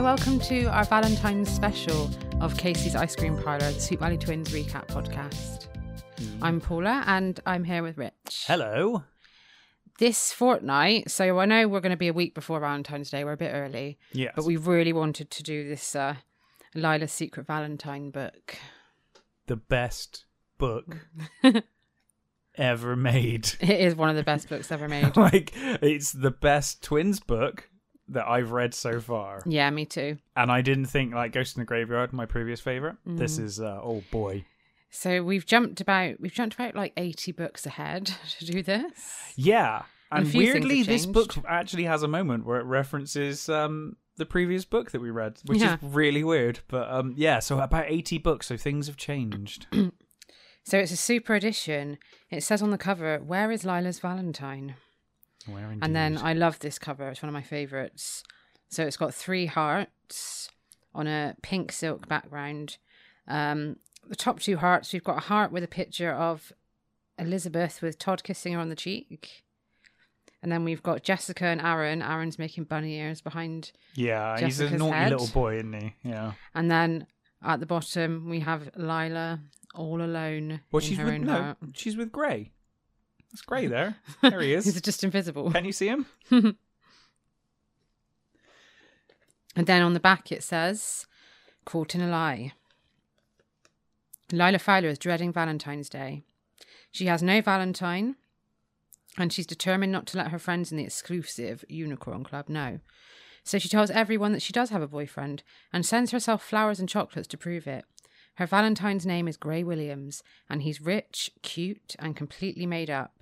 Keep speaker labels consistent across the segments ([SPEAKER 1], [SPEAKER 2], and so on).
[SPEAKER 1] welcome to our Valentine's special of Casey's Ice Cream Parlour, the Sweet Valley Twins recap podcast. I'm Paula and I'm here with Rich.
[SPEAKER 2] Hello.
[SPEAKER 1] This fortnight, so I know we're going to be a week before Valentine's Day, we're a bit early,
[SPEAKER 2] Yes.
[SPEAKER 1] but we really wanted to do this uh, Lila's Secret Valentine book.
[SPEAKER 2] the best book ever made.
[SPEAKER 1] It is one of the best books ever made.
[SPEAKER 2] like it's the best twins book that I've read so far.
[SPEAKER 1] Yeah, me too.
[SPEAKER 2] And I didn't think like Ghost in the Graveyard, my previous favorite. This
[SPEAKER 1] Mm-hmm.
[SPEAKER 2] is uh, oh boy.
[SPEAKER 1] So we've jumped about we've jumped about like 80 books ahead to do this.
[SPEAKER 2] Yeah.
[SPEAKER 1] And a
[SPEAKER 2] And
[SPEAKER 1] few things have
[SPEAKER 2] weirdly this book
[SPEAKER 1] changed.
[SPEAKER 2] actually has a moment where it references um the previous book that we read, which
[SPEAKER 1] Yeah.
[SPEAKER 2] is really weird. But um yeah, so about 80 books, so things have changed.
[SPEAKER 1] So it's a super edition. It says on the cover, "Where is Lila's Valentine?"
[SPEAKER 2] Where
[SPEAKER 1] And then
[SPEAKER 2] indeed.
[SPEAKER 1] I love this cover. It's one of my favorites. So it's got three hearts on a pink silk background. Um, the top two hearts, we've got a heart with a picture of Elizabeth with Todd kissing her on the cheek. And then we've got Jessica and Aaron. Aaron's making bunny ears behind.
[SPEAKER 2] Yeah, he's a
[SPEAKER 1] Jessica's
[SPEAKER 2] naughty
[SPEAKER 1] head.
[SPEAKER 2] little boy, isn't he? Yeah.
[SPEAKER 1] And then at the bottom, we have Lila all alone
[SPEAKER 2] Well,
[SPEAKER 1] in
[SPEAKER 2] she's
[SPEAKER 1] her
[SPEAKER 2] with
[SPEAKER 1] own
[SPEAKER 2] no,
[SPEAKER 1] heart.
[SPEAKER 2] she's with Gray. It's Gray there. There he
[SPEAKER 1] He's
[SPEAKER 2] is.
[SPEAKER 1] just invisible.
[SPEAKER 2] Can you see him?
[SPEAKER 1] And then on the back it says, Caught in a Lie. Lila Fowler is dreading Valentine's Day. She has no Valentine and she's determined not to let her friends in the exclusive Unicorn Club know. So she tells everyone that she does have a boyfriend and sends herself flowers and chocolates to prove it. Her Valentine's name is Gray Williams and he's rich, cute, and completely made up.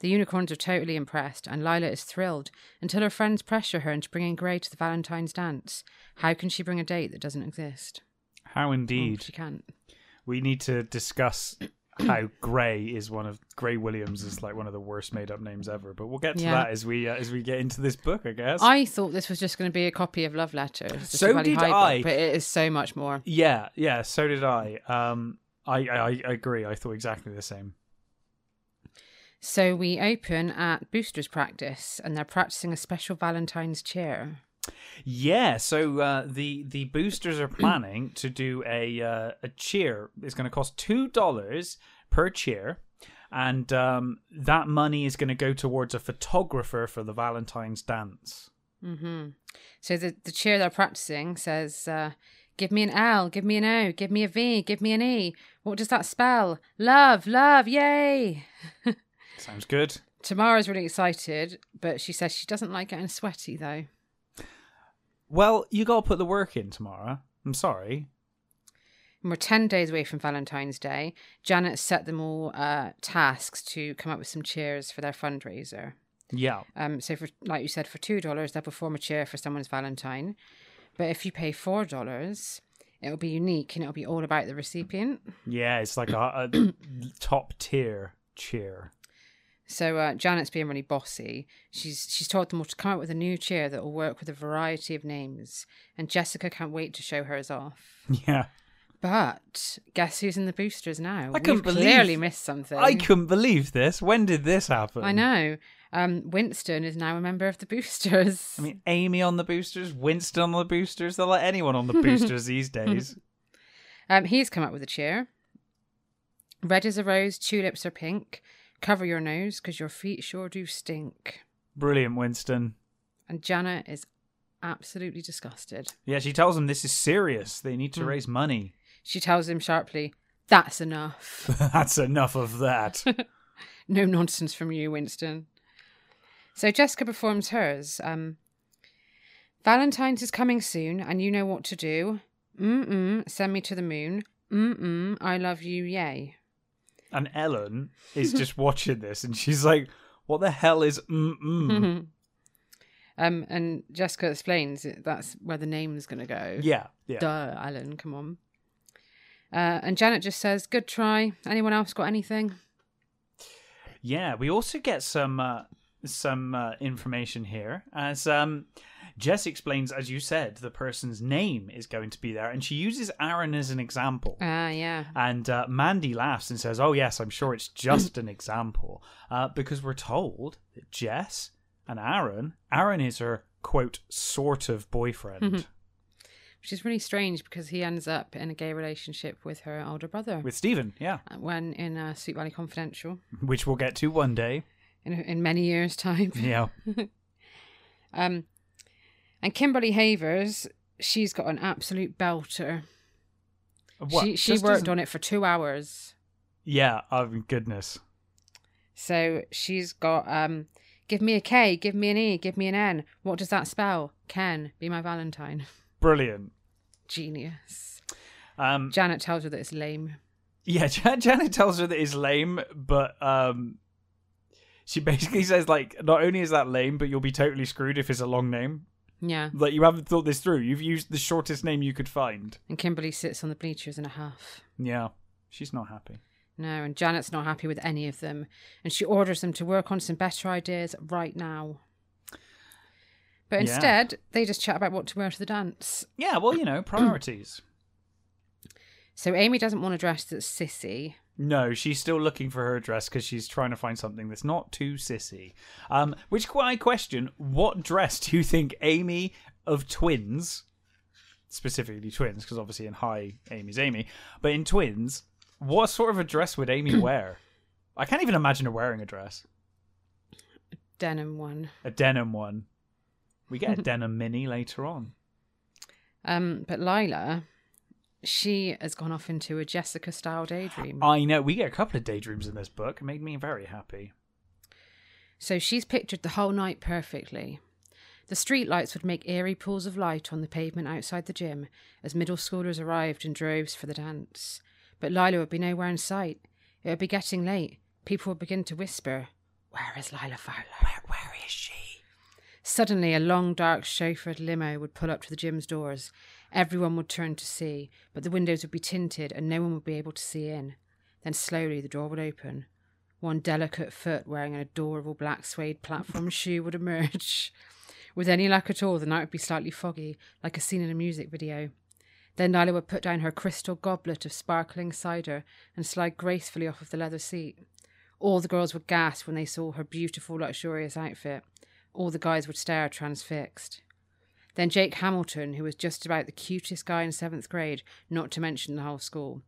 [SPEAKER 1] The unicorns are totally impressed, and Lila is thrilled until her friends pressure her into bringing Gray to the Valentine's dance. How can she bring a date that doesn't exist?
[SPEAKER 2] How
[SPEAKER 1] Well,
[SPEAKER 2] indeed.
[SPEAKER 1] she can't.
[SPEAKER 2] We need to discuss how Gray is one of Gray Williams is like one of the worst made up names ever. But we'll get to
[SPEAKER 1] Yeah.
[SPEAKER 2] that as we uh, as we get into this book, I guess.
[SPEAKER 1] I thought this was just going to be a copy of Love Letters. the
[SPEAKER 2] So
[SPEAKER 1] Sweet Valley
[SPEAKER 2] did
[SPEAKER 1] High
[SPEAKER 2] I.
[SPEAKER 1] book, but it is so much more.
[SPEAKER 2] yeah, yeah. So did I. Um, I, I I agree. I thought exactly the same.
[SPEAKER 1] So we open at Booster's practice, and they're practicing a special Valentine's cheer.
[SPEAKER 2] Yeah, so uh, the the boosters are planning to do a uh, a cheer. It's going to cost two dollars per cheer, and um, that money is going to go towards a photographer for the Valentine's dance.
[SPEAKER 1] hmm So the the cheer they're practicing says, uh, "Give me an L, give me an O, give me a V, give me an E. What does that spell? Love, love, yay!"
[SPEAKER 2] Sounds good.
[SPEAKER 1] Tamara's really excited, but she says she doesn't like getting sweaty though.
[SPEAKER 2] Well, you got to put the work in, Tamara. I'm sorry.
[SPEAKER 1] And we're 10 days away from Valentine's Day. Janet set them all uh, tasks to come up with some cheers for their fundraiser.
[SPEAKER 2] Yeah,
[SPEAKER 1] Um, so, for like you said, for $2, they'll perform a cheer for someone's Valentine. But if you pay $4, it'll be unique and it'll be all about the recipient.
[SPEAKER 2] yeah. It's like a, a top tier cheer.
[SPEAKER 1] So uh, Janet's being really bossy. She's she's told them all to come up with a new cheer that will work with a variety of names, and Jessica can't wait to show hers off.
[SPEAKER 2] Yeah,
[SPEAKER 1] But guess who's in the boosters now?
[SPEAKER 2] I couldn't
[SPEAKER 1] We've
[SPEAKER 2] believe-
[SPEAKER 1] clearly missed something.
[SPEAKER 2] I couldn't believe this. When did this happen?
[SPEAKER 1] I know. Um, Winston is now a member of the boosters.
[SPEAKER 2] I mean, Amy on the boosters, Winston on the boosters. They'll let anyone on the boosters these days.
[SPEAKER 1] um, he's come up with a cheer. Red is a rose, tulips are pink. Cover your nose, 'cause your feet sure do stink.
[SPEAKER 2] Brilliant, Winston.
[SPEAKER 1] And Janet is absolutely disgusted.
[SPEAKER 2] Yeah, she tells them this is serious. They need to raise money.
[SPEAKER 1] She tells him sharply, "That's enough."
[SPEAKER 2] That's enough of that.
[SPEAKER 1] No nonsense from you, Winston. So Jessica performs hers. Um, Valentine's is coming soon, and you know what to do. Mm-mm, send me to the moon. Mm-mm, I love you, yay.
[SPEAKER 2] and Ellen is just watching this and she's like, what the hell is mm-mm?
[SPEAKER 1] um, and Jessica explains that that's where the name's going to go.
[SPEAKER 2] yeah, yeah.
[SPEAKER 1] Duh, Alan, come on. Uh, and Janet just says, good try. Anyone else got anything?
[SPEAKER 2] Yeah, we also get some uh, some uh, information here as um, Jess explains, as you said, the person's name is going to be there and she uses Aaron as an example.
[SPEAKER 1] Ah, yeah.
[SPEAKER 2] And uh, Mandy laughs and says, Oh, yes, I'm sure it's just an example. Uh, because we're told that
[SPEAKER 1] Mm-hmm.
[SPEAKER 2] Jess and Aaron, Aaron is her, quote, sort of boyfriend.
[SPEAKER 1] which is really strange because he ends up in a gay relationship with her older brother
[SPEAKER 2] with Stephen. Yeah,
[SPEAKER 1] when in uh, Sweet Valley Confidential
[SPEAKER 2] which we'll get to one day.
[SPEAKER 1] in, in many years' time.
[SPEAKER 2] Yeah,
[SPEAKER 1] Um, and Kimberly Havers, she's got an absolute belter. she she
[SPEAKER 2] Just
[SPEAKER 1] worked
[SPEAKER 2] doesn't-
[SPEAKER 1] on it for two hours.
[SPEAKER 2] Yeah, oh goodness.
[SPEAKER 1] So she's got um, give me a K, give me an E, give me an N. What does that spell? Ken, be my Valentine.
[SPEAKER 2] Brilliant.
[SPEAKER 1] Genius.
[SPEAKER 2] Um,
[SPEAKER 1] Janet tells her that it's lame.
[SPEAKER 2] yeah, Jan- Janet tells her that it's lame, but um, she basically says like, not only is that lame, but you'll be totally screwed if it's a long name.
[SPEAKER 1] Yeah.
[SPEAKER 2] Like you haven't thought this through. You've used the shortest name you could find.
[SPEAKER 1] And Kimberly sits on the bleachers in a huff.
[SPEAKER 2] Yeah, she's not happy.
[SPEAKER 1] No, and Janet's not happy with any of them, and she orders them to work on some better ideas right now. But
[SPEAKER 2] Yeah.
[SPEAKER 1] instead, they just chat about what to wear to the dance.
[SPEAKER 2] Yeah, well, you know, priorities.
[SPEAKER 1] So Amy doesn't want a dress that's sissy.
[SPEAKER 2] No, she's still looking for her dress because she's trying to find something that's not too sissy. Um, which qu- I question: What dress do you think Amy of twins, specifically twins, because obviously in High Amy's Amy, but in twins, what sort of a dress would Amy wear? I can't even imagine her wearing a dress,
[SPEAKER 1] Denim one.
[SPEAKER 2] a denim one. We get a denim mini later on.
[SPEAKER 1] Um, but Lila, she has gone off into a Jessica style daydream.
[SPEAKER 2] I know we get a couple of daydreams in this book. It made me very happy.
[SPEAKER 1] So she's pictured the whole night perfectly. The streetlights would make eerie pools of light on the pavement outside the gym as middle schoolers arrived in droves for the dance. But Lila would be nowhere in sight. It would be getting late. People would begin to whisper, Where is Lila Fowler? Where, where is she? Suddenly, a long, dark, chauffeured limo would pull up to the gym's doors. Everyone would turn to see, but the windows would be tinted and no one would be able to see in. Then slowly the door would open. One delicate foot wearing an adorable black suede platform shoe would emerge. With any luck at all, the night would be slightly foggy, like a scene in a music video. Then Lila would put down her crystal goblet of sparkling cider and slide gracefully off of the leather seat. All the girls would gasp when they saw her beautiful, luxurious outfit. All the guys would stare transfixed. Then Jake Hamilton, who was just about the cutest guy in seventh grade, not to mention the whole school,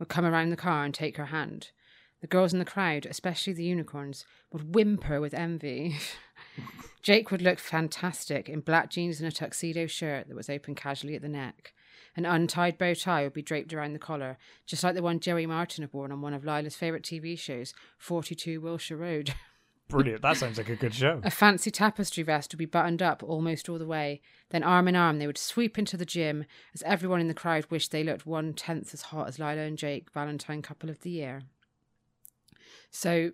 [SPEAKER 1] would come around the car and take her hand. The girls in the crowd, especially the unicorns, would whimper with envy. Jake would look fantastic in black jeans and a tuxedo shirt that was open casually at the neck. An untied bow tie would be draped around the collar, just like the one Jerry Martin had worn on one of Lila's favourite TV shows, 42 Wilshire Road.
[SPEAKER 2] Brilliant. That sounds like a good show.
[SPEAKER 1] A fancy tapestry vest would be buttoned up almost all the way. Then, arm in arm, they would sweep into the gym as everyone in the crowd wished they looked one tenth as hot as Lila and Jake, Valentine couple of the year. So,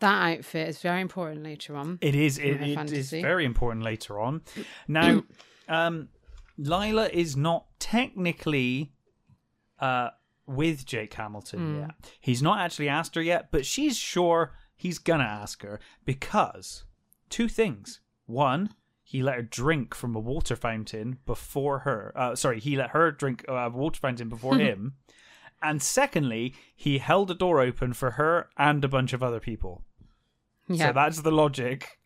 [SPEAKER 1] that outfit is very important later on.
[SPEAKER 2] It is. It,
[SPEAKER 1] a
[SPEAKER 2] it is
[SPEAKER 1] fantasy.
[SPEAKER 2] very important later on. Now, um, Lila is not technically uh, with Jake Hamilton yet. He's not actually asked her yet, but she's sure he's gonna ask her because two things. One, he let her drink from a water fountain before her. Uh, sorry, he let her drink uh, a water fountain before him. And secondly, he held a door open for her and a bunch of other people.
[SPEAKER 1] Yeah.
[SPEAKER 2] So that's the logic.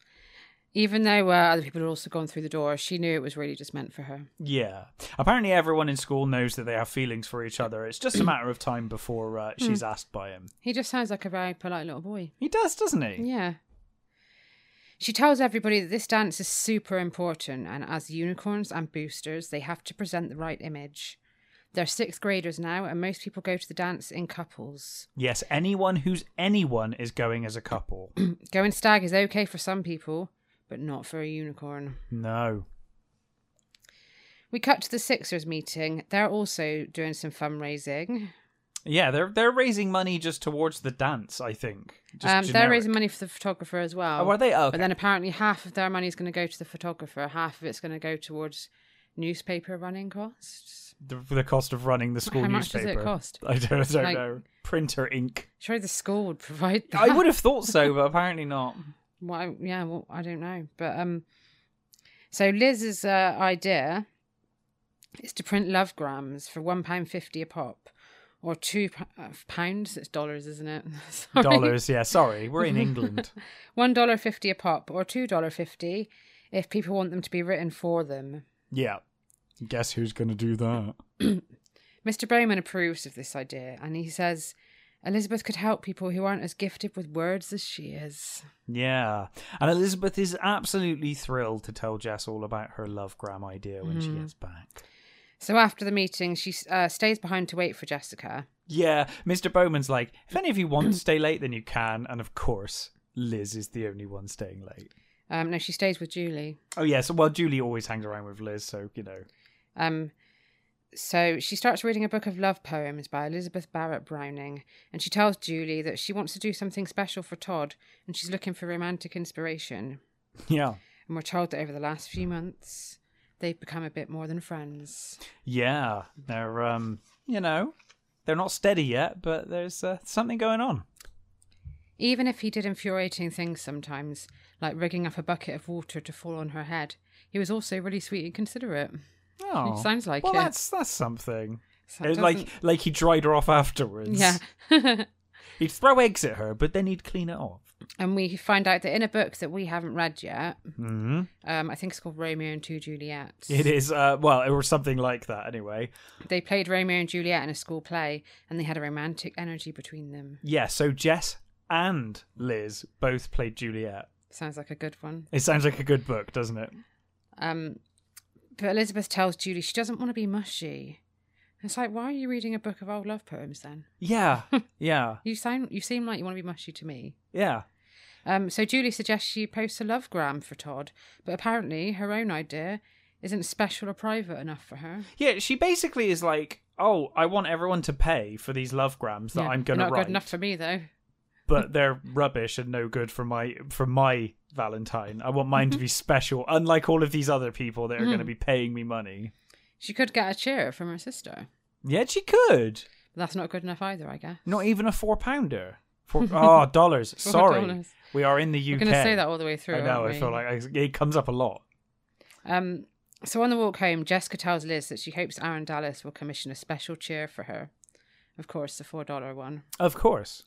[SPEAKER 1] Even though uh, other people had also gone through the door, she knew it was really just meant for her.
[SPEAKER 2] Yeah. Apparently, everyone in school knows that they have feelings for each other. It's just a matter of time before uh,
[SPEAKER 1] Hmm.
[SPEAKER 2] she's asked by him.
[SPEAKER 1] He just sounds like a very polite little boy.
[SPEAKER 2] He does, doesn't he?
[SPEAKER 1] Yeah. She tells everybody that this dance is super important, and as unicorns and boosters, they have to present the right image. They're sixth graders now, and most people go to the dance in couples.
[SPEAKER 2] Yes, anyone who's anyone is going as a couple.
[SPEAKER 1] Going stag is okay for some people, but not for a unicorn.
[SPEAKER 2] no.
[SPEAKER 1] We cut to the Sixers meeting. They're also doing some fundraising.
[SPEAKER 2] Yeah, they're they're raising money just towards the dance. I think. Just
[SPEAKER 1] Um, they're
[SPEAKER 2] generic.
[SPEAKER 1] raising money for the photographer as well.
[SPEAKER 2] Oh, are they? Oh, okay.
[SPEAKER 1] But then apparently half of their money is going to go to the photographer, half of it's going to go towards newspaper running costs.
[SPEAKER 2] The, the cost of running the school
[SPEAKER 1] How much does
[SPEAKER 2] newspaper.
[SPEAKER 1] it cost?
[SPEAKER 2] I don't, I don't
[SPEAKER 1] Like-
[SPEAKER 2] know. Printer ink.
[SPEAKER 1] Surely the school would provide that.
[SPEAKER 2] I would have thought so, but apparently not.
[SPEAKER 1] Well, I- yeah, well, I don't know. But um, so Liz's uh, idea is to print love grams for £1.50 a pop or two p- uh, pounds. It's dollars, isn't it? Sorry.
[SPEAKER 2] Dollars. Yeah. Sorry, we're in England.
[SPEAKER 1] $1.50 a pop or $2.50 if people want them to be written for them.
[SPEAKER 2] yeah. Guess who's going to do that?
[SPEAKER 1] Mr. Bowman approves of this idea and he says Elizabeth could help people who aren't as gifted with words as she is.
[SPEAKER 2] Yeah. And Elizabeth is absolutely thrilled to tell Jess all about her love gram idea when
[SPEAKER 1] Mm-hmm.
[SPEAKER 2] she gets back.
[SPEAKER 1] So after the meeting, she uh, stays behind to wait for Jessica.
[SPEAKER 2] Yeah, Mr. Bowman's like, if any of you want to stay late, then you can. And of course, Liz is the only one staying late.
[SPEAKER 1] Um, no, she stays with Julie.
[SPEAKER 2] Oh, yeah. So, well, Julie always hangs around with Liz, so, you know.
[SPEAKER 1] Um, so she starts reading a book of love poems by Elizabeth Barrett Browning, and she tells Julie that she wants to do something special for Todd, and she's looking for romantic inspiration.
[SPEAKER 2] Yeah.
[SPEAKER 1] And we're told that over the last few months, they've become a bit more than friends.
[SPEAKER 2] Yeah. They're, um, you know, they're not steady yet, but there's uh, something going on.
[SPEAKER 1] Even if he did infuriating things sometimes, like rigging up a bucket of water to fall on her head, he was also really sweet and considerate.
[SPEAKER 2] Oh.
[SPEAKER 1] sounds like
[SPEAKER 2] well,
[SPEAKER 1] it.
[SPEAKER 2] that's that's something.
[SPEAKER 1] So it
[SPEAKER 2] It- like
[SPEAKER 1] doesn't-
[SPEAKER 2] like he dried her off afterwards.
[SPEAKER 1] yeah.
[SPEAKER 2] He'd throw eggs at her, but then he'd clean it off.
[SPEAKER 1] and we find out that in a book that we haven't read yet,
[SPEAKER 2] Mm-hmm.
[SPEAKER 1] um, I think it's called Romeo and Two Juliets.
[SPEAKER 2] It is uh well, or something like that anyway.
[SPEAKER 1] They played Romeo and Juliet in a school play, and they had a romantic energy between them.
[SPEAKER 2] Yeah, so Jess and Liz both played Juliet.
[SPEAKER 1] Sounds like a good one.
[SPEAKER 2] It sounds like a good book, doesn't it?
[SPEAKER 1] Um, but Elizabeth tells Julie she doesn't want to be mushy. It's like, why are you reading a book of old love poems then?
[SPEAKER 2] Yeah. Yeah.
[SPEAKER 1] You sound, you seem like you want to be mushy to me.
[SPEAKER 2] Yeah.
[SPEAKER 1] Um, so Julie suggests she posts a love gram for Todd, but apparently her own idea isn't special or private enough for her.
[SPEAKER 2] Yeah, she basically is like, "Oh, I want everyone to pay for these love grams that
[SPEAKER 1] Yeah,
[SPEAKER 2] I'm
[SPEAKER 1] they're
[SPEAKER 2] going to
[SPEAKER 1] not
[SPEAKER 2] write."
[SPEAKER 1] good enough for me though.
[SPEAKER 2] but they're rubbish and no good for my for my Valentine. I want mine to be special, unlike all of these other people that are going to be paying me money.
[SPEAKER 1] She could get a cheer from her sister.
[SPEAKER 2] Yeah, she could.
[SPEAKER 1] But that's not good enough either, I guess.
[SPEAKER 2] Not even a four pounder. Four, oh, dollars.
[SPEAKER 1] Four
[SPEAKER 2] Sorry,
[SPEAKER 1] dollars.
[SPEAKER 2] we are in the
[SPEAKER 1] We're
[SPEAKER 2] UK.
[SPEAKER 1] going to say that all the way through.
[SPEAKER 2] I know.
[SPEAKER 1] aren't
[SPEAKER 2] I feel
[SPEAKER 1] we?
[SPEAKER 2] like I, it comes up a lot.
[SPEAKER 1] Um, so on the walk home, Jessica tells Liz that she hopes Aaron Dallas will commission a special cheer for her. Of course, the four dollar one.
[SPEAKER 2] Of course.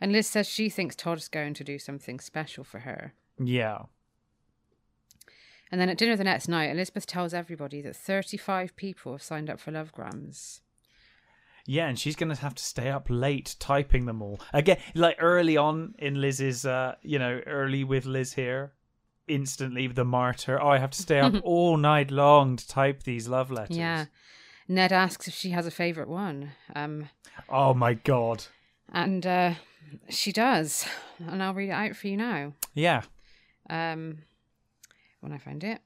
[SPEAKER 1] And Liz says she thinks Todd's going to do something special for her.
[SPEAKER 2] Yeah.
[SPEAKER 1] And then at dinner the next night, Elizabeth tells everybody that thirty five people have signed up for Lovegrams.
[SPEAKER 2] Yeah, and she's going to have to stay up late typing them all again. Like early on in Liz's, uh, you know, early with Liz here, instantly the martyr. Oh, I have to stay up all night long to type these love letters.
[SPEAKER 1] Yeah. Ned asks if she has a favourite one. Um,
[SPEAKER 2] Oh my god.
[SPEAKER 1] and uh, she does. And I'll read it out for you now.
[SPEAKER 2] Yeah.
[SPEAKER 1] Um, when I find it.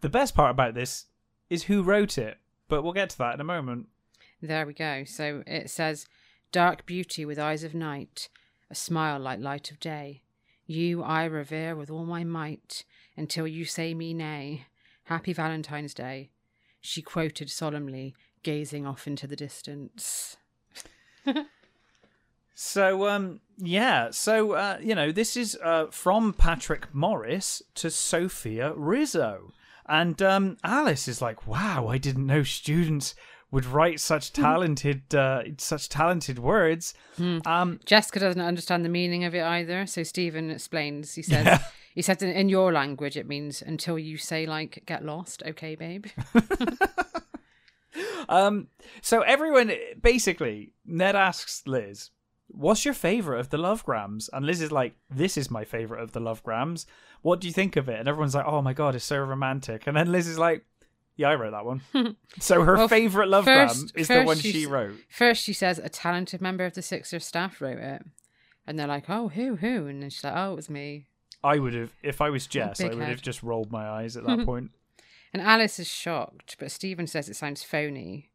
[SPEAKER 2] The best part about this is who wrote it, but we'll get to that in a moment.
[SPEAKER 1] There we go. So it says, Dark beauty with eyes of night, a smile like light of day. You I revere with all my might until you say me nay. Happy Valentine's Day. She quoted solemnly, gazing off into the distance.
[SPEAKER 2] So um yeah, so uh, you know this is uh, from Patrick Morris to Sophia Rizzo, and um, Alice is like, "Wow, I didn't know students would write such talented uh, such talented words." Um,
[SPEAKER 1] Jessica doesn't understand the meaning of it either, so Stephen explains. He says,
[SPEAKER 2] Yeah.
[SPEAKER 1] he says in- in your language it means until you say like get lost, okay, babe.
[SPEAKER 2] um, so everyone basically Ned asks Liz, "What's your favorite of the love grams?" And Liz is like, "This is my favorite of the love grams. What do you think of it?" And everyone's like, "Oh my god, it's so romantic." And then Liz is like, "Yeah, I wrote that one." so her
[SPEAKER 1] Well, f-
[SPEAKER 2] favorite love
[SPEAKER 1] first-
[SPEAKER 2] gram is the
[SPEAKER 1] first
[SPEAKER 2] one
[SPEAKER 1] she
[SPEAKER 2] she
[SPEAKER 1] s-
[SPEAKER 2] wrote.
[SPEAKER 1] First, she says a talented member of the Sixers staff wrote it, and they're like, "Oh, who, who?" And then she's like, "Oh, it was me."
[SPEAKER 2] I would have, if I was Jess, I
[SPEAKER 1] big
[SPEAKER 2] would
[SPEAKER 1] head.
[SPEAKER 2] have just rolled my eyes at that point.
[SPEAKER 1] And Alice is shocked, but Stephen says it sounds phony.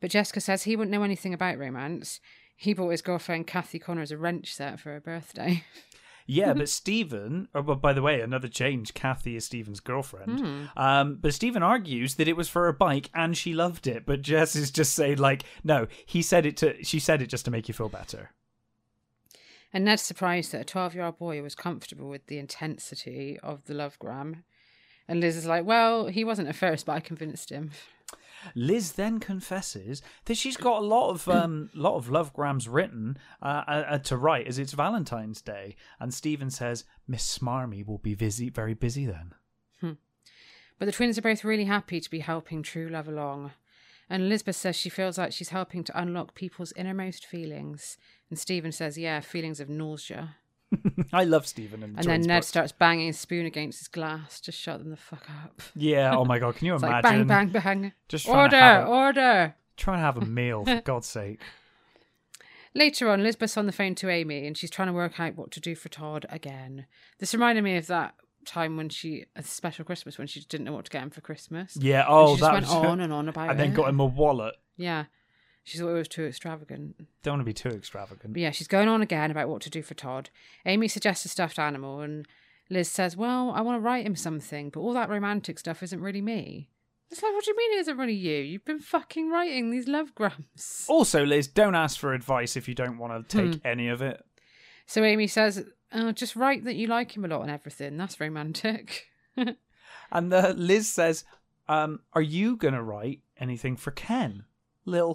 [SPEAKER 1] But Jessica says he wouldn't know anything about romance. He bought his girlfriend Kathy Connors a wrench set for her birthday. Mm-hmm.
[SPEAKER 2] Yeah, but Stephen, oh, but by the way, another change. Kathy is Stephen's girlfriend.
[SPEAKER 1] Hmm.
[SPEAKER 2] Um, but Stephen argues that it was for her bike and she loved it. But Jess is just saying, like, no, he said it to, she said it just to make you feel better.
[SPEAKER 1] And Ned's surprised that a 12 year old boy was comfortable with the intensity of the lovegram. And Liz is like, well, he wasn't at first, but I convinced him.
[SPEAKER 2] Liz then confesses that she's got a lot of um, lot of love grams written uh, uh, to write as it's Valentine's Day, and Stephen says Miss Smarmy will be busy, very busy then.
[SPEAKER 1] But the twins are both really happy to be helping true love along. And Elizabeth says she feels like she's helping to unlock people's innermost feelings. And Stephen says, yeah, feelings of nausea.
[SPEAKER 2] I love Stephen and,
[SPEAKER 1] And then
[SPEAKER 2] Joy's
[SPEAKER 1] Ned
[SPEAKER 2] book.
[SPEAKER 1] starts banging his spoon against his glass to shut them the fuck up.
[SPEAKER 2] Yeah. Oh my god. Can you
[SPEAKER 1] It's
[SPEAKER 2] imagine?
[SPEAKER 1] like bang, bang, bang.
[SPEAKER 2] Just trying
[SPEAKER 1] order,
[SPEAKER 2] to have a-
[SPEAKER 1] order.
[SPEAKER 2] Try and have a meal for God's sake.
[SPEAKER 1] Later on, Lisbeth's on the phone to Amy and she's trying to work out what to do for Todd again. This reminded me of that time when she, a special Christmas, when she didn't know what to get him for Christmas.
[SPEAKER 2] Yeah.
[SPEAKER 1] And
[SPEAKER 2] Oh,
[SPEAKER 1] she
[SPEAKER 2] that
[SPEAKER 1] just went
[SPEAKER 2] was-
[SPEAKER 1] on and on about
[SPEAKER 2] and then
[SPEAKER 1] it.
[SPEAKER 2] got him a wallet.
[SPEAKER 1] Yeah. She thought it was too extravagant.
[SPEAKER 2] Don't want to be too extravagant.
[SPEAKER 1] But yeah, she's going on again about what to do for Todd. Amy suggests a stuffed animal, and Liz says, Well, I want to write him something, but all that romantic stuff isn't really me. It's like, What do you mean it isn't really you? You've been fucking writing these love grams.
[SPEAKER 2] Also, Liz, don't ask for advice if you don't want to
[SPEAKER 1] Hmm.
[SPEAKER 2] take any of it.
[SPEAKER 1] So Amy says, oh, Just write that you like him a lot and everything. That's romantic.
[SPEAKER 2] And uh, Liz says, um, "Are you gonna write anything for Ken, little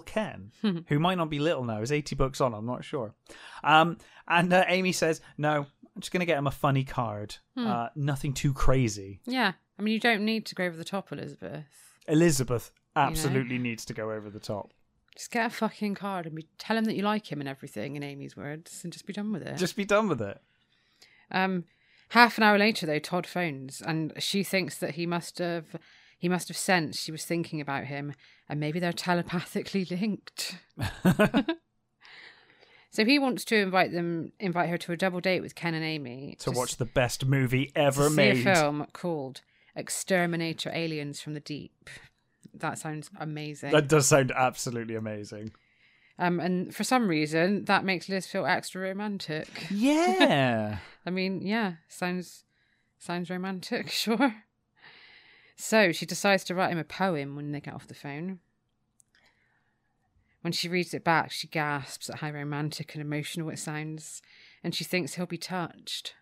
[SPEAKER 2] Ken,
[SPEAKER 1] Hmm.
[SPEAKER 2] who might not be little now? Is eighty books on? I'm not sure." Um, and uh, Amy says, "No, I'm just gonna get him a funny card.
[SPEAKER 1] Hmm.
[SPEAKER 2] Uh, nothing too crazy."
[SPEAKER 1] yeah. I mean, you don't need to go over the top, Elizabeth.
[SPEAKER 2] Elizabeth absolutely needs to go over the top.
[SPEAKER 1] Just get a fucking card and be, tell him that you like him and everything, in Amy's words, and just be done with it.
[SPEAKER 2] Just be done with it.
[SPEAKER 1] Um, half an hour later, though, Todd phones, and she thinks that he must have he must have sensed she was thinking about him, and maybe they're telepathically linked. so he wants to invite them, invite her to a double date with Ken and Amy
[SPEAKER 2] To
[SPEAKER 1] s-
[SPEAKER 2] watch the best movie ever
[SPEAKER 1] to see
[SPEAKER 2] made.
[SPEAKER 1] a film called "Exterminator: Aliens from the Deep." That sounds amazing.
[SPEAKER 2] That does sound absolutely amazing.
[SPEAKER 1] um, and for some reason, that makes Liz feel extra romantic.
[SPEAKER 2] Yeah.
[SPEAKER 1] I mean, yeah, sounds sounds romantic, sure. So she decides to write him a poem when they get off the phone. When she reads it back, she gasps at how romantic and emotional it sounds, and she thinks he'll be touched.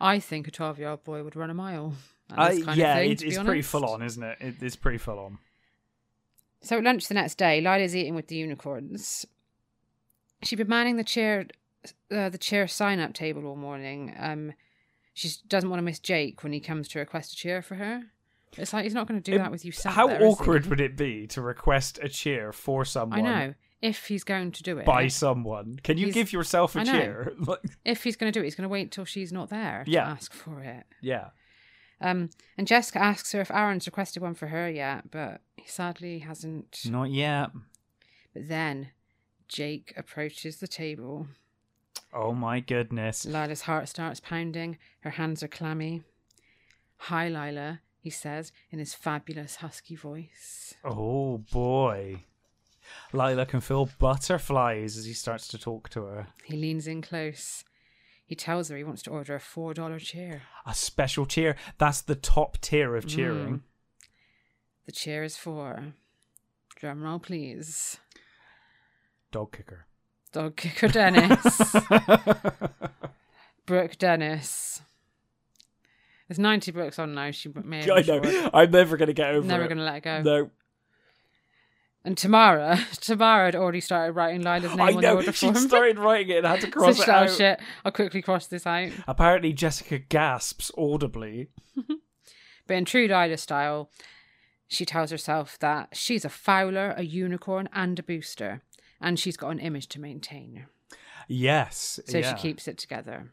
[SPEAKER 1] I think a twelve-year-old boy would run a mile. at
[SPEAKER 2] I-
[SPEAKER 1] this kind of
[SPEAKER 2] Uh, yeah,
[SPEAKER 1] thing,
[SPEAKER 2] it-
[SPEAKER 1] to be
[SPEAKER 2] it's pretty
[SPEAKER 1] honest.
[SPEAKER 2] full on, isn't it? it? It's pretty full on.
[SPEAKER 1] So at lunch the next day, Lila's eating with the unicorns. She'd been manning the chair, uh, the chair sign-up table all morning. Um, she doesn't want to miss Jake when he comes to request a chair for her. It's like he's not going to do
[SPEAKER 2] It-
[SPEAKER 1] that with you. Sat
[SPEAKER 2] How
[SPEAKER 1] there, is he?
[SPEAKER 2] awkward would it be to request a cheer for someone
[SPEAKER 1] I know. If he's going to do it,
[SPEAKER 2] by someone? Can you
[SPEAKER 1] He's-
[SPEAKER 2] give yourself
[SPEAKER 1] I
[SPEAKER 2] a
[SPEAKER 1] know.
[SPEAKER 2] cheer? Like,
[SPEAKER 1] if he's going to do it, he's going to wait till she's not there
[SPEAKER 2] Yeah.
[SPEAKER 1] to ask for it.
[SPEAKER 2] yeah.
[SPEAKER 1] Um, and Jessica asks her if Aaron's requested one for her yet, but he sadly hasn't.
[SPEAKER 2] Not yet.
[SPEAKER 1] But then Jake approaches the table.
[SPEAKER 2] Oh my goodness.
[SPEAKER 1] Lila's heart starts pounding. Her hands are clammy. Hi, Lila, he says in his fabulous husky voice.
[SPEAKER 2] Oh boy. Lila can feel butterflies as he starts to talk to her.
[SPEAKER 1] He leans in close. He tells her he wants to order a $4 chair.
[SPEAKER 2] A special cheer. That's the top tier
[SPEAKER 1] Hmm.
[SPEAKER 2] of cheering.
[SPEAKER 1] The chair is for. Drum roll, please.
[SPEAKER 2] Dog kicker.
[SPEAKER 1] Dog kicker Dennis. Brooke Dennis. There's 90 Brooks on now. She may have.
[SPEAKER 2] I
[SPEAKER 1] enjoyed it.
[SPEAKER 2] know. I'm never going to get over
[SPEAKER 1] Never
[SPEAKER 2] it.
[SPEAKER 1] going to let go.
[SPEAKER 2] No.
[SPEAKER 1] And Tamara, Tamara had already started writing Lila's name
[SPEAKER 2] I
[SPEAKER 1] on the
[SPEAKER 2] know.
[SPEAKER 1] order
[SPEAKER 2] She
[SPEAKER 1] form.
[SPEAKER 2] started writing it and had to
[SPEAKER 1] So
[SPEAKER 2] cross
[SPEAKER 1] she's
[SPEAKER 2] it
[SPEAKER 1] like,
[SPEAKER 2] out.
[SPEAKER 1] "Oh, shit, I'll quickly cross this out.
[SPEAKER 2] Apparently, Jessica gasps audibly.
[SPEAKER 1] But in true Lila style, she tells herself that she's a fowler, a unicorn, and a booster, and she's got an image to maintain.
[SPEAKER 2] Yes.
[SPEAKER 1] So
[SPEAKER 2] yeah.
[SPEAKER 1] she keeps it together.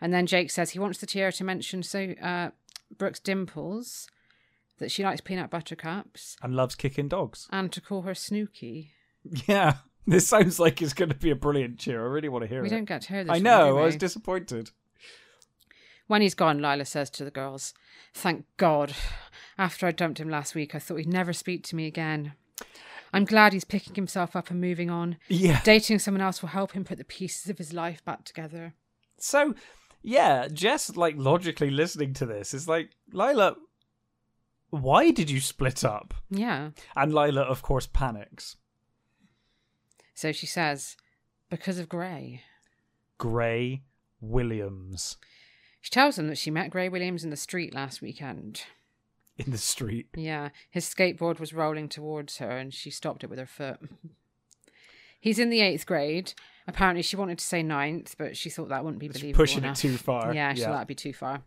[SPEAKER 1] And then Jake says he wants the chair to mention so uh, Brooke's dimples, that she likes peanut butter cups,
[SPEAKER 2] and loves kicking dogs.
[SPEAKER 1] and to call her Snooky.
[SPEAKER 2] Yeah. This sounds like it's going to be a brilliant cheer. I really want to hear
[SPEAKER 1] We
[SPEAKER 2] it.
[SPEAKER 1] don't get to hear this.
[SPEAKER 2] I
[SPEAKER 1] one,
[SPEAKER 2] know.
[SPEAKER 1] do
[SPEAKER 2] I was
[SPEAKER 1] we?
[SPEAKER 2] disappointed.
[SPEAKER 1] When he's gone, Lila says to the girls, Thank God. After I dumped him last week, I thought he'd never speak to me again. I'm glad he's picking himself up and moving on.
[SPEAKER 2] Yeah.
[SPEAKER 1] Dating someone else will help him put the pieces of his life back together.
[SPEAKER 2] So, yeah, Jess, like, logically listening to this is like, Lila, why did you split up?
[SPEAKER 1] Yeah.
[SPEAKER 2] And Lila, of course, panics.
[SPEAKER 1] So she says, Because of Grey.
[SPEAKER 2] Gray Williams
[SPEAKER 1] She tells him that she met Grey Williams in the street last weekend.
[SPEAKER 2] in the street.
[SPEAKER 1] Yeah, his skateboard was rolling towards her and she stopped it with her foot. He's in the eighth grade. Apparently, she wanted to say ninth, but she thought that wouldn't be
[SPEAKER 2] It's
[SPEAKER 1] believable.
[SPEAKER 2] pushing it
[SPEAKER 1] enough.
[SPEAKER 2] too far.
[SPEAKER 1] Yeah, she
[SPEAKER 2] Yeah.
[SPEAKER 1] that'd be too far.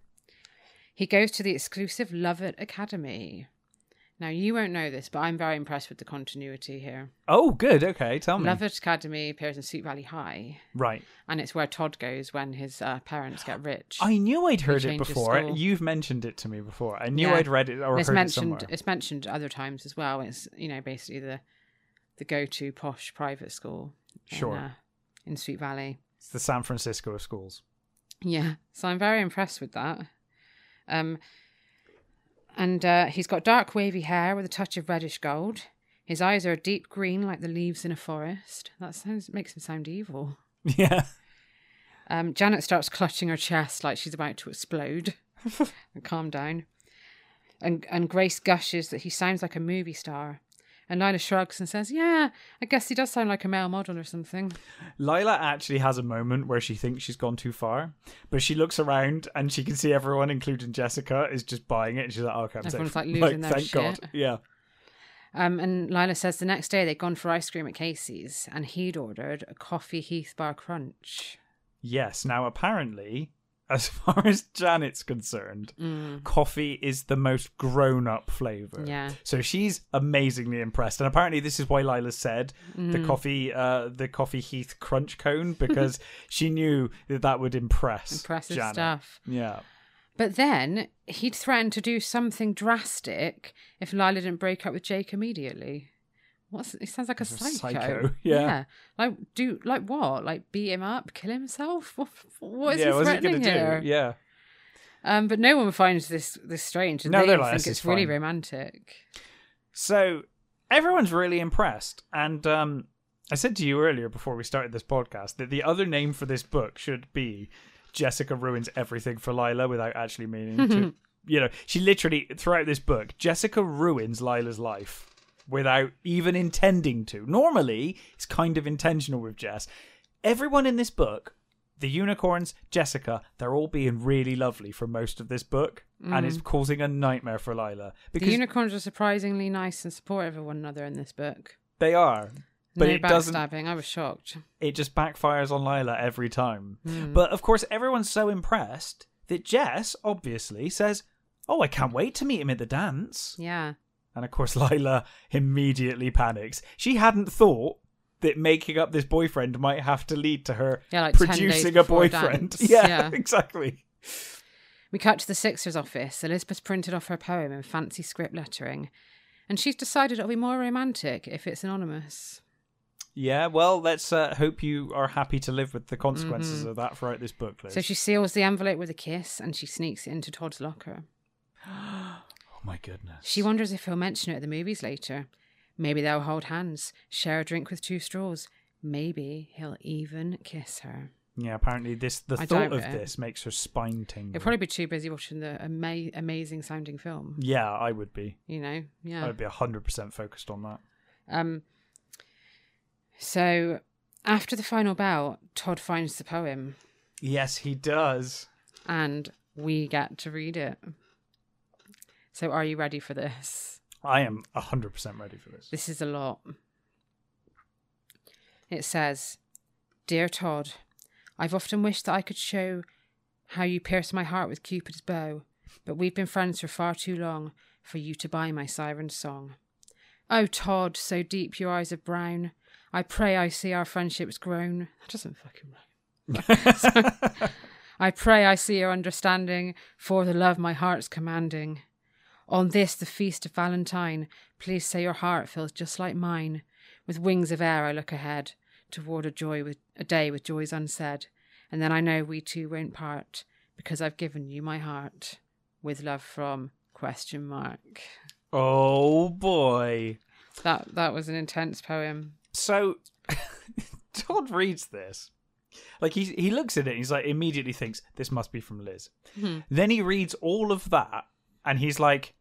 [SPEAKER 1] He goes to the exclusive Lovett Academy. Now, you won't know this, but I'm very impressed with the continuity here.
[SPEAKER 2] Oh, good. Okay, tell me.
[SPEAKER 1] Lovett Academy appears in Sweet Valley High,
[SPEAKER 2] Right.
[SPEAKER 1] and it's where Todd goes when his uh, parents get rich.
[SPEAKER 2] I knew I'd heard it
[SPEAKER 1] changes
[SPEAKER 2] before.
[SPEAKER 1] school.
[SPEAKER 2] You've mentioned it to me before. I knew
[SPEAKER 1] Yeah.
[SPEAKER 2] I'd read it or
[SPEAKER 1] And it's
[SPEAKER 2] heard it
[SPEAKER 1] mentioned.
[SPEAKER 2] somewhere.
[SPEAKER 1] It's mentioned other times as well. It's you know basically the the go to posh private school.
[SPEAKER 2] Sure.
[SPEAKER 1] In, uh, in Sweet Valley.
[SPEAKER 2] It's the San Francisco of schools.
[SPEAKER 1] Yeah, so I'm very impressed with that. Um, and uh, he's got dark wavy hair with a touch of reddish gold. His eyes are a deep green like the leaves in a forest. That sounds makes him sound evil.
[SPEAKER 2] Yeah.
[SPEAKER 1] Um, Janet starts clutching her chest like she's about to explode. Calm down. And and Grace gushes that he sounds like a movie star. And Lila shrugs and says, "Yeah, I guess he does sound like a male model or something."
[SPEAKER 2] Lila actually has a moment where she thinks she's gone too far, but she looks around and she can see everyone, including Jessica, is just buying it. She's like, "Oh, okay, I'm safe."
[SPEAKER 1] Everyone's, like, losing their
[SPEAKER 2] thank God.
[SPEAKER 1] shit.
[SPEAKER 2] Yeah.
[SPEAKER 1] Um, and Lila says the next day they'd gone for ice cream at Casey's, and he'd ordered a coffee Heath bar crunch.
[SPEAKER 2] Yes. Now, apparently, as far as Janet's concerned, coffee is the most grown-up flavor.
[SPEAKER 1] Yeah.
[SPEAKER 2] So she's amazingly impressed, and apparently, this is why Lila said the
[SPEAKER 1] Mm.
[SPEAKER 2] coffee, uh, the coffee Heath crunch cone, because she knew that that would impress
[SPEAKER 1] Impressive
[SPEAKER 2] Janet.
[SPEAKER 1] stuff.
[SPEAKER 2] Yeah.
[SPEAKER 1] But then he'd threatened to do something drastic if Lila didn't break up with Jake immediately. What's it sounds like a psycho.
[SPEAKER 2] psycho, yeah.
[SPEAKER 1] Like do like what? Like beat him up, kill himself? What, what is
[SPEAKER 2] yeah.
[SPEAKER 1] he
[SPEAKER 2] what's he
[SPEAKER 1] threatening
[SPEAKER 2] gonna
[SPEAKER 1] here?
[SPEAKER 2] do? Yeah.
[SPEAKER 1] Um but no one finds this this strange. and
[SPEAKER 2] No,
[SPEAKER 1] they
[SPEAKER 2] they're
[SPEAKER 1] think
[SPEAKER 2] like,
[SPEAKER 1] it's
[SPEAKER 2] "This is
[SPEAKER 1] really
[SPEAKER 2] fine."
[SPEAKER 1] romantic.
[SPEAKER 2] So everyone's really impressed. And um, I said to you earlier before we started this podcast that the other name for this book should be Jessica Ruins Everything for Lila without actually meaning to. you know, she literally, throughout this book, Jessica ruins Lila's life without even intending to. Normally, it's kind of intentional with Jess. Everyone in this book. The unicorns, Jessica, they're all being really lovely for most of this book, and it's causing a nightmare for Lila. Because
[SPEAKER 1] the unicorns are surprisingly nice and supportive of one another in this book.
[SPEAKER 2] They are. But
[SPEAKER 1] no
[SPEAKER 2] it doesn't
[SPEAKER 1] backstabbing. I was shocked.
[SPEAKER 2] it just backfires on Lila every time.
[SPEAKER 1] Hmm.
[SPEAKER 2] But of course everyone's so impressed that Jess obviously says, "Oh, I can't wait to meet him at the dance."
[SPEAKER 1] Yeah.
[SPEAKER 2] And of course Lila immediately panics. She hadn't thought that making up this boyfriend might have to lead to her
[SPEAKER 1] Yeah, like 10 days
[SPEAKER 2] producing a
[SPEAKER 1] before a
[SPEAKER 2] boyfriend.
[SPEAKER 1] dance.
[SPEAKER 2] Yeah,
[SPEAKER 1] Yeah.
[SPEAKER 2] exactly.
[SPEAKER 1] We cut to the Sixers office. Elizabeth printed off her poem in fancy script lettering, and she's decided it'll be more romantic if it's anonymous.
[SPEAKER 2] Yeah, well, let's uh, hope you are happy to live with the consequences of that throughout this book, Liz.
[SPEAKER 1] Mm-hmm. So she seals the envelope with a kiss and she sneaks it into Todd's locker.
[SPEAKER 2] oh my goodness.
[SPEAKER 1] She wonders if he'll mention it at the movies later. Maybe they'll hold hands, share a drink with two straws. Maybe he'll even kiss her.
[SPEAKER 2] Yeah, apparently this the
[SPEAKER 1] I
[SPEAKER 2] thought
[SPEAKER 1] doubt
[SPEAKER 2] of
[SPEAKER 1] it.
[SPEAKER 2] this makes her spine tingle.
[SPEAKER 1] He'll probably be too busy watching the ama- amazing sounding film.
[SPEAKER 2] Yeah, I would be.
[SPEAKER 1] You know, yeah.
[SPEAKER 2] I'd be hundred percent focused on that.
[SPEAKER 1] Um, so after the final bell, Todd finds the poem.
[SPEAKER 2] Yes, he does.
[SPEAKER 1] and we get to read it. So, are you ready for this?
[SPEAKER 2] I am hundred percent ready for this.
[SPEAKER 1] This is a lot. It says, Dear Todd, I've often wished that I could show how you pierced my heart with Cupid's bow, but we've been friends for far too long for you to buy my siren's song. Oh, Todd, so deep your eyes are brown. I pray I see our friendship's grown. That doesn't fucking rhyme. I pray I see your understanding for the love my heart's commanding. On this, the feast of Valentine, please say your heart feels just like mine. With wings of air, I look ahead toward a joy with a day with joys unsaid, and then I know we two won't part because I've given you my heart. With love from question mark.
[SPEAKER 2] Oh boy.
[SPEAKER 1] That that was an intense poem.
[SPEAKER 2] So Todd reads this. Like he he looks at it and he's like immediately thinks, This must be from Liz.
[SPEAKER 1] Hmm.
[SPEAKER 2] Then he reads all of that and he's like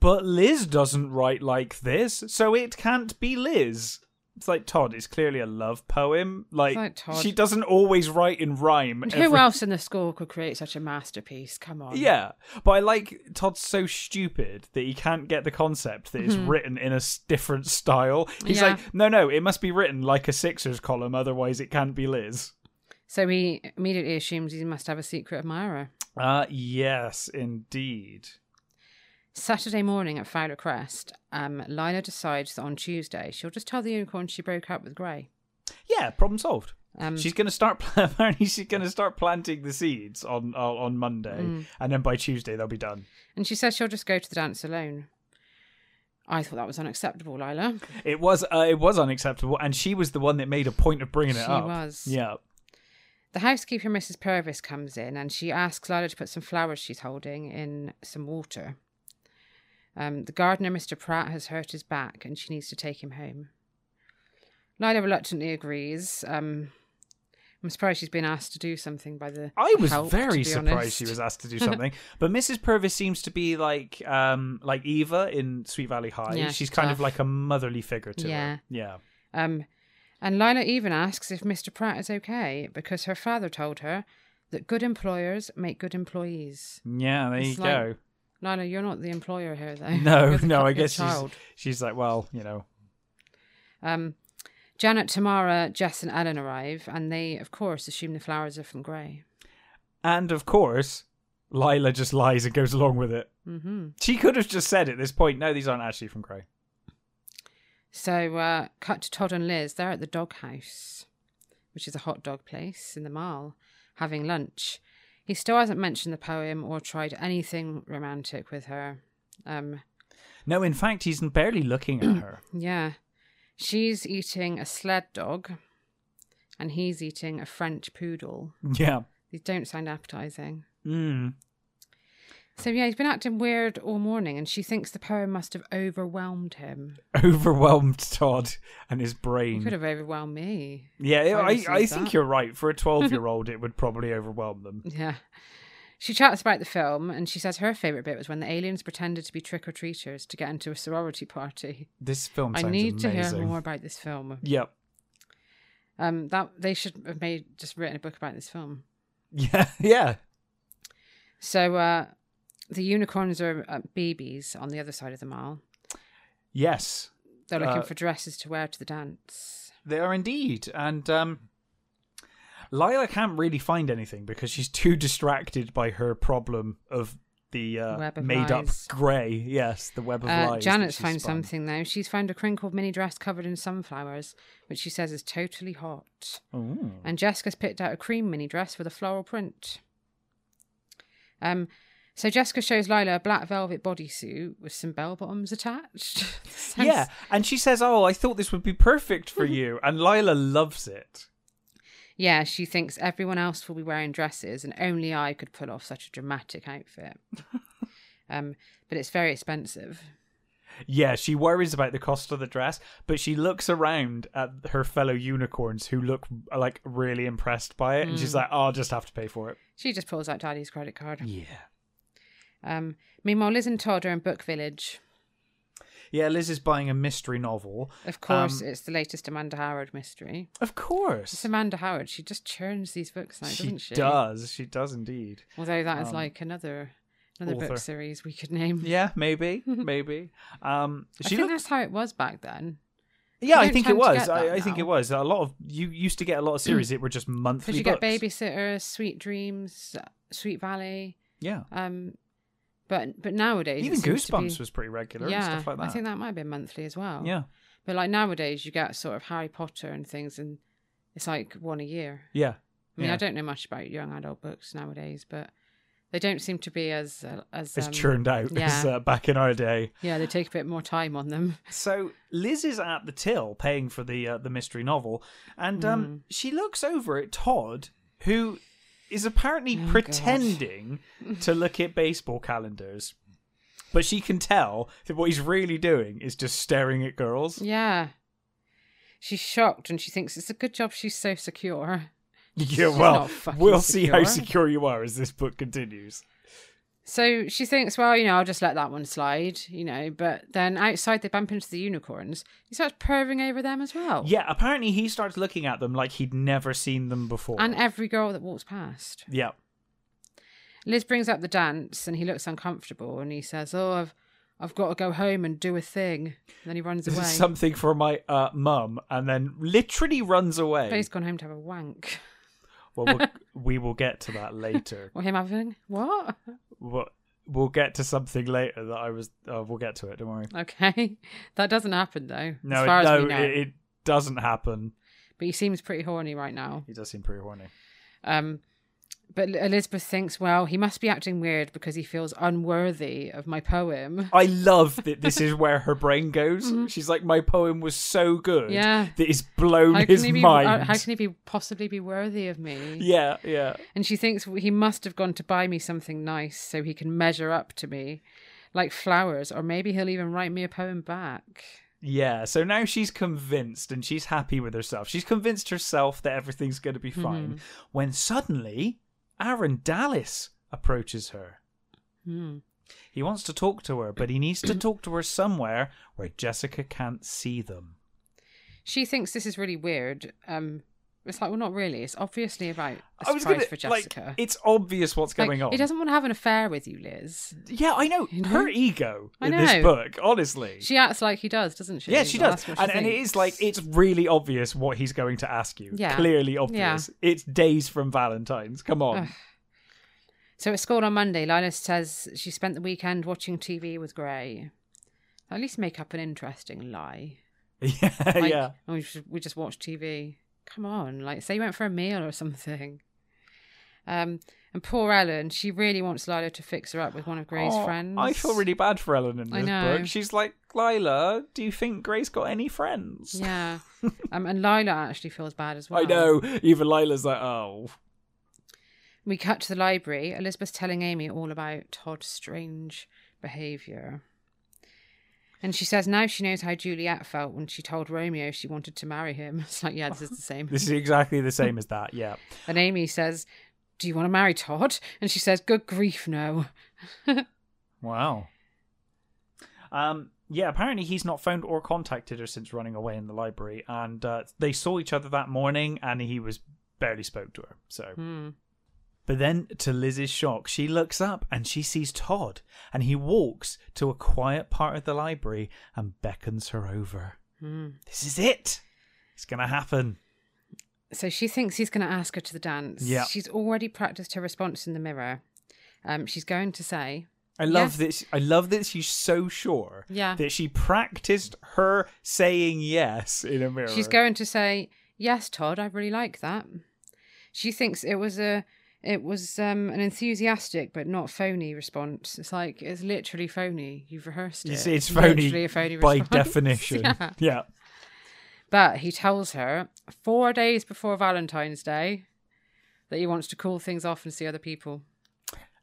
[SPEAKER 2] But Liz doesn't write like this, so it can't be Liz. It's like Todd, it's clearly a love poem. Like,
[SPEAKER 1] like, Todd.
[SPEAKER 2] she doesn't always write in rhyme.
[SPEAKER 1] And Who
[SPEAKER 2] every-
[SPEAKER 1] else in the school could create such a masterpiece? Come on.
[SPEAKER 2] Yeah, but I like Todd's so stupid that he can't get the concept that it's written in a s- different style. He's
[SPEAKER 1] Hmm. Yeah.
[SPEAKER 2] like, no, no, it must be written like a Sixers column, otherwise it can't be Liz.
[SPEAKER 1] So he immediately assumes he must have a secret admirer.
[SPEAKER 2] Uh, yes, indeed.
[SPEAKER 1] Saturday morning at Fowler Crest, um, Lila decides that on Tuesday she'll just tell the unicorn she broke up with Grey.
[SPEAKER 2] Yeah, problem solved.
[SPEAKER 1] Um,
[SPEAKER 2] she's going to start pla- apparently she's going to start planting the seeds on uh, on Monday,
[SPEAKER 1] Hmm.
[SPEAKER 2] and then by Tuesday they'll be done.
[SPEAKER 1] and she says she'll just go to the dance alone. I thought that was unacceptable, Lila.
[SPEAKER 2] It was uh, it was unacceptable, and she was the one that made a point of bringing it
[SPEAKER 1] She
[SPEAKER 2] up.
[SPEAKER 1] was.
[SPEAKER 2] Yeah.
[SPEAKER 1] The housekeeper, Mrs. Purvis, comes in and she asks Lila to put some flowers she's holding in some water. Um, the gardener, Mr. Pratt, has hurt his back and she needs to take him home. Lila reluctantly agrees. Um, I'm surprised she's been asked to do something by the.
[SPEAKER 2] I was
[SPEAKER 1] help, to
[SPEAKER 2] very
[SPEAKER 1] be
[SPEAKER 2] surprised
[SPEAKER 1] honest.
[SPEAKER 2] she was asked to do something. but Mrs. Purvis seems to be like um like Eva in Sweet Valley High.
[SPEAKER 1] Yeah,
[SPEAKER 2] she's
[SPEAKER 1] she's
[SPEAKER 2] kind of
[SPEAKER 1] tough.
[SPEAKER 2] like a motherly figure to
[SPEAKER 1] Yeah.
[SPEAKER 2] her. Yeah.
[SPEAKER 1] Um, and Lila even asks if Mr. Pratt is okay because her father told her that good employers make good employees.
[SPEAKER 2] Yeah, there
[SPEAKER 1] It's
[SPEAKER 2] you
[SPEAKER 1] like-
[SPEAKER 2] go.
[SPEAKER 1] Lila, you're not the employer here, though.
[SPEAKER 2] No,
[SPEAKER 1] You're the
[SPEAKER 2] no,
[SPEAKER 1] cu-
[SPEAKER 2] I
[SPEAKER 1] you're
[SPEAKER 2] guess
[SPEAKER 1] the
[SPEAKER 2] she's, she's like, well, you know,
[SPEAKER 1] Um, Janet, Tamara, Jess, and Ellen arrive, and they, of course, assume the flowers are from Grey.
[SPEAKER 2] And of course, Lila just lies and goes along with it.
[SPEAKER 1] hmm
[SPEAKER 2] She could have just said at this point, no, these aren't actually from Cray.
[SPEAKER 1] So, uh, cut to Todd and Liz. They're at the doghouse, which is a hot dog place in the Mall, having lunch. He still hasn't mentioned the poem or tried anything romantic with her. Um,
[SPEAKER 2] No, in fact, he's barely looking at her.
[SPEAKER 1] yeah. She's eating a sled dog, and he's eating a French poodle.
[SPEAKER 2] yeah.
[SPEAKER 1] These don't sound appetizing.
[SPEAKER 2] Mm.
[SPEAKER 1] So yeah, he's been acting weird all morning, and she thinks the poem must have overwhelmed him.
[SPEAKER 2] Overwhelmed Todd and his
[SPEAKER 1] He
[SPEAKER 2] brain.
[SPEAKER 1] could have overwhelmed me.
[SPEAKER 2] yeah,
[SPEAKER 1] I
[SPEAKER 2] I,
[SPEAKER 1] would've
[SPEAKER 2] I
[SPEAKER 1] said
[SPEAKER 2] think
[SPEAKER 1] that.
[SPEAKER 2] you're right. For a 12 year old, it would probably overwhelm them.
[SPEAKER 1] Yeah. She chats about the film, and she says her favourite bit was when the aliens pretended to be trick or treaters to get into a sorority party.
[SPEAKER 2] This film
[SPEAKER 1] I
[SPEAKER 2] sounds
[SPEAKER 1] need
[SPEAKER 2] amazing.
[SPEAKER 1] to hear more about this film.
[SPEAKER 2] Yep.
[SPEAKER 1] Um, that they should have made just written a book about this film.
[SPEAKER 2] Yeah. Yeah.
[SPEAKER 1] So uh, the unicorns are uh, BBs on the other side of the mall.
[SPEAKER 2] Yes.
[SPEAKER 1] They're looking
[SPEAKER 2] Uh,
[SPEAKER 1] for dresses to wear to the dance.
[SPEAKER 2] They are indeed. And um, Lila can't really find anything because she's too distracted by her problem of the uh,
[SPEAKER 1] Web of
[SPEAKER 2] made up
[SPEAKER 1] lies.
[SPEAKER 2] grey. Yes, the web of
[SPEAKER 1] Uh,
[SPEAKER 2] lies.
[SPEAKER 1] Janet's
[SPEAKER 2] that she's
[SPEAKER 1] found
[SPEAKER 2] spun.
[SPEAKER 1] something though. She's found a crinkled mini dress covered in sunflowers, which she says is totally hot.
[SPEAKER 2] Ooh.
[SPEAKER 1] And Jessica's picked out a cream mini dress with a floral print. Um, so Jessica shows Lila a black velvet bodysuit with some bell bottoms attached. Sounds-
[SPEAKER 2] Yeah, and she says, "Oh, I thought this would be perfect for you." And Lila loves it.
[SPEAKER 1] yeah. She thinks everyone else will be wearing dresses, and only I could pull off such a dramatic outfit. um, but it's very expensive.
[SPEAKER 2] Yeah, she worries about the cost of the dress, but she looks around at her fellow unicorns who look like really impressed by it, and
[SPEAKER 1] Hmm.
[SPEAKER 2] she's like, "I'll just have to pay for it."
[SPEAKER 1] She just pulls out Daddy's credit card.
[SPEAKER 2] Yeah.
[SPEAKER 1] Um, meanwhile, Liz and Todd are in Book Village.
[SPEAKER 2] Yeah, Liz is buying a mystery novel.
[SPEAKER 1] Of course,
[SPEAKER 2] Um,
[SPEAKER 1] it's the latest Amanda Howard mystery.
[SPEAKER 2] Of course.
[SPEAKER 1] It's Amanda Howard. She just churns these books out,
[SPEAKER 2] she
[SPEAKER 1] doesn't she?
[SPEAKER 2] does. She does indeed.
[SPEAKER 1] Although that is
[SPEAKER 2] Um,
[SPEAKER 1] like another another
[SPEAKER 2] author.
[SPEAKER 1] book series we could name.
[SPEAKER 2] Yeah, maybe, maybe. Um,
[SPEAKER 1] I
[SPEAKER 2] she
[SPEAKER 1] think
[SPEAKER 2] looked.
[SPEAKER 1] that's how it was back then.
[SPEAKER 2] Yeah,
[SPEAKER 1] you
[SPEAKER 2] I
[SPEAKER 1] don't
[SPEAKER 2] think it
[SPEAKER 1] tend to
[SPEAKER 2] was.
[SPEAKER 1] get
[SPEAKER 2] I,
[SPEAKER 1] that
[SPEAKER 2] I think it
[SPEAKER 1] now. Hmm.
[SPEAKER 2] was. A lot of you used to get a lot of series that were just monthly.
[SPEAKER 1] Because you
[SPEAKER 2] books.
[SPEAKER 1] get Babysitter, Sweet Dreams, Sweet Valley.
[SPEAKER 2] Yeah,
[SPEAKER 1] Um, but but nowadays it
[SPEAKER 2] even
[SPEAKER 1] seems to
[SPEAKER 2] Goosebumps
[SPEAKER 1] be-
[SPEAKER 2] was pretty regular and
[SPEAKER 1] yeah.
[SPEAKER 2] stuff like
[SPEAKER 1] I
[SPEAKER 2] that.
[SPEAKER 1] think that might have been monthly as well.
[SPEAKER 2] Yeah,
[SPEAKER 1] But like nowadays, you get sort of Harry Potter and things, and it's like one a year.
[SPEAKER 2] yeah,
[SPEAKER 1] I mean,
[SPEAKER 2] Yeah.
[SPEAKER 1] I don't know much about young adult books nowadays, but they don't seem to be as uh, as
[SPEAKER 2] it's
[SPEAKER 1] um,
[SPEAKER 2] churned out as
[SPEAKER 1] yeah.
[SPEAKER 2] uh, back in our day.
[SPEAKER 1] Yeah, they take a bit more time on them.
[SPEAKER 2] So Liz is at the till paying for the uh, the mystery novel, and um,
[SPEAKER 1] Mm.
[SPEAKER 2] she looks over at Todd, who is apparently
[SPEAKER 1] God.
[SPEAKER 2] pretending to look at baseball calendars, but she can tell that what he's really doing is just staring at girls.
[SPEAKER 1] Yeah. She's shocked and she thinks it's a good job she's so secure.
[SPEAKER 2] Yeah,
[SPEAKER 1] she's
[SPEAKER 2] well,
[SPEAKER 1] not fucking
[SPEAKER 2] we'll see how
[SPEAKER 1] secure.
[SPEAKER 2] secure you are as this book continues.
[SPEAKER 1] So she thinks, well, you know, I'll just let that one slide, you know. But then outside, they bump into the unicorns. He starts purring over them as well.
[SPEAKER 2] Yeah, apparently he starts looking at them like he'd never seen them before.
[SPEAKER 1] And every girl that walks past.
[SPEAKER 2] yeah,
[SPEAKER 1] Liz brings up the dance and he looks uncomfortable and he says, oh, I've, I've got to go home and do a thing. And then he runs
[SPEAKER 2] this
[SPEAKER 1] away.
[SPEAKER 2] is something for my uh, mum, and then literally runs away.
[SPEAKER 1] But he's gone home to have a wank.
[SPEAKER 2] Well, we'll we will get to that later.
[SPEAKER 1] Or him having what?
[SPEAKER 2] We'll, we'll get to something later that I was. Uh, we'll get to it. Don't worry.
[SPEAKER 1] Okay, that doesn't happen though.
[SPEAKER 2] No,
[SPEAKER 1] as far
[SPEAKER 2] it,
[SPEAKER 1] as
[SPEAKER 2] no,
[SPEAKER 1] we know.
[SPEAKER 2] it, it doesn't happen.
[SPEAKER 1] But he seems pretty horny right now.
[SPEAKER 2] He does seem pretty horny.
[SPEAKER 1] Um, but Elizabeth thinks, well, he must be acting weird because he feels unworthy of my poem.
[SPEAKER 2] I love that this is where her brain goes. She's like, my poem was so good
[SPEAKER 1] Mm-hmm. Yeah.
[SPEAKER 2] that it's blown
[SPEAKER 1] How
[SPEAKER 2] his
[SPEAKER 1] can he be? uh,
[SPEAKER 2] mind.
[SPEAKER 1] How can he be possibly be worthy of me?
[SPEAKER 2] yeah, yeah.
[SPEAKER 1] And she thinks he must have gone to buy me something nice so he can measure up to me, like flowers, or maybe he'll even write me a poem back.
[SPEAKER 2] Yeah, so now she's convinced and she's happy with herself. She's convinced herself that everything's going to be
[SPEAKER 1] Mm-hmm.
[SPEAKER 2] fine when suddenly Aaron Dallas approaches her.
[SPEAKER 1] Hmm.
[SPEAKER 2] He wants to talk to her, but he needs to talk to her somewhere where Jessica can't see them.
[SPEAKER 1] She thinks this is really weird. Um, it's like, well, not really. It's obviously about a
[SPEAKER 2] I was
[SPEAKER 1] surprise
[SPEAKER 2] gonna,
[SPEAKER 1] for
[SPEAKER 2] like,
[SPEAKER 1] Jessica.
[SPEAKER 2] it's obvious what's
[SPEAKER 1] Like,
[SPEAKER 2] going on.
[SPEAKER 1] He doesn't want to have an affair with you, Liz.
[SPEAKER 2] yeah, I know.
[SPEAKER 1] You know?
[SPEAKER 2] Her ego
[SPEAKER 1] I
[SPEAKER 2] in this
[SPEAKER 1] know.
[SPEAKER 2] book, honestly.
[SPEAKER 1] She acts like he does, doesn't she?
[SPEAKER 2] yeah, she
[SPEAKER 1] Well,
[SPEAKER 2] does.
[SPEAKER 1] that's what she
[SPEAKER 2] and, and it
[SPEAKER 1] thinks.
[SPEAKER 2] is like, it's really obvious what he's going to ask you.
[SPEAKER 1] Yeah.
[SPEAKER 2] Clearly obvious. It's days from Valentine's. Come on.
[SPEAKER 1] Ugh. So at school on Monday, Lila says she spent the weekend watching TV with Gray. At least make up an interesting lie.
[SPEAKER 2] yeah,
[SPEAKER 1] Like,
[SPEAKER 2] yeah.
[SPEAKER 1] "Oh, We just, we just watched TV. Come on, like say you went for a meal or something. Um, and poor Ellen, she really wants Lila to fix her up with one of Gray's
[SPEAKER 2] Oh,
[SPEAKER 1] friends.
[SPEAKER 2] I feel really bad for Ellen in
[SPEAKER 1] I
[SPEAKER 2] this
[SPEAKER 1] know.
[SPEAKER 2] book. She's like, Lila, do you think Gray's got any friends?
[SPEAKER 1] Yeah. um, and Lila actually feels bad as well.
[SPEAKER 2] I know. Even Lila's like, oh.
[SPEAKER 1] We cut to the library. Elizabeth's telling Amy all about Todd's strange behaviour. And she says now she knows how Juliet felt when she told Romeo she wanted to marry him. It's like, yeah, this is the same.
[SPEAKER 2] This is exactly the same as that. Yeah.
[SPEAKER 1] And Amy says, Do you want to marry Todd? And she says, Good grief, no.
[SPEAKER 2] Wow. Um. Yeah. Apparently, he's not phoned or contacted her since running away in the library, and uh, they saw each other that morning, and he was barely spoke to her. So.
[SPEAKER 1] Hmm.
[SPEAKER 2] But then, to Liz's shock, she looks up and she sees Todd, and he walks to a quiet part of the library and beckons her over.
[SPEAKER 1] Hmm.
[SPEAKER 2] This is it. It's gonna happen.
[SPEAKER 1] So she thinks he's going to ask her to the dance.
[SPEAKER 2] Yeah.
[SPEAKER 1] She's already practiced her response in the mirror. Um, she's going to say,
[SPEAKER 2] I love
[SPEAKER 1] Yes.
[SPEAKER 2] this. I love that she's so sure
[SPEAKER 1] Yeah.
[SPEAKER 2] that she practiced her saying yes in a mirror.
[SPEAKER 1] She's going to say, "Yes, Todd, I really like that." She thinks it was a it was um, an enthusiastic but not phony response. It's like it's literally phony. You've rehearsed it.
[SPEAKER 2] It's, it's phony,
[SPEAKER 1] Literally a phony
[SPEAKER 2] by
[SPEAKER 1] response.
[SPEAKER 2] definition.
[SPEAKER 1] Yeah.
[SPEAKER 2] yeah.
[SPEAKER 1] But he tells her four days before Valentine's Day that he wants to cool things off and see other people.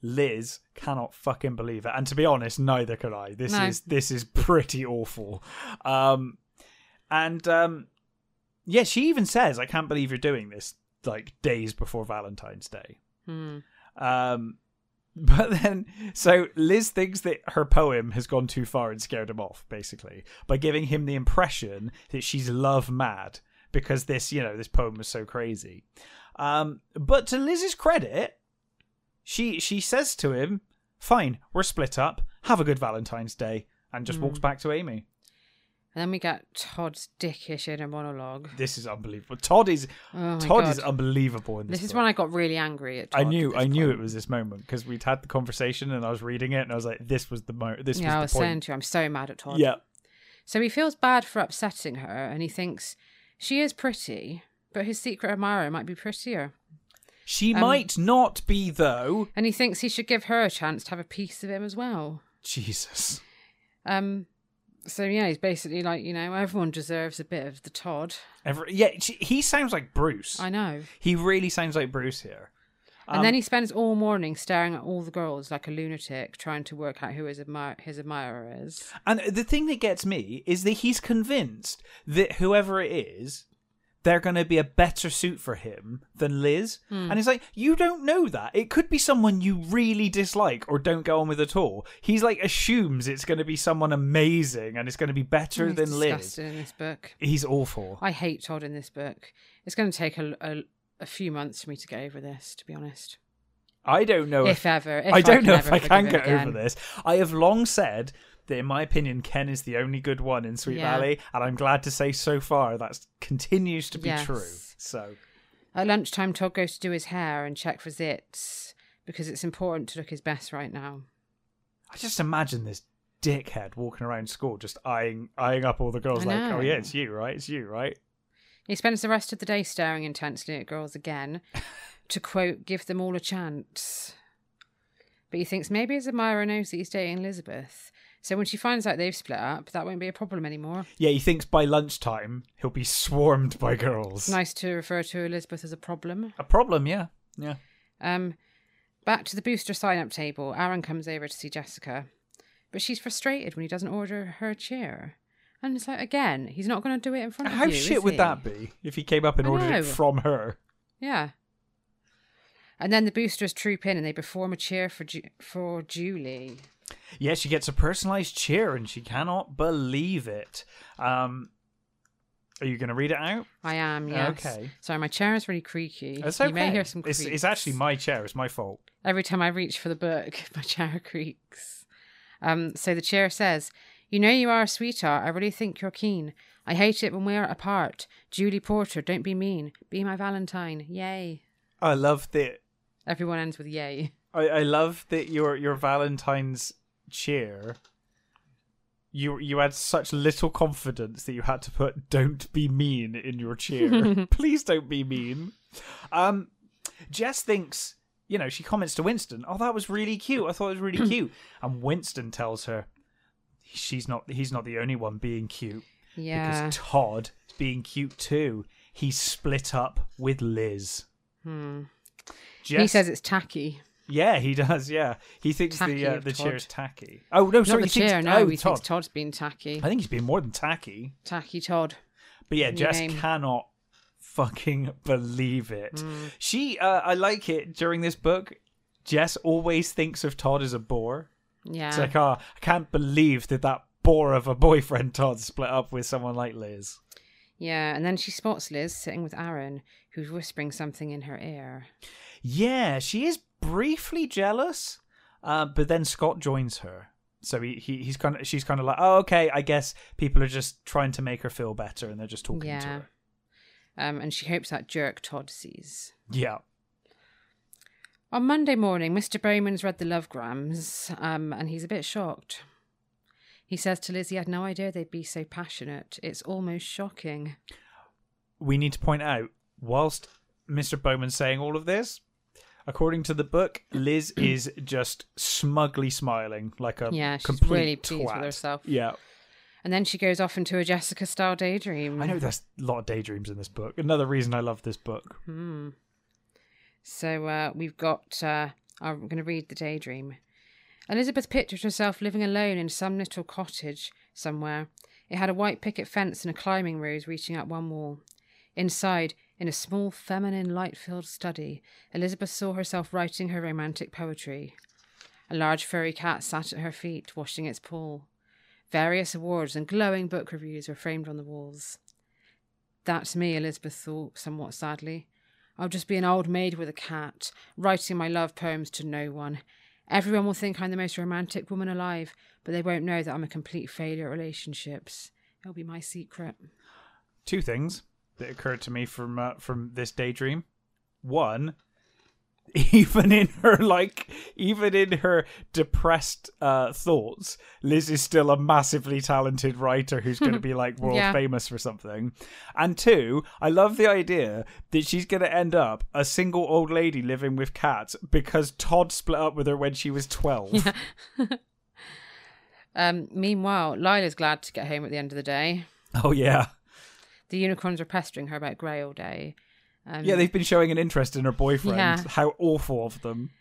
[SPEAKER 2] Liz cannot fucking believe it. And to be honest, neither could I. This
[SPEAKER 1] No.
[SPEAKER 2] is this is pretty awful. Um and um yeah, she even says, I can't believe you're doing this like days before Valentine's Day.
[SPEAKER 1] Hmm.
[SPEAKER 2] Um but then so Liz thinks that her poem has gone too far and scared him off, basically, by giving him the impression that she's love mad because this, you know, this poem was so crazy. Um but to Liz's credit, she she says to him, "Fine, we're split up. Have a good Valentine's Day." And just
[SPEAKER 1] Hmm.
[SPEAKER 2] walks back to Amy.
[SPEAKER 1] And then we get Todd's dickish inner monologue.
[SPEAKER 2] This is unbelievable. Todd is
[SPEAKER 1] Oh my
[SPEAKER 2] Todd
[SPEAKER 1] God.
[SPEAKER 2] is unbelievable in this.
[SPEAKER 1] This is
[SPEAKER 2] book.
[SPEAKER 1] when I got really angry at Todd.
[SPEAKER 2] I knew,
[SPEAKER 1] at this
[SPEAKER 2] I knew
[SPEAKER 1] point.
[SPEAKER 2] it was this moment because we'd had the conversation and I was reading it and I was like, "This was the mo. This
[SPEAKER 1] Yeah, I was
[SPEAKER 2] was the
[SPEAKER 1] saying
[SPEAKER 2] point."
[SPEAKER 1] to you, I'm so mad at Todd.
[SPEAKER 2] Yeah,
[SPEAKER 1] So he feels bad for upsetting her and he thinks she is pretty, but his secret admirer might be prettier.
[SPEAKER 2] she
[SPEAKER 1] Um,
[SPEAKER 2] might not be though.
[SPEAKER 1] And he thinks he should give her a chance to have a piece of him as well.
[SPEAKER 2] Jesus.
[SPEAKER 1] Um so yeah, he's basically like, you know, everyone deserves a bit of the Todd.
[SPEAKER 2] Every, yeah, she, he sounds like Bruce.
[SPEAKER 1] I know.
[SPEAKER 2] he really sounds like Bruce here.
[SPEAKER 1] And
[SPEAKER 2] Um,
[SPEAKER 1] then he spends all morning staring at all the girls like a lunatic, trying to work out who his, admire his admirer is.
[SPEAKER 2] And the thing that gets me is that he's convinced that whoever it is, they're going to be a better suit for him than Liz.
[SPEAKER 1] Hmm.
[SPEAKER 2] And it's like, you don't know that. It could be someone you really dislike or don't go on with at all. He's like, assumes it's going to be someone amazing and it's going to be better
[SPEAKER 1] He's
[SPEAKER 2] than Liz.
[SPEAKER 1] disgusted in this book.
[SPEAKER 2] He's awful.
[SPEAKER 1] I hate Todd in this book. It's going to take a, a, a few months for me to get over this, to be honest.
[SPEAKER 2] I don't know
[SPEAKER 1] If ever. If
[SPEAKER 2] Oh, I don't
[SPEAKER 1] can
[SPEAKER 2] know
[SPEAKER 1] ever
[SPEAKER 2] if I
[SPEAKER 1] forgive
[SPEAKER 2] can
[SPEAKER 1] him
[SPEAKER 2] get over
[SPEAKER 1] again.
[SPEAKER 2] this. I have long said that, in my opinion, Ken is the only good one in Sweet
[SPEAKER 1] Yeah.
[SPEAKER 2] Valley, and I'm glad to say so far that continues to be true.
[SPEAKER 1] Yes.
[SPEAKER 2] So
[SPEAKER 1] At lunchtime, Todd goes to do his hair and check for zits because it's important to look his best right now.
[SPEAKER 2] I just imagine this dickhead walking around school just eyeing eyeing up all the girls
[SPEAKER 1] I
[SPEAKER 2] like,
[SPEAKER 1] know.
[SPEAKER 2] oh yeah, it's you, right? It's you, right?
[SPEAKER 1] He spends the rest of the day staring intensely at girls again to quote, give them all a chance. But he thinks maybe his admirer knows that he's dating Elizabeth. So when she finds out they've split up, that won't be a problem anymore.
[SPEAKER 2] Yeah, he thinks by lunchtime he'll be swarmed by girls.
[SPEAKER 1] It's nice to refer to Elizabeth as a problem.
[SPEAKER 2] A problem, yeah, yeah.
[SPEAKER 1] Um, back to the booster sign up table, Aaron comes over to see Jessica. But she's frustrated when he doesn't order her cheer. And it's like, again, he's not going to do it in front of
[SPEAKER 2] How
[SPEAKER 1] you.
[SPEAKER 2] shit
[SPEAKER 1] is
[SPEAKER 2] would
[SPEAKER 1] he?
[SPEAKER 2] that be if he came up and
[SPEAKER 1] I
[SPEAKER 2] ordered
[SPEAKER 1] know.
[SPEAKER 2] it from her?
[SPEAKER 1] Yeah. And then the boosters troop in and they perform a cheer for Ju- for Julie.
[SPEAKER 2] Yeah, she gets a personalized cheer and she cannot believe it. Um, are you going to read it out?
[SPEAKER 1] I am, yes.
[SPEAKER 2] Okay.
[SPEAKER 1] Sorry, my chair is really creaky.
[SPEAKER 2] It's okay.
[SPEAKER 1] You may hear some creaks.
[SPEAKER 2] it's, it's actually my chair. It's my fault.
[SPEAKER 1] Every time I reach for the book, my chair creaks. Um, so the chair says, You know you are a sweetheart. I really think you're keen. I hate it when we're apart. Julie Porter, don't be mean. Be my Valentine. Yay.
[SPEAKER 2] I love that.
[SPEAKER 1] Everyone ends with yay.
[SPEAKER 2] I, I love that your your Valentine's cheer. You you had such little confidence that you had to put "Don't be mean" in your cheer. Please don't be mean. Um, Jess thinks you know she comments to Winston, "Oh, that was really cute. I thought it was really cute." And Winston tells her, "She's not. He's not the only one being cute
[SPEAKER 1] Yeah.
[SPEAKER 2] because Todd is being cute too. He's split up with Liz."
[SPEAKER 1] Hmm.
[SPEAKER 2] Jess
[SPEAKER 1] He says it's tacky.
[SPEAKER 2] yeah, he does. Yeah, he thinks
[SPEAKER 1] Tacky
[SPEAKER 2] the uh,
[SPEAKER 1] of
[SPEAKER 2] the chair
[SPEAKER 1] Todd.
[SPEAKER 2] is tacky. Oh no, sorry,
[SPEAKER 1] Not the
[SPEAKER 2] he thinks,
[SPEAKER 1] chair, no.
[SPEAKER 2] oh,
[SPEAKER 1] he
[SPEAKER 2] Todd.
[SPEAKER 1] thinks Todd's been tacky.
[SPEAKER 2] I think he's being more than tacky.
[SPEAKER 1] Tacky Todd.
[SPEAKER 2] But yeah,
[SPEAKER 1] New
[SPEAKER 2] Jess
[SPEAKER 1] name.
[SPEAKER 2] cannot fucking believe it.
[SPEAKER 1] Mm.
[SPEAKER 2] She, uh, I like it during this book. Jess always thinks of Todd as a bore.
[SPEAKER 1] Yeah.
[SPEAKER 2] It's like, ah, I can't believe that that bore of a boyfriend Todd split up with someone like Liz.
[SPEAKER 1] Yeah, and then she spots Liz sitting with Aaron, who's whispering something in her ear.
[SPEAKER 2] Yeah, she is briefly jealous, uh, but then Scott joins her. So he, he he's kind of she's kind of like, oh okay, I guess people are just trying to make her feel better, and they're just talking to
[SPEAKER 1] Yeah.
[SPEAKER 2] her.
[SPEAKER 1] Um, and she hopes that jerk Todd sees.
[SPEAKER 2] Yeah,
[SPEAKER 1] On Monday morning, Mr. Bowman's read the lovegrams, um, and he's a bit shocked. He says to Liz he had no idea they'd be so passionate. It's almost shocking.
[SPEAKER 2] we need to point out whilst Mr. Bowman's saying all of this, according to the book, Liz is just smugly smiling like a
[SPEAKER 1] Yeah, she's
[SPEAKER 2] complete
[SPEAKER 1] really pleased with
[SPEAKER 2] twat.
[SPEAKER 1] herself.
[SPEAKER 2] Yeah,
[SPEAKER 1] And then she goes off into a Jessica style daydream.
[SPEAKER 2] I know there's a lot of daydreams in this book. Another reason I love this book.
[SPEAKER 1] Hmm. So uh, we've got. Uh, I'm going to read the daydream. Elizabeth pictured herself living alone in some little cottage somewhere. It had a white picket fence and a climbing rose reaching up one wall. Inside, in a small, feminine, light filled study, Elizabeth saw herself writing her romantic poetry. A large furry cat sat at her feet, washing its paw. Various awards and glowing book reviews were framed on the walls. That's me, Elizabeth thought, somewhat sadly. I'll just be an old maid with a cat, writing my love poems to no one. Everyone will think I'm the most romantic woman alive, but they won't know that I'm a complete failure at relationships. It'll be my secret.
[SPEAKER 2] two things that occurred to me from uh, from this daydream. One, even in her like, even in her depressed uh, thoughts, Liz is still a massively talented writer who's going to be like world
[SPEAKER 1] Yeah.
[SPEAKER 2] famous for something. And two, I love the idea that she's going to end up a single old lady living with cats because Todd split up with her when she was twelve.
[SPEAKER 1] Um, meanwhile, Lila's glad to get home at the end of the day.
[SPEAKER 2] Oh yeah,
[SPEAKER 1] The unicorns are pestering her about Grey all day. Um,
[SPEAKER 2] yeah. They've been showing an interest in her boyfriend.
[SPEAKER 1] Yeah.
[SPEAKER 2] How awful of them.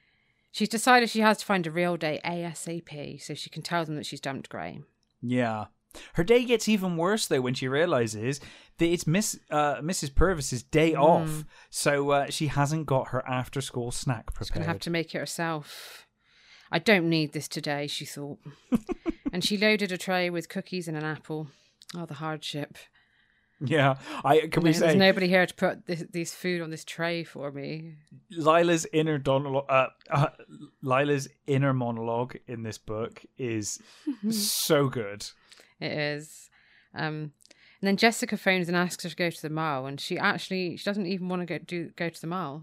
[SPEAKER 1] she's decided she has to find a real day ASAP so she can tell them that she's dumped Grey.
[SPEAKER 2] Yeah. Her day gets even worse though when she realizes that it's Miss uh, Mrs. Purvis's day
[SPEAKER 1] Hmm.
[SPEAKER 2] off, so uh, she hasn't got her after-school snack
[SPEAKER 1] She's going
[SPEAKER 2] prepared.
[SPEAKER 1] to have to make it herself. I don't need this today, she thought. and she loaded a tray with cookies and an apple. Oh, the hardship.
[SPEAKER 2] Yeah, I can we
[SPEAKER 1] There's
[SPEAKER 2] say
[SPEAKER 1] nobody here to put this, these food on this tray for me.
[SPEAKER 2] Lila's inner Donal uh, uh, Lila's inner monologue in
[SPEAKER 1] Mm-hmm.
[SPEAKER 2] this book is so good.
[SPEAKER 1] It is. Um, And then Jessica phones and asks her to go to the mall, and she actually she doesn't even want to go do go to the mall.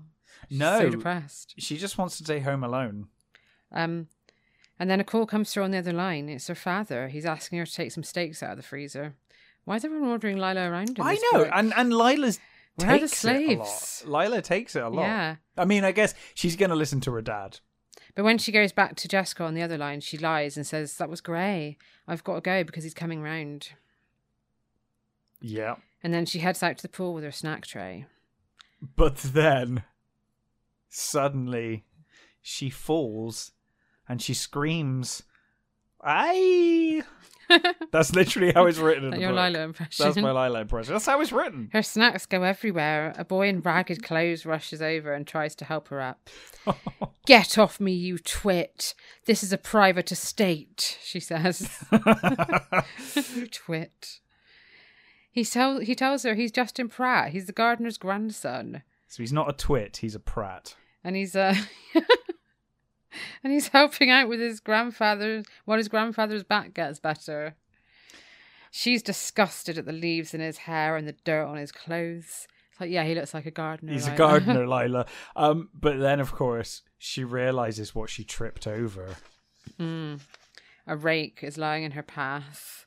[SPEAKER 1] She's so
[SPEAKER 2] No.
[SPEAKER 1] depressed.
[SPEAKER 2] She just wants to stay home alone.
[SPEAKER 1] Um, and then a call comes through on the other line. It's her father. He's asking her to take some steaks out of the freezer. Why is everyone ordering Lila around? in
[SPEAKER 2] I
[SPEAKER 1] this
[SPEAKER 2] know,
[SPEAKER 1] book?
[SPEAKER 2] and and Lila's
[SPEAKER 1] Where are the
[SPEAKER 2] takes it a lot.
[SPEAKER 1] slaves?
[SPEAKER 2] Lila takes it a lot.
[SPEAKER 1] Yeah.
[SPEAKER 2] I mean, I guess she's going to listen to her dad.
[SPEAKER 1] But when she goes back to Jessica on the other line, she lies and says, That was Grey. I've got to go because he's coming round.
[SPEAKER 2] Yeah.
[SPEAKER 1] And then she heads out to the pool with her snack tray.
[SPEAKER 2] But then suddenly she falls and she screams, "Aye!" That's literally how it's written in the
[SPEAKER 1] That your
[SPEAKER 2] book.
[SPEAKER 1] Lila impression.
[SPEAKER 2] That's my Lila impression. That's how it's written.
[SPEAKER 1] her snacks go everywhere. A boy in ragged clothes rushes over and tries to help her up. Get off me, you twit. This is a private estate, she says. twit. He, tell- he tells her he's Justin Pratt. He's the gardener's grandson.
[SPEAKER 2] so he's not a twit. He's a prat.
[SPEAKER 1] and he's uh and he's helping out with his grandfather while his grandfather's back gets better. She's disgusted at the leaves in his hair and the dirt on his clothes. It's like, yeah, he looks like a gardener.
[SPEAKER 2] He's a
[SPEAKER 1] like-
[SPEAKER 2] gardener, Lila. Um, but then, of course, she realizes what she tripped over.
[SPEAKER 1] a rake is lying in her path.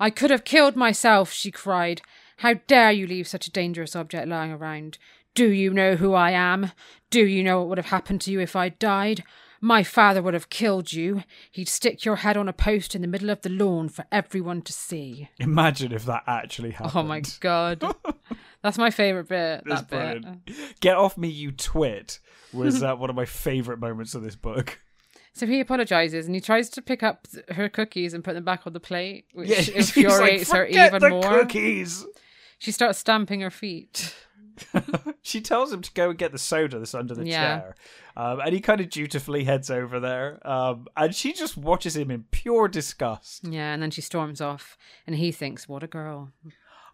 [SPEAKER 1] I could have killed myself, she cried. How dare you leave such a dangerous object lying around? Do you know who I am? Do you know what would have happened to you if I died? My father would have killed you. He'd stick your head on a post in the middle of the lawn for everyone to see.
[SPEAKER 2] Imagine if that actually happened.
[SPEAKER 1] Oh my god. That's my favourite bit.
[SPEAKER 2] That's
[SPEAKER 1] that bit.
[SPEAKER 2] brilliant. Get off me, you twit! Was uh, one of my favorite moments of this book.
[SPEAKER 1] So he apologizes and he tries to pick up th- her cookies and put them back on the plate, which
[SPEAKER 2] Yeah, she's like,
[SPEAKER 1] infuriates her
[SPEAKER 2] "Forget
[SPEAKER 1] even
[SPEAKER 2] the
[SPEAKER 1] more.
[SPEAKER 2] Cookies.
[SPEAKER 1] She starts stamping her feet.
[SPEAKER 2] She tells him to go and get the soda that's under the
[SPEAKER 1] Yeah.
[SPEAKER 2] chair, um, and he kind of dutifully heads over there. Um, and she just watches him in pure disgust.
[SPEAKER 1] Yeah, and then she storms off, and he thinks, "What a girl!"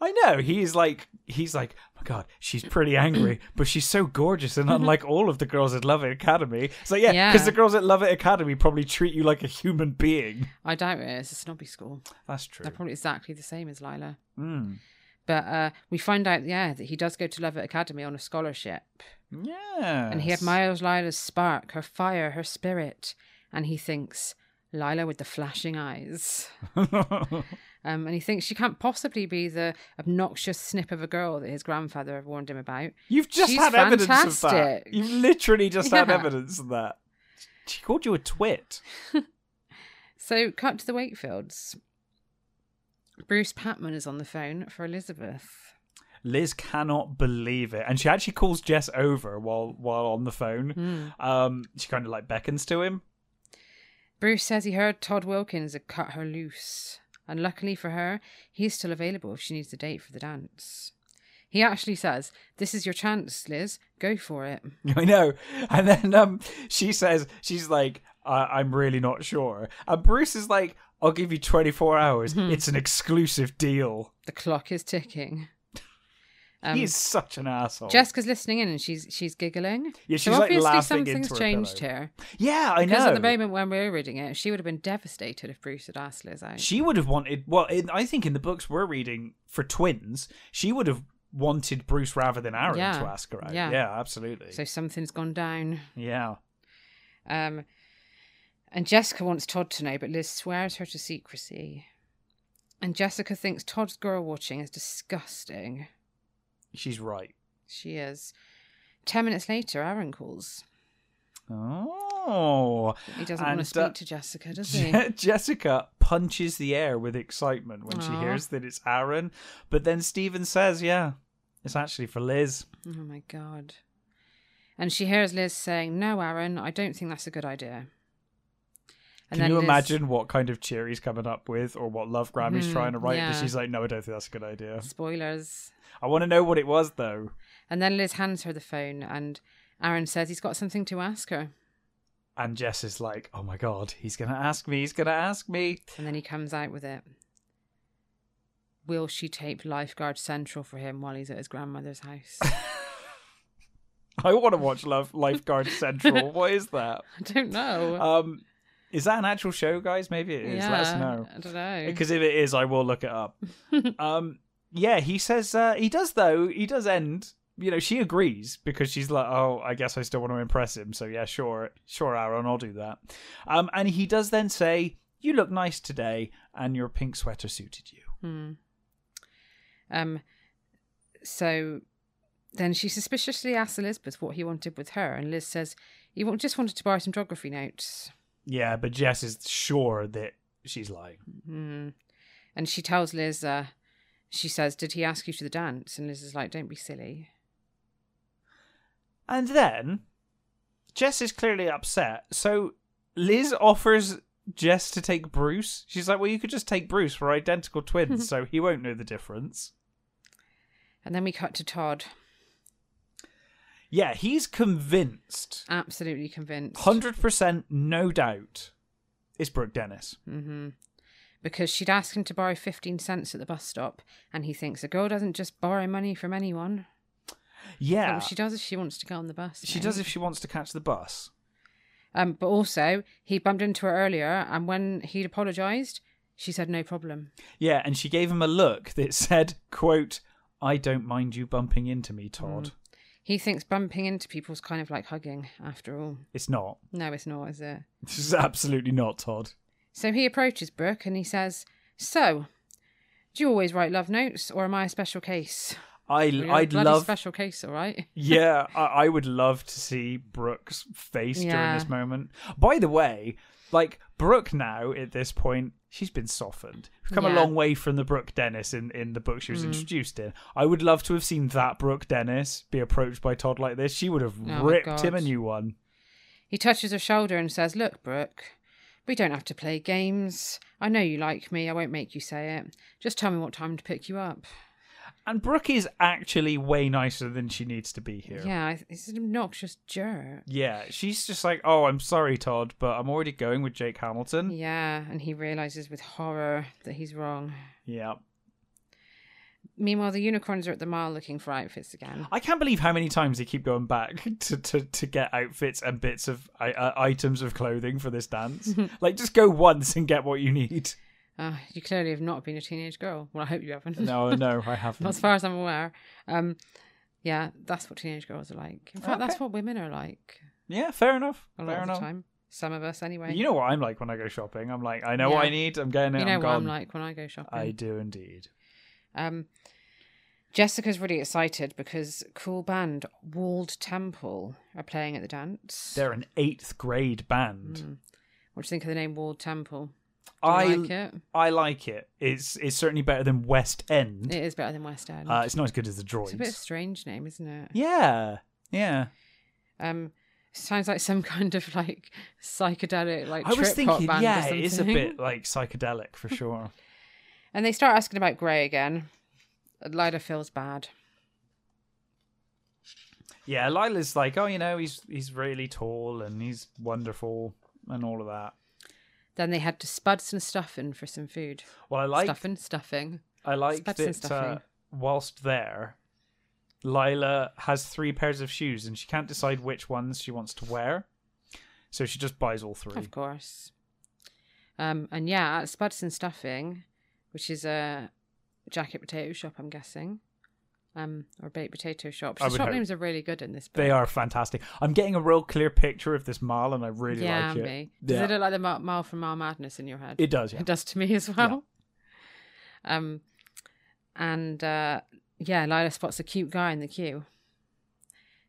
[SPEAKER 2] I know he's like, he's like, oh my God, she's pretty angry, but she's so gorgeous, and unlike all of the girls at Love It Academy, it's like, yeah,
[SPEAKER 1] Yeah.
[SPEAKER 2] because the girls at Love It Academy probably treat you like a human being.
[SPEAKER 1] I doubt it. It's a snobby school.
[SPEAKER 2] That's true.
[SPEAKER 1] They're probably exactly the same as Lila.
[SPEAKER 2] Mm.
[SPEAKER 1] But uh, we find out, yeah, that he does go to Lovett Academy on a scholarship,
[SPEAKER 2] Yeah.
[SPEAKER 1] and he admires Lila's spark, her fire, her spirit, and he thinks Lila with the flashing eyes. Um, and he thinks she can't possibly be the obnoxious snip of a girl that his grandfather had warned him about.
[SPEAKER 2] You've just
[SPEAKER 1] She's
[SPEAKER 2] had evidence of that.
[SPEAKER 1] fantastic.
[SPEAKER 2] You've literally just had
[SPEAKER 1] Yeah.
[SPEAKER 2] evidence of that. She called you a twit.
[SPEAKER 1] So, cut to the Wakefields. Bruce Patman is on the phone for Elizabeth.
[SPEAKER 2] Liz cannot believe it, and she actually calls Jess over while while on the phone.
[SPEAKER 1] Hmm.
[SPEAKER 2] Um, she kind of like beckons to him.
[SPEAKER 1] Bruce says he heard Todd Wilkins had cut her loose, and luckily for her, he's still available if she needs a date for the dance. He actually says, This is your chance, Liz. Go for it.
[SPEAKER 2] I know. And then um, she says, she's like, I- I'm really not sure. And Bruce is like, I'll give you 24 hours.
[SPEAKER 1] Hmm.
[SPEAKER 2] It's an exclusive deal.
[SPEAKER 1] The clock is ticking. Um,
[SPEAKER 2] he is such an asshole.
[SPEAKER 1] Jessica's listening in and she's she's giggling.
[SPEAKER 2] Yeah, she's,
[SPEAKER 1] so
[SPEAKER 2] like,
[SPEAKER 1] obviously
[SPEAKER 2] laughing
[SPEAKER 1] something's
[SPEAKER 2] into her
[SPEAKER 1] changed
[SPEAKER 2] pillow.
[SPEAKER 1] here.
[SPEAKER 2] yeah, I
[SPEAKER 1] Because
[SPEAKER 2] know.
[SPEAKER 1] at the moment when we were reading it, she would have been devastated if Bruce had asked Liz out.
[SPEAKER 2] she would have wanted well in, i think in the books we're reading for twins she would have wanted bruce rather than aaron
[SPEAKER 1] Yeah.
[SPEAKER 2] to ask her out yeah,
[SPEAKER 1] Yeah.
[SPEAKER 2] absolutely
[SPEAKER 1] so something's gone down.
[SPEAKER 2] yeah
[SPEAKER 1] Um, and Jessica wants Todd to know, but Liz swears her to secrecy. And Jessica thinks Todd's girl watching is disgusting.
[SPEAKER 2] she's right
[SPEAKER 1] She is. Ten minutes later, Aaron calls.
[SPEAKER 2] oh
[SPEAKER 1] He doesn't want to
[SPEAKER 2] And,
[SPEAKER 1] speak
[SPEAKER 2] uh,
[SPEAKER 1] to Jessica, does he?
[SPEAKER 2] Je- jessica punches the air with excitement when she
[SPEAKER 1] Aw.
[SPEAKER 2] hears that it's aaron but then stephen says yeah it's actually for liz
[SPEAKER 1] Oh my god. And she hears Liz saying, No, Aaron, I don't think that's a good idea.
[SPEAKER 2] can you
[SPEAKER 1] Liz-
[SPEAKER 2] imagine what kind of cheer he's coming up with or what love grammy's
[SPEAKER 1] Mhm,
[SPEAKER 2] trying to write but
[SPEAKER 1] yeah.
[SPEAKER 2] she's like no i don't think that's a good idea
[SPEAKER 1] Spoilers.
[SPEAKER 2] i want to know what it was though
[SPEAKER 1] And then Liz hands her the phone, and Aaron says he's got something to ask her.
[SPEAKER 2] And Jess is like, oh my god, he's going to ask me, he's going to ask me.
[SPEAKER 1] And then he comes out with it. Will she tape Lifeguard Central for him while he's at his grandmother's house? I
[SPEAKER 2] I want to watch Love Lifeguard Central. what is that?
[SPEAKER 1] don't know.
[SPEAKER 2] Um, is that an actual show, guys? Maybe it is. Let us know.
[SPEAKER 1] I don't know.
[SPEAKER 2] Because if it is, I will look it up. um, yeah, he says uh, he does though. He does end. You know, she agrees because she's like, "Oh, I guess I still want to impress him." So yeah, sure, sure, Aaron, I'll do that. Um, and he does then say, "You look nice today, and your pink sweater suited you."
[SPEAKER 1] Hmm. Um, so then she suspiciously asks Elizabeth what he wanted with her, and Liz says he wa- just wanted to borrow some geography notes.
[SPEAKER 2] Yeah, but Jess is sure that she's lying.
[SPEAKER 1] Mm. And she tells Liz, uh, she says, "Did he ask you to the dance?" And Liz is like, "Don't be silly."
[SPEAKER 2] And then Jess is clearly upset. So Liz offers Jess to take Bruce. She's like, "Well, you could just take Bruce. We're identical twins, so he won't know the difference."
[SPEAKER 1] And then we cut to Todd,
[SPEAKER 2] Yeah, he's convinced
[SPEAKER 1] absolutely convinced,
[SPEAKER 2] Hundred percent, no doubt. It's Brooke Dennis.
[SPEAKER 1] mm-hmm. because she'd asked him to borrow fifteen cents at the bus stop, and he thinks a girl doesn't just borrow money from anyone. Like,
[SPEAKER 2] Yeah,
[SPEAKER 1] well,
[SPEAKER 2] she,
[SPEAKER 1] Oh, she does if she wants to go on the bus. mate.
[SPEAKER 2] does if she wants to catch the bus.
[SPEAKER 1] Um, but also, he bumped into her earlier, and when he'd apologised, she said no problem.
[SPEAKER 2] Yeah, and she gave him a look that said, "quote I don't mind you bumping into me, Todd.
[SPEAKER 1] Mm. He thinks bumping into people's kind of like hugging, after all.
[SPEAKER 2] It's not.
[SPEAKER 1] No, it's not, is it?
[SPEAKER 2] This is absolutely not, Todd.
[SPEAKER 1] So he approaches Brooke and he says, So, do you always write love notes, or am I a special case?
[SPEAKER 2] I
[SPEAKER 1] You're a
[SPEAKER 2] I'd
[SPEAKER 1] bloody
[SPEAKER 2] love.
[SPEAKER 1] special case, all right?
[SPEAKER 2] yeah, I, I would love to see Brooke's face during
[SPEAKER 1] Yeah.
[SPEAKER 2] this moment. By the way, like Brooke now at this point, she's been softened. We've come a
[SPEAKER 1] Yeah. Mm.
[SPEAKER 2] long way from the Brooke Dennis in, in the book she was introduced in. I would love to have seen that Brooke Dennis be approached by Todd like this. She would have
[SPEAKER 1] Oh my
[SPEAKER 2] ripped him a
[SPEAKER 1] God.
[SPEAKER 2] new one.
[SPEAKER 1] He touches her shoulder and says, Look, Brooke, we don't have to play games. I know you like me. I won't make you say it. Just tell me what time to pick you up.
[SPEAKER 2] And Brooke is actually way nicer than she needs to be here.
[SPEAKER 1] Yeah, I- it's an obnoxious jerk.
[SPEAKER 2] Yeah, she's just like, oh, I'm sorry, Todd, but I'm already going with Jake Hamilton.
[SPEAKER 1] Yeah, and he realizes with horror that he's wrong.
[SPEAKER 2] Yeah.
[SPEAKER 1] Meanwhile, the unicorns are at the mall looking for outfits again.
[SPEAKER 2] I can't believe how many times they keep going back to, to, to get outfits and bits of i- uh, items of clothing for this dance. like, just go once and get what you need.
[SPEAKER 1] Uh, you clearly have not been a teenage girl. Well, I hope you haven't.
[SPEAKER 2] No, no, I
[SPEAKER 1] Not as
[SPEAKER 2] haven't.
[SPEAKER 1] far as I'm aware. Um, yeah, that's what teenage girls are like. In fact, that's
[SPEAKER 2] Okay.
[SPEAKER 1] what women are like
[SPEAKER 2] Yeah, fair enough.
[SPEAKER 1] a lot
[SPEAKER 2] fair
[SPEAKER 1] of the
[SPEAKER 2] enough.
[SPEAKER 1] time. Some of us, anyway.
[SPEAKER 2] You know what I'm like when I go shopping. I'm like, I know what
[SPEAKER 1] Yeah.
[SPEAKER 2] I need. I'm getting it.
[SPEAKER 1] You know
[SPEAKER 2] I'm
[SPEAKER 1] what
[SPEAKER 2] gone.
[SPEAKER 1] I'm like Mm. when I go shopping.
[SPEAKER 2] I do indeed.
[SPEAKER 1] Um, Jessica's really excited because cool band Walled Temple are playing at the dance.
[SPEAKER 2] They're an eighth grade band.
[SPEAKER 1] What Mm. do you think of the name Walled Temple? Do you
[SPEAKER 2] I
[SPEAKER 1] like it?
[SPEAKER 2] I like it. It's it's certainly better than West End.
[SPEAKER 1] It is better than West End.
[SPEAKER 2] uh, it's not as good as the
[SPEAKER 1] it's a bit of a
[SPEAKER 2] Droids.
[SPEAKER 1] strange name, isn't it?
[SPEAKER 2] Yeah, yeah.
[SPEAKER 1] Um, sounds like some kind of like psychedelic like
[SPEAKER 2] I was
[SPEAKER 1] trip hop
[SPEAKER 2] thinking,
[SPEAKER 1] band or
[SPEAKER 2] yeah, it is a
[SPEAKER 1] something.
[SPEAKER 2] bit like psychedelic for sure.
[SPEAKER 1] And they start asking about Grey again. Lila feels bad.
[SPEAKER 2] Yeah, Lila's like, oh, you know, he's he's really tall and he's wonderful and all of that.
[SPEAKER 1] Then they had to spuds and stuffing for some food.
[SPEAKER 2] Well, I like
[SPEAKER 1] stuffing, stuffing.
[SPEAKER 2] I like
[SPEAKER 1] Spuds and
[SPEAKER 2] that uh,
[SPEAKER 1] stuffing.
[SPEAKER 2] whilst there, Lila has three pairs of shoes and she can't decide which ones she wants to wear, so she just buys all three.
[SPEAKER 1] Of course. Um, and yeah, at Spuds and Stuffing, which is a jacket potato shop, I'm guessing, um, or baked potato shop.
[SPEAKER 2] I
[SPEAKER 1] The
[SPEAKER 2] would
[SPEAKER 1] shop
[SPEAKER 2] hope.
[SPEAKER 1] names are really good in this book.
[SPEAKER 2] They are fantastic. I'm getting a real clear picture of this mall, and I really
[SPEAKER 1] yeah,
[SPEAKER 2] like it.
[SPEAKER 1] me. Does
[SPEAKER 2] Yeah.
[SPEAKER 1] it look like the Mar- Mile from Mile Madness in your head?
[SPEAKER 2] It does, yeah.
[SPEAKER 1] It does to me as well. Um, and uh, yeah, Lila spots a cute guy in the queue.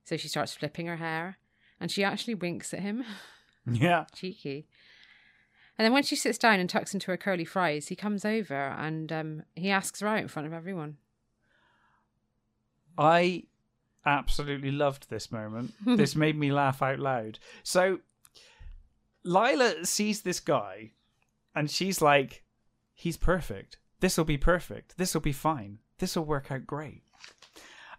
[SPEAKER 1] So she starts flipping her hair and she actually winks at him.
[SPEAKER 2] Yeah.
[SPEAKER 1] Cheeky. And then when she sits down and tucks into her curly fries, he comes over and um, he asks her out in front of everyone.
[SPEAKER 2] I absolutely loved this moment. this made me laugh out loud. So Lila sees this guy and she's like, he's perfect. This will be perfect. This will be fine. This will work out great.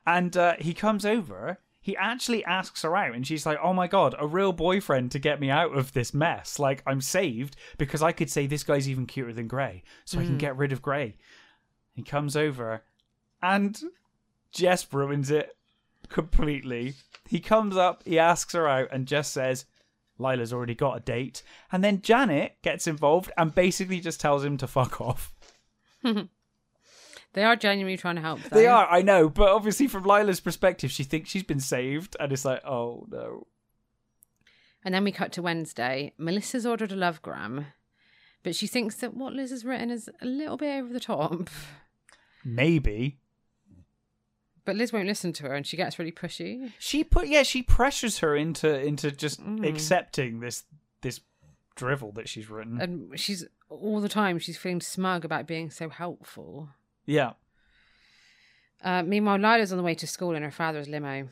[SPEAKER 2] And uh, he comes over. He actually asks her out, and she's like, Oh my God, a real boyfriend to get me out of this mess. Like, I'm saved because I could say this guy's even cuter than Grey, so I can get rid of Grey. He comes over, and Jess ruins it completely. He comes up, he asks her out, and Jess says, Lila's already got a date. And then Janet gets involved and basically just tells him to fuck off.
[SPEAKER 1] They are genuinely trying to help. Though.
[SPEAKER 2] They are, I know, but obviously from Lila's perspective, she thinks she's been saved, and it's like, oh no.
[SPEAKER 1] And then we cut to Wednesday. Melissa's ordered a lovegram, but she thinks that what Liz has written is a little bit over the top.
[SPEAKER 2] Maybe.
[SPEAKER 1] But Liz won't listen to her, and she gets really pushy.
[SPEAKER 2] She put yeah, she pressures her into into just accepting this this drivel that she's written.
[SPEAKER 1] And she's all the time she's feeling smug about being so helpful.
[SPEAKER 2] yeah.
[SPEAKER 1] Uh, meanwhile, Lila's on the way to school in her father's limo.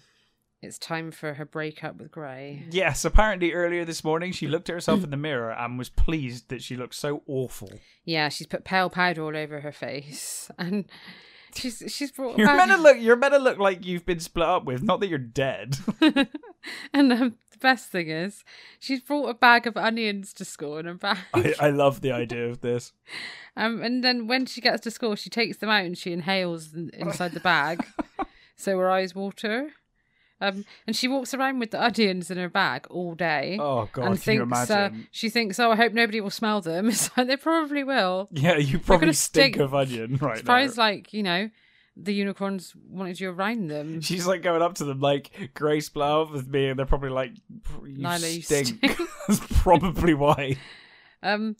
[SPEAKER 1] It's time for her breakup with Gray.
[SPEAKER 2] Yes, apparently earlier this morning she looked at herself in the mirror and was pleased that she looked so awful.
[SPEAKER 1] Yeah, she's put pale powder all over her face, and she's she's brought.
[SPEAKER 2] You're
[SPEAKER 1] about-
[SPEAKER 2] meant to look you're meant to look like you've been split up with, not that you're dead.
[SPEAKER 1] and um, the best thing is, she's brought a bag of onions to school in her bag.
[SPEAKER 2] I, I love the idea of this.
[SPEAKER 1] Um, and then when she gets to school, she takes them out and she inhales in- inside the bag, so her eyes water. Um, and she walks around with the onions in her bag all day.
[SPEAKER 2] Oh god,
[SPEAKER 1] and
[SPEAKER 2] can you
[SPEAKER 1] thinks uh,
[SPEAKER 2] imagine?
[SPEAKER 1] she thinks, oh, I hope nobody will smell them. It's like they probably will.
[SPEAKER 2] yeah, you probably
[SPEAKER 1] gonna
[SPEAKER 2] stink
[SPEAKER 1] stink.
[SPEAKER 2] of onion right now.
[SPEAKER 1] Surprised, like you know, the unicorns wanted you around them.
[SPEAKER 2] She's like going up to them like Grace Blouth with me, and they're probably like, "You
[SPEAKER 1] Lila, you
[SPEAKER 2] stink." That's probably why.
[SPEAKER 1] Um,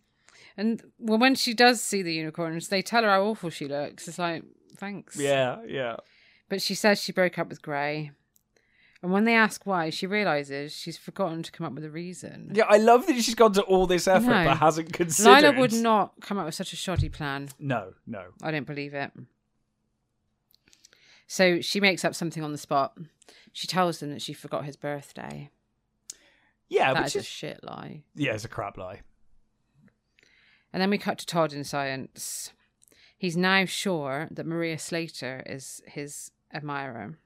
[SPEAKER 1] and well, when she does see the unicorns, they tell her how awful she looks. It's like, thanks.
[SPEAKER 2] Yeah, yeah.
[SPEAKER 1] But she says she broke up with Gray. And when they ask why, she realizes she's forgotten to come up with a reason.
[SPEAKER 2] Yeah, I love that she's gone to all this effort
[SPEAKER 1] No.
[SPEAKER 2] but hasn't considered.
[SPEAKER 1] Lila would not come up with such a shoddy plan.
[SPEAKER 2] No, no.
[SPEAKER 1] I don't believe it. So she makes up something on the spot. She tells them that she forgot his birthday.
[SPEAKER 2] Yeah,
[SPEAKER 1] that
[SPEAKER 2] which
[SPEAKER 1] is a
[SPEAKER 2] is
[SPEAKER 1] shit lie.
[SPEAKER 2] yeah, it's a crap lie.
[SPEAKER 1] And then we cut to Todd in science. He's now sure that Maria Slater is his admirer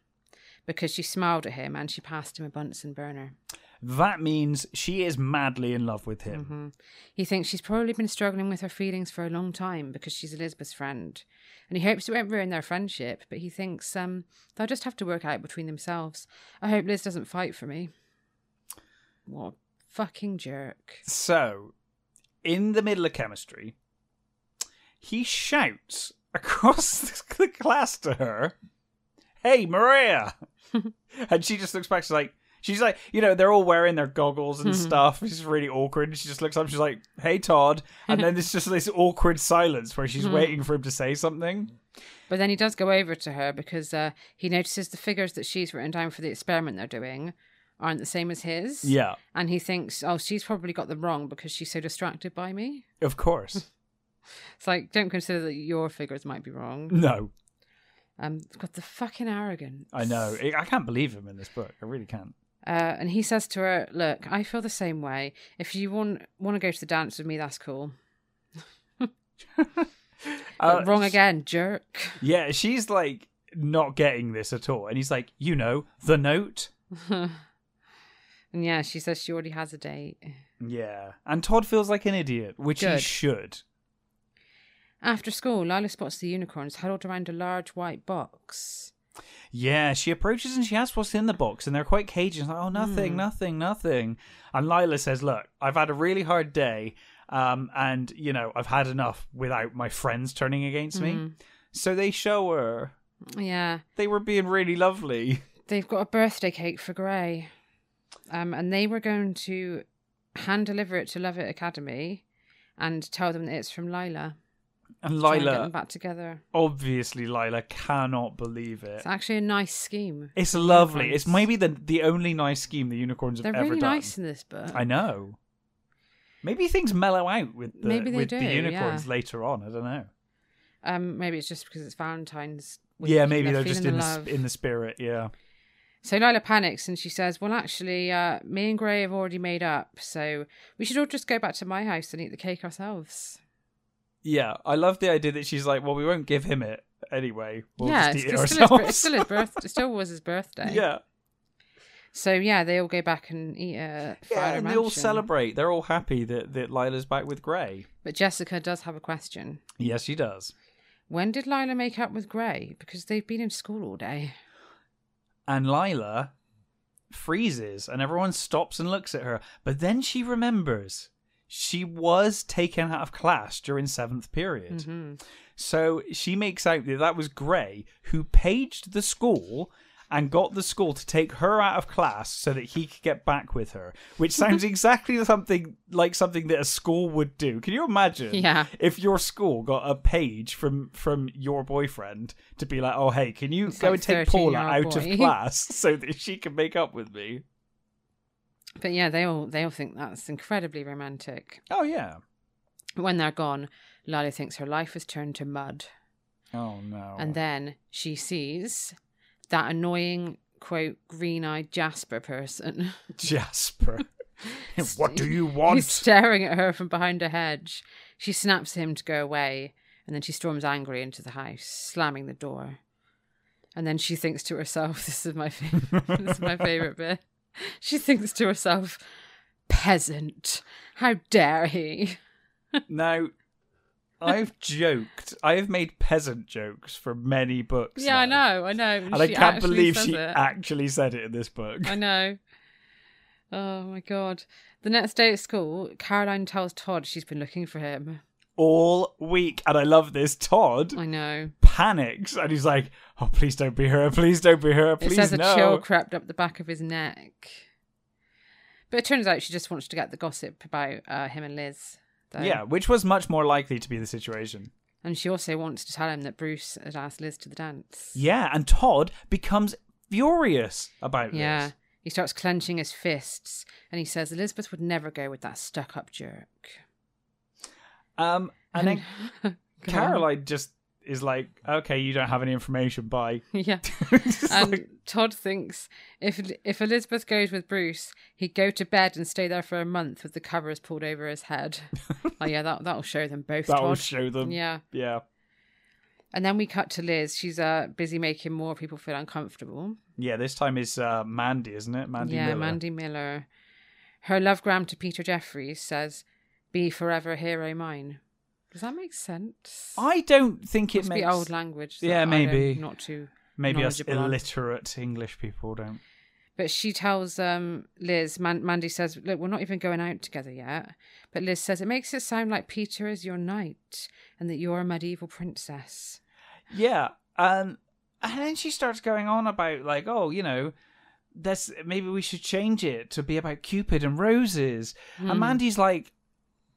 [SPEAKER 1] because she smiled at him and she passed him a Bunsen burner.
[SPEAKER 2] That means she is madly in love with him.
[SPEAKER 1] He thinks she's probably been struggling with her feelings for a long time because she's Elizabeth's friend. And he hopes it won't ruin their friendship, but he thinks um, they'll just have to work out between themselves. I hope Liz doesn't fight for me. What a fucking jerk.
[SPEAKER 2] So, in the middle of chemistry, he shouts across the class to her, "Hey, Maria!" and she just looks back. She's like, she's like, you know, they're all wearing their goggles and stuff. It's just really awkward. And she just looks up. She's like, "Hey, Todd." And then there's just this awkward silence where she's waiting for him to say something.
[SPEAKER 1] But then he does go over to her because uh, he notices the figures that she's written down for the experiment they're doing aren't the same as his.
[SPEAKER 2] Yeah,
[SPEAKER 1] And he thinks, oh, she's probably got them wrong because she's so distracted by me.
[SPEAKER 2] of course.
[SPEAKER 1] It's like, don't consider that your figures might be wrong.
[SPEAKER 2] no,
[SPEAKER 1] Um, got the fucking arrogance.
[SPEAKER 2] I know. I I can't believe him in this book. I really can't.
[SPEAKER 1] Uh, and he says to her, "Look, I feel the same way. If you want want to go to the dance with me, that's cool. But
[SPEAKER 2] Uh,
[SPEAKER 1] wrong again, jerk.
[SPEAKER 2] Yeah, she's like not getting this at all. And he's like, you know, the note.
[SPEAKER 1] And yeah, she says she already has a date.
[SPEAKER 2] Yeah. And Todd feels like an idiot, which he
[SPEAKER 1] Good.
[SPEAKER 2] should.
[SPEAKER 1] After school, Lila spots the unicorns huddled around a large white box.
[SPEAKER 2] Yeah, she approaches and she asks what's in the box, and they're quite cagey. It's like, oh,
[SPEAKER 1] Hmm.
[SPEAKER 2] nothing, nothing, nothing. And Lila says, look, I've had a really hard day, um, and, you know, I've had enough without my friends turning against
[SPEAKER 1] Hmm.
[SPEAKER 2] me. So they show her.
[SPEAKER 1] Yeah,
[SPEAKER 2] They were being really lovely.
[SPEAKER 1] they've got a birthday cake for Gray, um, and they were going to hand deliver it to Lovett Academy, and tell them that it's from Lila.
[SPEAKER 2] And
[SPEAKER 1] Try and get them
[SPEAKER 2] Lila,
[SPEAKER 1] back together.
[SPEAKER 2] obviously, Lila cannot believe it.
[SPEAKER 1] It's actually a nice scheme.
[SPEAKER 2] It's lovely.
[SPEAKER 1] Unicorns.
[SPEAKER 2] It's maybe the the only nice scheme the unicorns have
[SPEAKER 1] They're
[SPEAKER 2] ever
[SPEAKER 1] really
[SPEAKER 2] done.
[SPEAKER 1] nice in this book.
[SPEAKER 2] I know. Maybe things mellow out with the
[SPEAKER 1] Maybe they
[SPEAKER 2] with
[SPEAKER 1] do,
[SPEAKER 2] the unicorns
[SPEAKER 1] yeah.
[SPEAKER 2] later on. I don't know.
[SPEAKER 1] Um, maybe it's just because it's Valentine's.
[SPEAKER 2] yeah,
[SPEAKER 1] and
[SPEAKER 2] maybe they're, just in
[SPEAKER 1] feeling
[SPEAKER 2] the
[SPEAKER 1] love.
[SPEAKER 2] sp- in the spirit. Yeah.
[SPEAKER 1] So Lila panics and she says, "Well, actually, uh, me and Gray have already made up, so we should all just go back to my house and eat the cake ourselves."
[SPEAKER 2] Yeah, I love the idea that she's like, well, we won't give him it anyway. We'll
[SPEAKER 1] yeah, it's,
[SPEAKER 2] just eat it
[SPEAKER 1] it's still his, bir-
[SPEAKER 2] ourselves.
[SPEAKER 1] it's still his birth. It still was his birthday.
[SPEAKER 2] yeah,
[SPEAKER 1] So yeah, they all go back and eat at
[SPEAKER 2] yeah,
[SPEAKER 1] Friar
[SPEAKER 2] and they all
[SPEAKER 1] Mansion.
[SPEAKER 2] celebrate. They're all happy that that Lila's back with Gray.
[SPEAKER 1] But Jessica does have a question.
[SPEAKER 2] Yes, she does.
[SPEAKER 1] When did Lila make up with Gray? Because they've been in school all day.
[SPEAKER 2] and Lila freezes and everyone stops and looks at her. But then she remembers she was taken out of class during seventh
[SPEAKER 1] Mm-hmm.
[SPEAKER 2] period. So she makes out that that was Gray who paged the school and got the school to take her out of class so that he could get back with her, which sounds exactly something like something that a school would do. Can you imagine?
[SPEAKER 1] Yeah.
[SPEAKER 2] If your school got a page from from your boyfriend to be like, "Oh, hey, can you
[SPEAKER 1] It's
[SPEAKER 2] go
[SPEAKER 1] like
[SPEAKER 2] and take Paula
[SPEAKER 1] 13-year-old
[SPEAKER 2] out
[SPEAKER 1] boy."
[SPEAKER 2] of class so that she can make up with me?"
[SPEAKER 1] But yeah, they all they all think that's incredibly romantic.
[SPEAKER 2] Oh yeah.
[SPEAKER 1] When they're gone, Lila thinks her life has turned to mud.
[SPEAKER 2] Oh no.
[SPEAKER 1] And then she sees that annoying, quote, green eyed Jasper person
[SPEAKER 2] Jasper. what do you want?
[SPEAKER 1] who's staring at her from behind a hedge. She snaps at him to go away, and then she storms angry into the house, slamming the door. And then she thinks to herself, this is my favorite, this is my favorite bit. She thinks to herself, peasant, how dare he?
[SPEAKER 2] Now, I've joked. I have made peasant jokes for many books.
[SPEAKER 1] Yeah, I
[SPEAKER 2] now,
[SPEAKER 1] know, I know.
[SPEAKER 2] And I
[SPEAKER 1] She
[SPEAKER 2] can't
[SPEAKER 1] actually
[SPEAKER 2] believe
[SPEAKER 1] says
[SPEAKER 2] she
[SPEAKER 1] it.
[SPEAKER 2] actually said it in this book.
[SPEAKER 1] I know. Oh my god. The next day at school, Caroline tells Todd she's been looking for him.
[SPEAKER 2] All week. And I love this. Todd
[SPEAKER 1] I know.
[SPEAKER 2] panics and he's like, oh, please don't be her. Please don't be her. Please
[SPEAKER 1] it says
[SPEAKER 2] no.
[SPEAKER 1] a chill crept up the back of his neck. But it turns out she just wants to get the gossip about uh, him and Liz. Though.
[SPEAKER 2] yeah, which was much more likely to be the situation.
[SPEAKER 1] And she also wants to tell him that Bruce had asked Liz to the dance.
[SPEAKER 2] Yeah, and Todd becomes furious about
[SPEAKER 1] Yeah.
[SPEAKER 2] this.
[SPEAKER 1] He starts clenching his fists and he says Elizabeth would never go with that stuck up jerk.
[SPEAKER 2] Um, and then
[SPEAKER 1] Go on.
[SPEAKER 2] Caroline just is like, okay, you don't have any information. Bye.
[SPEAKER 1] Yeah.
[SPEAKER 2] It's
[SPEAKER 1] And
[SPEAKER 2] like-
[SPEAKER 1] Todd thinks if if Elizabeth goes with Bruce, he'd go to bed and stay there for a month with the covers pulled over his head. oh yeah, that that'll show them both.
[SPEAKER 2] That will
[SPEAKER 1] Todd.
[SPEAKER 2] show them.
[SPEAKER 1] yeah.
[SPEAKER 2] Yeah.
[SPEAKER 1] And then we cut to Liz. She's uh busy making more people feel uncomfortable.
[SPEAKER 2] Yeah, this time is uh, Mandy, isn't it? Mandy
[SPEAKER 1] yeah,
[SPEAKER 2] Miller.
[SPEAKER 1] Mandy Miller. Her lovegram to Peter Jeffries says, "Be forever hero mine." Does that make sense?
[SPEAKER 2] I don't think it
[SPEAKER 1] Must
[SPEAKER 2] makes
[SPEAKER 1] be old language. that
[SPEAKER 2] Yeah,
[SPEAKER 1] I don't-
[SPEAKER 2] maybe.
[SPEAKER 1] not too.
[SPEAKER 2] maybe us
[SPEAKER 1] knowledgeable on.
[SPEAKER 2] illiterate English people don't.
[SPEAKER 1] But she tells um, Liz, Man- Mandy says, Look, we're not even going out together yet. But Liz says, It makes it sound like Peter is your knight and that you're a medieval princess.
[SPEAKER 2] Yeah, um, and then she starts going on about like, oh, you know, that's maybe we should change it to be about Cupid and roses.
[SPEAKER 1] Hmm.
[SPEAKER 2] And Mandy's like,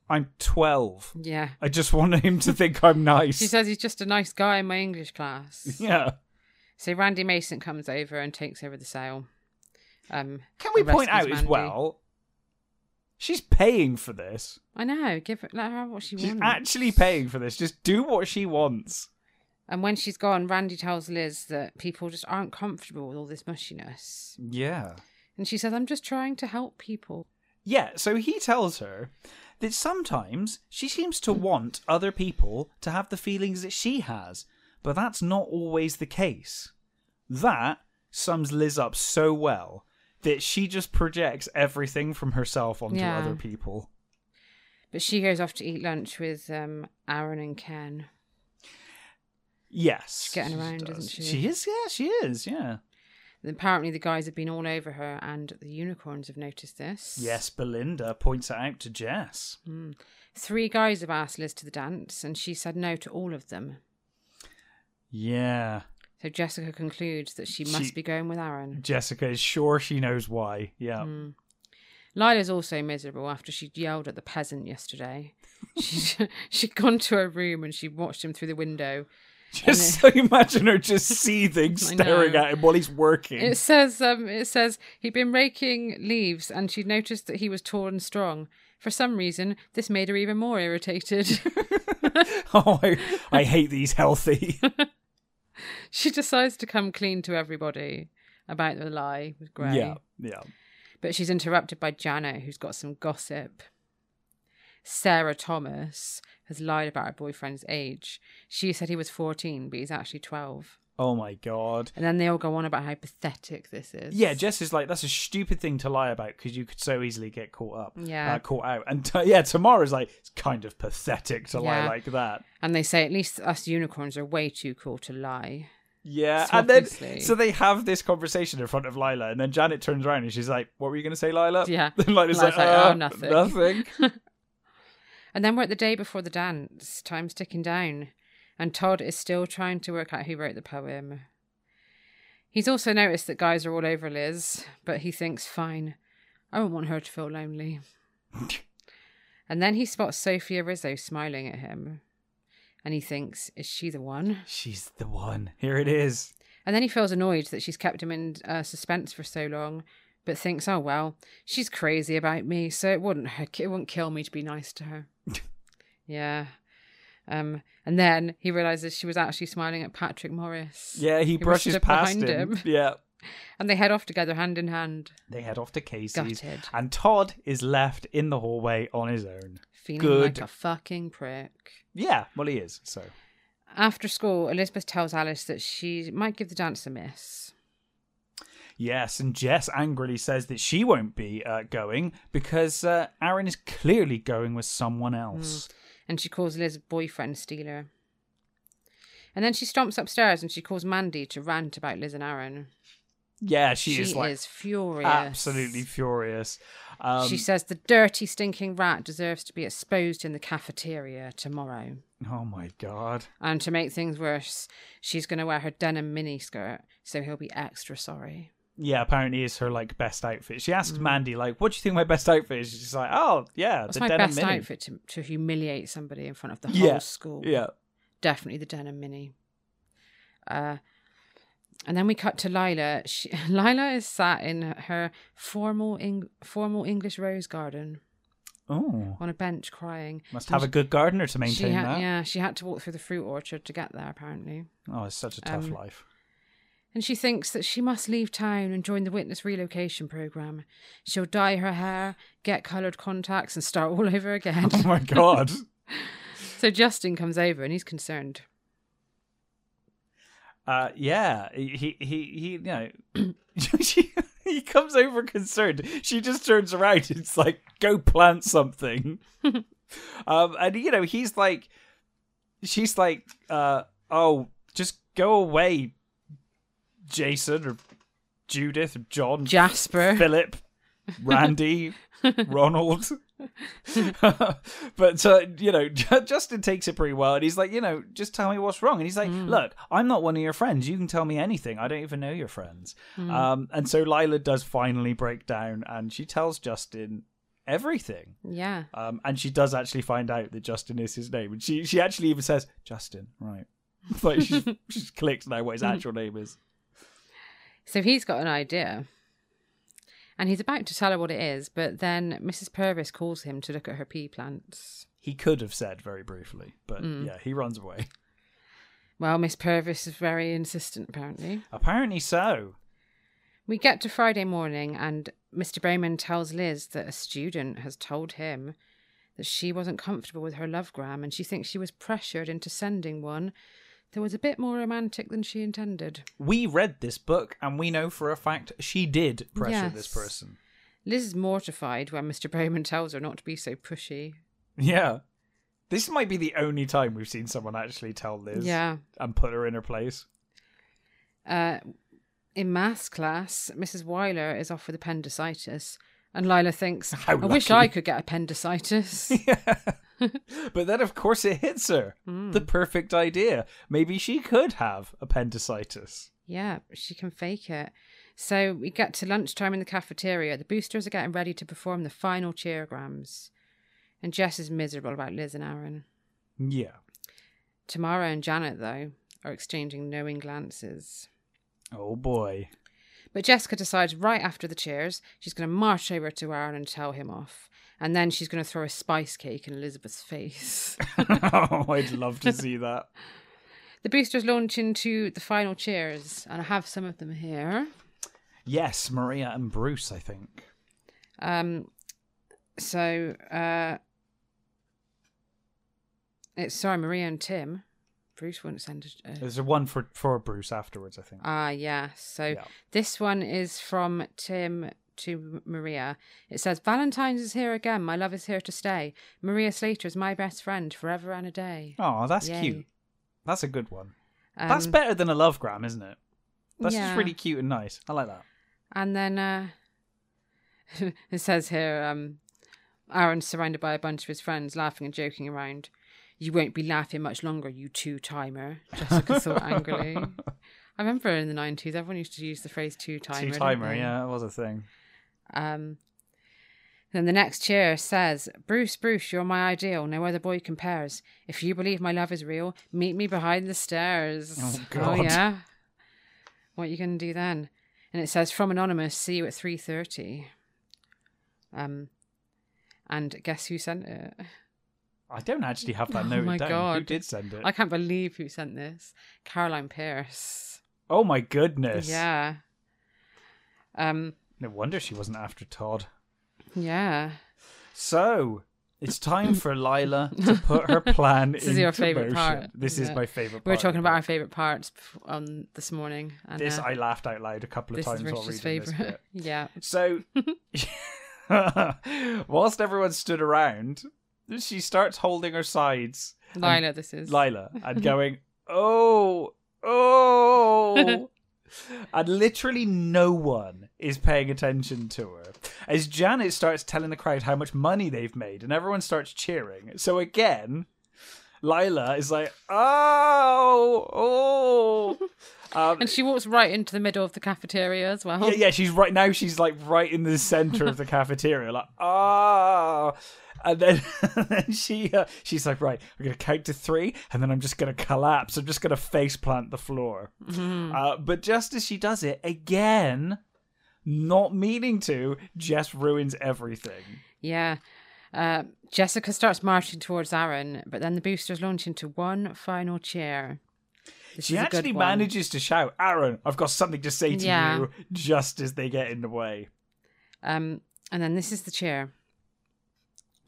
[SPEAKER 2] I'm twelve.
[SPEAKER 1] Yeah.
[SPEAKER 2] I just want him to think I'm nice.
[SPEAKER 1] She says, He's just a nice guy in my English class.
[SPEAKER 2] yeah.
[SPEAKER 1] So Randy Mason comes over and takes over the sale. Um,
[SPEAKER 2] Can we
[SPEAKER 1] and
[SPEAKER 2] point out
[SPEAKER 1] rescues
[SPEAKER 2] as
[SPEAKER 1] Mandy.
[SPEAKER 2] well? She's paying for this.
[SPEAKER 1] I know. Give her, let her have what she
[SPEAKER 2] She's
[SPEAKER 1] wants.
[SPEAKER 2] actually paying for this. Just do what she wants.
[SPEAKER 1] And when she's gone, Randy tells Liz that people just aren't comfortable with all this mushiness.
[SPEAKER 2] Yeah.
[SPEAKER 1] And she says, I'm just trying to help people.
[SPEAKER 2] Yeah, so he tells her that sometimes she seems to want other people to have the feelings that she has, but that's not always the case. That sums Liz up so well that she just projects everything from herself onto
[SPEAKER 1] Yeah.
[SPEAKER 2] other people.
[SPEAKER 1] But she goes off to eat lunch with um, Aaron and Ken.
[SPEAKER 2] Yes.
[SPEAKER 1] She's getting
[SPEAKER 2] she
[SPEAKER 1] around,
[SPEAKER 2] does.
[SPEAKER 1] isn't she?
[SPEAKER 2] She is, yeah, she is, yeah.
[SPEAKER 1] And apparently, the guys have been all over her, and the unicorns have noticed this.
[SPEAKER 2] Yes, Belinda points it out to Jess.
[SPEAKER 1] Mm. Three guys have asked Liz to the dance, and she said no to all of them.
[SPEAKER 2] Yeah.
[SPEAKER 1] So Jessica concludes that she must
[SPEAKER 2] She-
[SPEAKER 1] be going with Aaron.
[SPEAKER 2] Jessica is sure she knows why. Yeah.
[SPEAKER 1] Lila's also miserable after she yelled at the peasant yesterday. she she'd gone to her room and she watched him through the window.
[SPEAKER 2] Just so imagine her just seething,
[SPEAKER 1] I
[SPEAKER 2] staring
[SPEAKER 1] know.
[SPEAKER 2] at him while he's working.
[SPEAKER 1] It says um it says he'd been raking leaves and she noticed that he was tall and strong. For some reason, this made her even more irritated.
[SPEAKER 2] Oh, I, I hate these healthy.
[SPEAKER 1] she decides to come clean to everybody about the lie with Gray.
[SPEAKER 2] Yeah, yeah.
[SPEAKER 1] But she's interrupted by Janet, who's got some gossip. Sarah Thomas has lied about her boyfriend's age. She said he was 14, but he's actually 12.
[SPEAKER 2] Oh my god.
[SPEAKER 1] And then they all go on about how pathetic this is.
[SPEAKER 2] Yeah, Jess is like that's a stupid thing to lie about because you could so easily get caught up.
[SPEAKER 1] Yeah.
[SPEAKER 2] uh, caught out. And t- yeah, Tamara's like it's kind of pathetic to lie
[SPEAKER 1] Yeah.
[SPEAKER 2] like that.
[SPEAKER 1] And they say, at least us unicorns are way too cool to lie.
[SPEAKER 2] Yeah,
[SPEAKER 1] So
[SPEAKER 2] and then
[SPEAKER 1] obviously.
[SPEAKER 2] so they have this conversation in front of Lila, and then Janet turns around and she's like, "What were you going to say, Lila?"
[SPEAKER 1] Yeah.
[SPEAKER 2] Then Lila's
[SPEAKER 1] Lila's
[SPEAKER 2] like,
[SPEAKER 1] like, "Oh,
[SPEAKER 2] "Uh,
[SPEAKER 1] nothing."
[SPEAKER 2] nothing."
[SPEAKER 1] And then we're at the day before the dance. Time's ticking down. And Todd is still trying to work out who wrote the poem. He's also noticed that guys are all over Liz, but he thinks, fine, I won't want her to feel lonely. and then he spots Sophia Rizzo smiling at him. And he thinks, is she the one?
[SPEAKER 2] She's the one. Here it is.
[SPEAKER 1] And then he feels annoyed that she's kept him in uh, suspense for so long, but thinks, "Oh well, she's crazy about me, so it wouldn't it wouldn't kill me to be nice to her." yeah. Um, and then he realizes she was actually smiling at Patrick Morris.
[SPEAKER 2] Yeah, he
[SPEAKER 1] Who was
[SPEAKER 2] brushes
[SPEAKER 1] stood
[SPEAKER 2] past
[SPEAKER 1] behind
[SPEAKER 2] him.
[SPEAKER 1] him.
[SPEAKER 2] Yeah.
[SPEAKER 1] And they head off together, hand in hand,
[SPEAKER 2] They head off to Casey's,
[SPEAKER 1] Gutted.
[SPEAKER 2] and Todd is left in the hallway on his own.
[SPEAKER 1] feeling
[SPEAKER 2] Good.
[SPEAKER 1] like a fucking prick.
[SPEAKER 2] Yeah, well, he is. So
[SPEAKER 1] After school, Elizabeth tells Alice that she might give the dance a miss.
[SPEAKER 2] yes, and Jess angrily says that she won't be uh, going because uh, Aaron is clearly going with someone
[SPEAKER 1] Mm.
[SPEAKER 2] else.
[SPEAKER 1] and she calls Liz's boyfriend Stealer. And then she stomps upstairs and she calls Mandy to rant about Liz and Aaron.
[SPEAKER 2] Yeah, she, is like
[SPEAKER 1] furious.
[SPEAKER 2] absolutely furious. Um,
[SPEAKER 1] she says the dirty, stinking rat deserves to be exposed in the cafeteria tomorrow.
[SPEAKER 2] oh my god.
[SPEAKER 1] And to make things worse, she's going to wear her denim mini skirt, so he'll be extra sorry.
[SPEAKER 2] Yeah, apparently it's her like best outfit. She asks Mandy like, "What do you think my best outfit is?" She's like, "Oh, yeah,
[SPEAKER 1] Mm. That's
[SPEAKER 2] the
[SPEAKER 1] my
[SPEAKER 2] denim
[SPEAKER 1] best
[SPEAKER 2] mini."
[SPEAKER 1] outfit to, to humiliate somebody in front of the whole
[SPEAKER 2] Yeah,
[SPEAKER 1] school.
[SPEAKER 2] Yeah,
[SPEAKER 1] definitely the denim mini. Uh, and then we cut to Lila. She, Lila is sat in her formal Eng, formal English rose garden
[SPEAKER 2] oh,
[SPEAKER 1] on a bench crying.
[SPEAKER 2] must
[SPEAKER 1] And
[SPEAKER 2] have a
[SPEAKER 1] she-
[SPEAKER 2] good gardener to
[SPEAKER 1] She
[SPEAKER 2] maintain
[SPEAKER 1] had,
[SPEAKER 2] that.
[SPEAKER 1] yeah, she had to walk through the fruit orchard to get there apparently.
[SPEAKER 2] Oh, it's such a tough
[SPEAKER 1] Um,
[SPEAKER 2] life.
[SPEAKER 1] And she thinks that she must leave town and join the witness relocation program. She'll dye her hair, get colored contacts, and start all over again.
[SPEAKER 2] Oh my god.
[SPEAKER 1] so Justin comes over and he's concerned.
[SPEAKER 2] Uh, yeah, he he he. You know, she, he comes over concerned. She just turns around. It's like go plant something. um, and you know he's like, she's like, uh, oh, just go away, Jason or Judith or John,
[SPEAKER 1] Jasper.
[SPEAKER 2] Philip, Randy, Ronald. but uh, you know, Justin takes it pretty well, and he's like, you know, just tell me what's wrong. And he's like, look, I'm not one of your friends. You can tell me anything. I don't even know your friends. Um, and so Lila does finally break down, and she tells Justin everything.
[SPEAKER 1] yeah.
[SPEAKER 2] Um, and she does actually find out that Justin is his name, and she she actually even says Justin, right? like she's, she's clicked now what his actual name is.
[SPEAKER 1] So he's got an idea. And he's about to tell her what it is, but then Mrs. Purvis calls him to look at her pea plants.
[SPEAKER 2] He could have said very briefly, but yeah, he runs away.
[SPEAKER 1] Well, Miss Purvis is very insistent, apparently.
[SPEAKER 2] Apparently so.
[SPEAKER 1] We get to Friday morning, and Mr. Bowman tells Liz that a student has told him that she wasn't comfortable with her lovegram and she thinks she was pressured into sending one that was a bit more romantic than she intended.
[SPEAKER 2] We read this book and we know for a fact she did pressure this
[SPEAKER 1] Yes.
[SPEAKER 2] person.
[SPEAKER 1] Liz is mortified when Mr. Bowman tells her not to be so pushy.
[SPEAKER 2] Yeah. This might be the only time we've seen someone actually tell Liz
[SPEAKER 1] Yeah.
[SPEAKER 2] and put her in her place.
[SPEAKER 1] Uh, in maths class, Mrs. Weiler is off with appendicitis, and Lila thinks,
[SPEAKER 2] How
[SPEAKER 1] I wish
[SPEAKER 2] lucky."
[SPEAKER 1] I could get appendicitis.
[SPEAKER 2] But then, of course, it hits her.
[SPEAKER 1] Hmm.
[SPEAKER 2] The perfect idea. Maybe she could have appendicitis.
[SPEAKER 1] yeah, she can fake it. So we get to lunchtime in the cafeteria. The boosters are getting ready to perform the final cheerograms. And Jess is miserable about Liz and Aaron.
[SPEAKER 2] Yeah.
[SPEAKER 1] Tamara and Janet, though, are exchanging knowing glances.
[SPEAKER 2] Oh boy.
[SPEAKER 1] But Jessica decides right after the cheers, she's going to march over to Aaron and tell him off. And then she's going to throw a spice cake in Elizabeth's face.
[SPEAKER 2] oh, I'd love to see that.
[SPEAKER 1] The boosters launch into the final cheers, and I have some of them here.
[SPEAKER 2] Yes, Maria and Bruce, I think.
[SPEAKER 1] Um, so uh, it's sorry, Maria and Tim. Bruce wouldn't send it.
[SPEAKER 2] There's a one for, for Bruce afterwards, I think.
[SPEAKER 1] Ah, yeah. So
[SPEAKER 2] Yeah.
[SPEAKER 1] this one is from Tim to Maria. It says, "Valentine's is here again. My love is here to stay. Maria Slater is my best friend forever and a day."
[SPEAKER 2] Oh, that's
[SPEAKER 1] Yay.
[SPEAKER 2] cute. That's a good one.
[SPEAKER 1] Um,
[SPEAKER 2] That's better than a love gram, isn't it? That's
[SPEAKER 1] yeah.
[SPEAKER 2] just really cute and nice. I like that.
[SPEAKER 1] And then uh, it says here, um, Aaron, surrounded by a bunch of his friends, laughing and joking around. You won't be laughing much longer, you two timer, Jessica thought angrily. I remember in the 90s, everyone used to use the phrase two timer.
[SPEAKER 2] Two timer, yeah, that was a thing.
[SPEAKER 1] Um, then the next cheer says, Bruce, Bruce, you're my ideal. No other boy compares. If you believe my love is real, meet me behind the stairs.
[SPEAKER 2] Oh, God.
[SPEAKER 1] yeah? What are you going to do then? And it says, from Anonymous, see you at 3.30. Um, and guess who sent it?
[SPEAKER 2] I don't actually have that
[SPEAKER 1] Oh
[SPEAKER 2] note
[SPEAKER 1] my
[SPEAKER 2] down. Who
[SPEAKER 1] God.
[SPEAKER 2] did send it?
[SPEAKER 1] I can't believe who sent this. Caroline Pierce.
[SPEAKER 2] Oh my goodness.
[SPEAKER 1] Yeah. Um,
[SPEAKER 2] No wonder she wasn't after Todd.
[SPEAKER 1] yeah.
[SPEAKER 2] So it's time for Lila to put her plan
[SPEAKER 1] This
[SPEAKER 2] into
[SPEAKER 1] is your favourite
[SPEAKER 2] motion.
[SPEAKER 1] part,
[SPEAKER 2] This is
[SPEAKER 1] yeah.
[SPEAKER 2] my favorite.
[SPEAKER 1] We were
[SPEAKER 2] part
[SPEAKER 1] talking about
[SPEAKER 2] it.
[SPEAKER 1] our favourite parts bef- on this morning. And,
[SPEAKER 2] this.
[SPEAKER 1] uh,
[SPEAKER 2] I laughed out loud a couple of
[SPEAKER 1] this
[SPEAKER 2] times
[SPEAKER 1] is
[SPEAKER 2] while reading
[SPEAKER 1] Richard's
[SPEAKER 2] this bit.
[SPEAKER 1] favourite. yeah.
[SPEAKER 2] So, whilst everyone stood around, she starts holding her sides,
[SPEAKER 1] Lila, this is.
[SPEAKER 2] Lila, and going, "Oh, oh." And literally no one is paying attention to her. As Janet starts telling the crowd how much money they've made, and everyone starts cheering. So again, Lila is like, oh, oh. Um,
[SPEAKER 1] And she walks right into the middle of the cafeteria as well.
[SPEAKER 2] yeah, yeah, she's right now. She's like right in the center of the cafeteria, like ah. And then, and then she uh, she's like, right, I'm gonna count to three, and then I'm just gonna collapse. I'm just gonna face plant the floor.
[SPEAKER 1] Mm-hmm.
[SPEAKER 2] Uh, but just as she does it again, not meaning to, Jess ruins everything.
[SPEAKER 1] Yeah. Uh, Jessica starts marching towards Aaron, but then the boosters launch into one final cheer. This
[SPEAKER 2] She
[SPEAKER 1] is a good
[SPEAKER 2] actually
[SPEAKER 1] one.
[SPEAKER 2] manages to shout, "Aaron, I've got something to say to
[SPEAKER 1] Yeah.
[SPEAKER 2] you." Just as they get in the way.
[SPEAKER 1] Um, and then this is the cheer.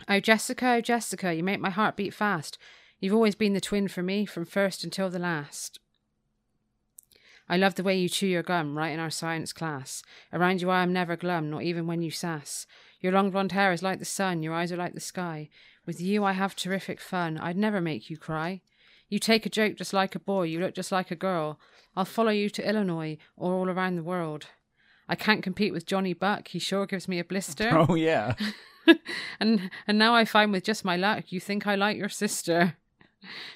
[SPEAKER 1] Oh, Jessica, oh, Jessica, you make my heart beat fast. You've always been the twin for me from first until the last. I love the way you chew your gum right in our science class. Around you I am never glum, not even when you sass. Your long blonde hair is like the sun, your eyes are like the sky. With you I have terrific fun, I'd never make you cry. You take a joke just like a boy, you look just like a girl. I'll follow you to Illinois or all around the world. I can't compete with Johnny Buck, he sure gives me a blister.
[SPEAKER 2] Oh yeah.
[SPEAKER 1] and and now I find with just my luck you think I like your sister.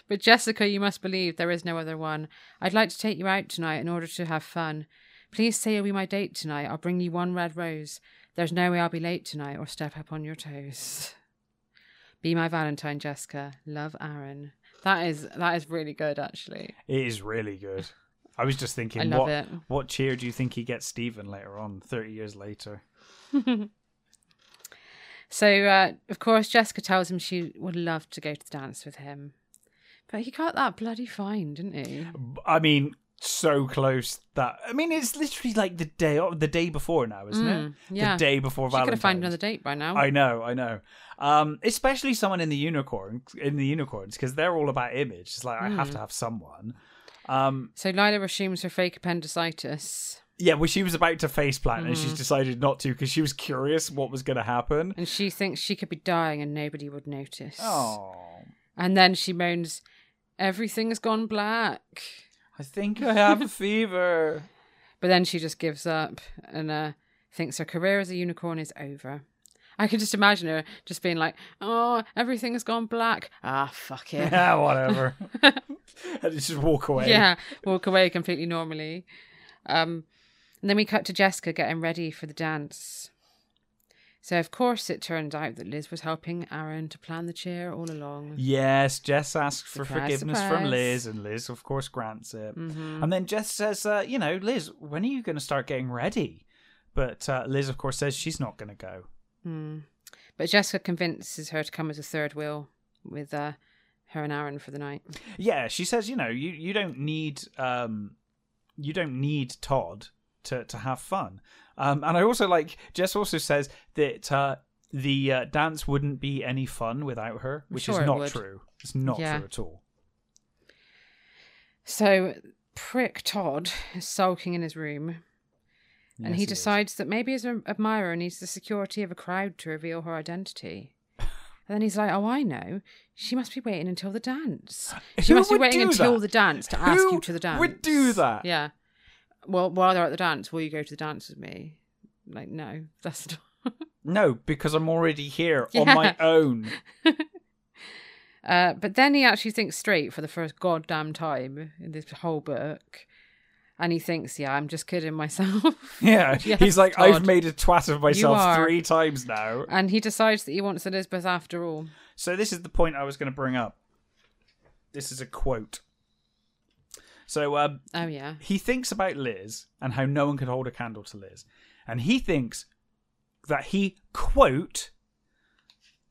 [SPEAKER 1] But Jessica, you must believe there is no other one. I'd like to take you out tonight in order to have fun. Please say you'll be my date tonight. I'll bring you one red rose. There's no way I'll be late tonight or step up on your toes. Be my Valentine, Jessica. Love Aaron. That is that is really good actually.
[SPEAKER 2] It is really good. I was just thinking,
[SPEAKER 1] I love
[SPEAKER 2] what
[SPEAKER 1] it.
[SPEAKER 2] what cheer do you think he gets Stephen later on, thirty years later?
[SPEAKER 1] So uh, of course Jessica tells him she would love to go to the dance with him. But he got that bloody fine, didn't he?
[SPEAKER 2] B- I mean, so close that I mean, it's literally like the day oh, the day before now, isn't it?
[SPEAKER 1] Mm, yeah.
[SPEAKER 2] The day before
[SPEAKER 1] She could
[SPEAKER 2] Valentine's.
[SPEAKER 1] have found another date by now.
[SPEAKER 2] I know, I know. Um, especially someone in the unicorn in the unicorns because they're all about image. It's like I have
[SPEAKER 1] Mm.
[SPEAKER 2] to have someone. Um,
[SPEAKER 1] So Lila resumes her fake appendicitis,
[SPEAKER 2] yeah, well, she was about to face plant and
[SPEAKER 1] Mm.
[SPEAKER 2] she's decided not to because she was curious what was going to happen.
[SPEAKER 1] and she thinks she could be dying and nobody would notice.
[SPEAKER 2] Oh,
[SPEAKER 1] And then she moans, "Everything's gone black."
[SPEAKER 2] I think I have a fever.
[SPEAKER 1] But then she just gives up and uh, thinks her career as a unicorn is over. I can just imagine her just being like, "Oh, everything has gone black. Ah, fuck it."
[SPEAKER 2] Yeah, whatever. and just walk away.
[SPEAKER 1] Yeah, walk away completely normally. Um, and then we cut to Jessica getting ready for the dance. So of course it turned out that Liz was helping Aaron to plan the cheer all along.
[SPEAKER 2] Yes, Jess asks for
[SPEAKER 1] Surprise,
[SPEAKER 2] forgiveness from
[SPEAKER 1] surprise. Mm-hmm.
[SPEAKER 2] Liz, and Liz, of course, grants it. And then Jess says, uh, You know, Liz, when are you going to start getting ready? But uh, Liz, of course, says she's not going to go.
[SPEAKER 1] Hmm. But Jessica convinces her to come as a third wheel with uh, her and Aaron for the night.
[SPEAKER 2] Yeah, she says, You know, you, you don't need. Um, you don't need Todd to, to have fun. Um, and I also like, Jess also says that uh, the uh, dance wouldn't be any fun without her, which
[SPEAKER 1] sure
[SPEAKER 2] is
[SPEAKER 1] it
[SPEAKER 2] not
[SPEAKER 1] would.
[SPEAKER 2] true. It's not
[SPEAKER 1] Yeah.
[SPEAKER 2] true at all.
[SPEAKER 1] So prick Todd is sulking in his room and
[SPEAKER 2] Yes,
[SPEAKER 1] he
[SPEAKER 2] it is.
[SPEAKER 1] decides that maybe his admirer needs the security of a crowd to reveal her identity. And then he's like, "Oh, I know. She must be waiting until the dance. She
[SPEAKER 2] Who
[SPEAKER 1] must be
[SPEAKER 2] would
[SPEAKER 1] waiting
[SPEAKER 2] do
[SPEAKER 1] until
[SPEAKER 2] that?
[SPEAKER 1] the dance to ask
[SPEAKER 2] Who
[SPEAKER 1] you to the dance."
[SPEAKER 2] would do that?
[SPEAKER 1] Yeah. Well, while they're at the dance, will you go to the dance with me? Like, no, that's not.
[SPEAKER 2] No, because I'm already here
[SPEAKER 1] Yeah.
[SPEAKER 2] on my own.
[SPEAKER 1] Uh, but then he actually thinks straight for the first goddamn time in this whole book. And he thinks, yeah, I'm just kidding myself.
[SPEAKER 2] Yeah.
[SPEAKER 1] Yes,
[SPEAKER 2] He's like, I've
[SPEAKER 1] Todd.
[SPEAKER 2] made a twat of myself
[SPEAKER 1] are.
[SPEAKER 2] three times now.
[SPEAKER 1] and he decides that he wants Elizabeth after all.
[SPEAKER 2] So this is the point I was going to bring up. This is a quote. So um,
[SPEAKER 1] Oh, yeah.
[SPEAKER 2] he thinks about Liz and how no one could hold a candle to Liz. And he thinks that he, quote,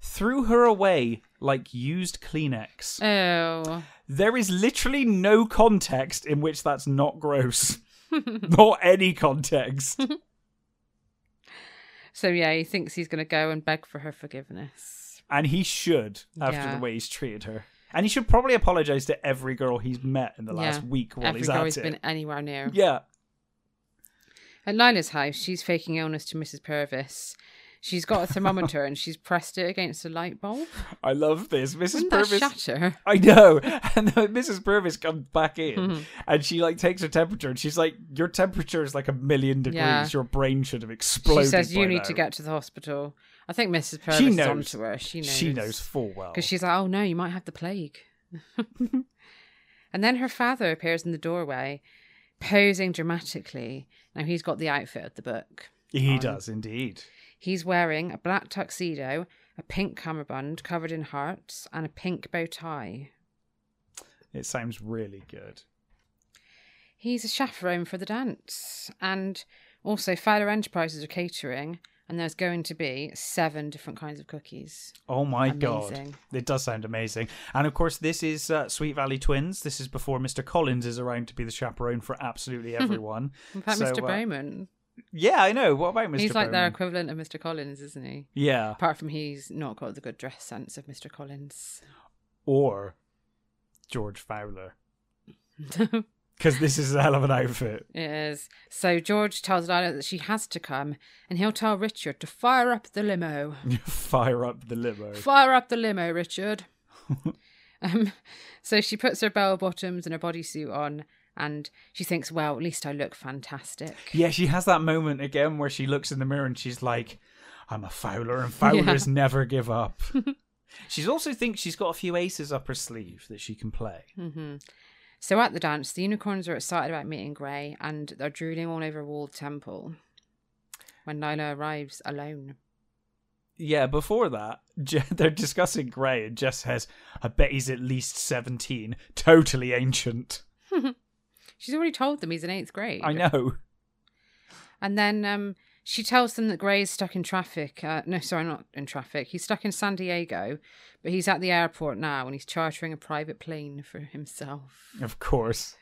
[SPEAKER 2] threw her away like used Kleenex.
[SPEAKER 1] Oh.
[SPEAKER 2] There is literally no context in which that's not gross. Not any context.
[SPEAKER 1] So, yeah, he thinks he's going to go and beg for her forgiveness.
[SPEAKER 2] And he should, after
[SPEAKER 1] Yeah.
[SPEAKER 2] the way he's treated her. And he should probably apologize to every girl he's met in the last
[SPEAKER 1] Yeah.
[SPEAKER 2] week while
[SPEAKER 1] Every
[SPEAKER 2] he's
[SPEAKER 1] girl
[SPEAKER 2] at
[SPEAKER 1] he's
[SPEAKER 2] it.
[SPEAKER 1] been anywhere near.
[SPEAKER 2] Yeah.
[SPEAKER 1] At Lila's house, she's faking illness to Mrs. Purvis. She's got a thermometer and she's pressed it against a light bulb.
[SPEAKER 2] I love this. missus
[SPEAKER 1] Wouldn't
[SPEAKER 2] Purvis.
[SPEAKER 1] that shatter?
[SPEAKER 2] I know. And then Mrs. Purvis comes back in
[SPEAKER 1] Mm-hmm.
[SPEAKER 2] and she like takes her temperature and she's like, Your temperature is like a million degrees.
[SPEAKER 1] Yeah.
[SPEAKER 2] Your brain should have
[SPEAKER 1] She
[SPEAKER 2] exploded.
[SPEAKER 1] says,
[SPEAKER 2] by
[SPEAKER 1] You need
[SPEAKER 2] now."
[SPEAKER 1] to get to the hospital. I think Mrs. Purvis
[SPEAKER 2] She
[SPEAKER 1] is
[SPEAKER 2] knows.
[SPEAKER 1] onto her. She knows.
[SPEAKER 2] She knows full well.
[SPEAKER 1] Because she's like, oh no, you might have the plague. and then her father appears in the doorway, posing dramatically. Now he's got the outfit of the book.
[SPEAKER 2] He does indeed.
[SPEAKER 1] He's wearing a black tuxedo, a pink cummerbund covered in hearts, and a pink bow tie.
[SPEAKER 2] It sounds really good.
[SPEAKER 1] He's a chaperone for the dance. And also, Fowler Enterprises are catering, and there's going to be seven different kinds of cookies.
[SPEAKER 2] Oh my god.
[SPEAKER 1] Amazing.
[SPEAKER 2] It does sound amazing. And of course, this is uh, Sweet Valley Twins. This is before Mr. Collins is around to be the chaperone for absolutely everyone.
[SPEAKER 1] In fact,
[SPEAKER 2] So,
[SPEAKER 1] Mr.
[SPEAKER 2] uh,
[SPEAKER 1] Bowman,
[SPEAKER 2] yeah, I know. What about Mr.
[SPEAKER 1] he's like their
[SPEAKER 2] Bowman?
[SPEAKER 1] equivalent of Mr. Collins, isn't he?
[SPEAKER 2] Yeah.
[SPEAKER 1] Apart from he's not got the good dress sense of Mr. Collins.
[SPEAKER 2] Or George Fowler. Because this is a hell of an outfit.
[SPEAKER 1] It is. So George tells Lila that she has to come and he'll tell Richard to fire up the limo.
[SPEAKER 2] Fire up the limo.
[SPEAKER 1] Fire up the limo, Richard. um, so she puts her bell bottoms and her bodysuit on and she thinks, well, at least I look fantastic.
[SPEAKER 2] Yeah, she has that moment again where she looks in the mirror and she's like, I'm a Fowler and Fowlers never give up. she also thinks she's got a few aces up her sleeve that she can play.
[SPEAKER 1] So at the dance, the unicorns are excited about meeting Grey and they're drooling all over Walled Temple when Lila arrives alone.
[SPEAKER 2] Yeah, before that, Je- they're discussing Grey and Jess says, I bet he's at least 17. Totally ancient.
[SPEAKER 1] She's already told them he's in eighth grade.
[SPEAKER 2] I know.
[SPEAKER 1] And then um, she tells them that Gray is stuck in traffic. Uh, no, sorry, not in traffic. He's stuck in San Diego, but he's at the airport now and he's chartering a private plane for himself.
[SPEAKER 2] Of course.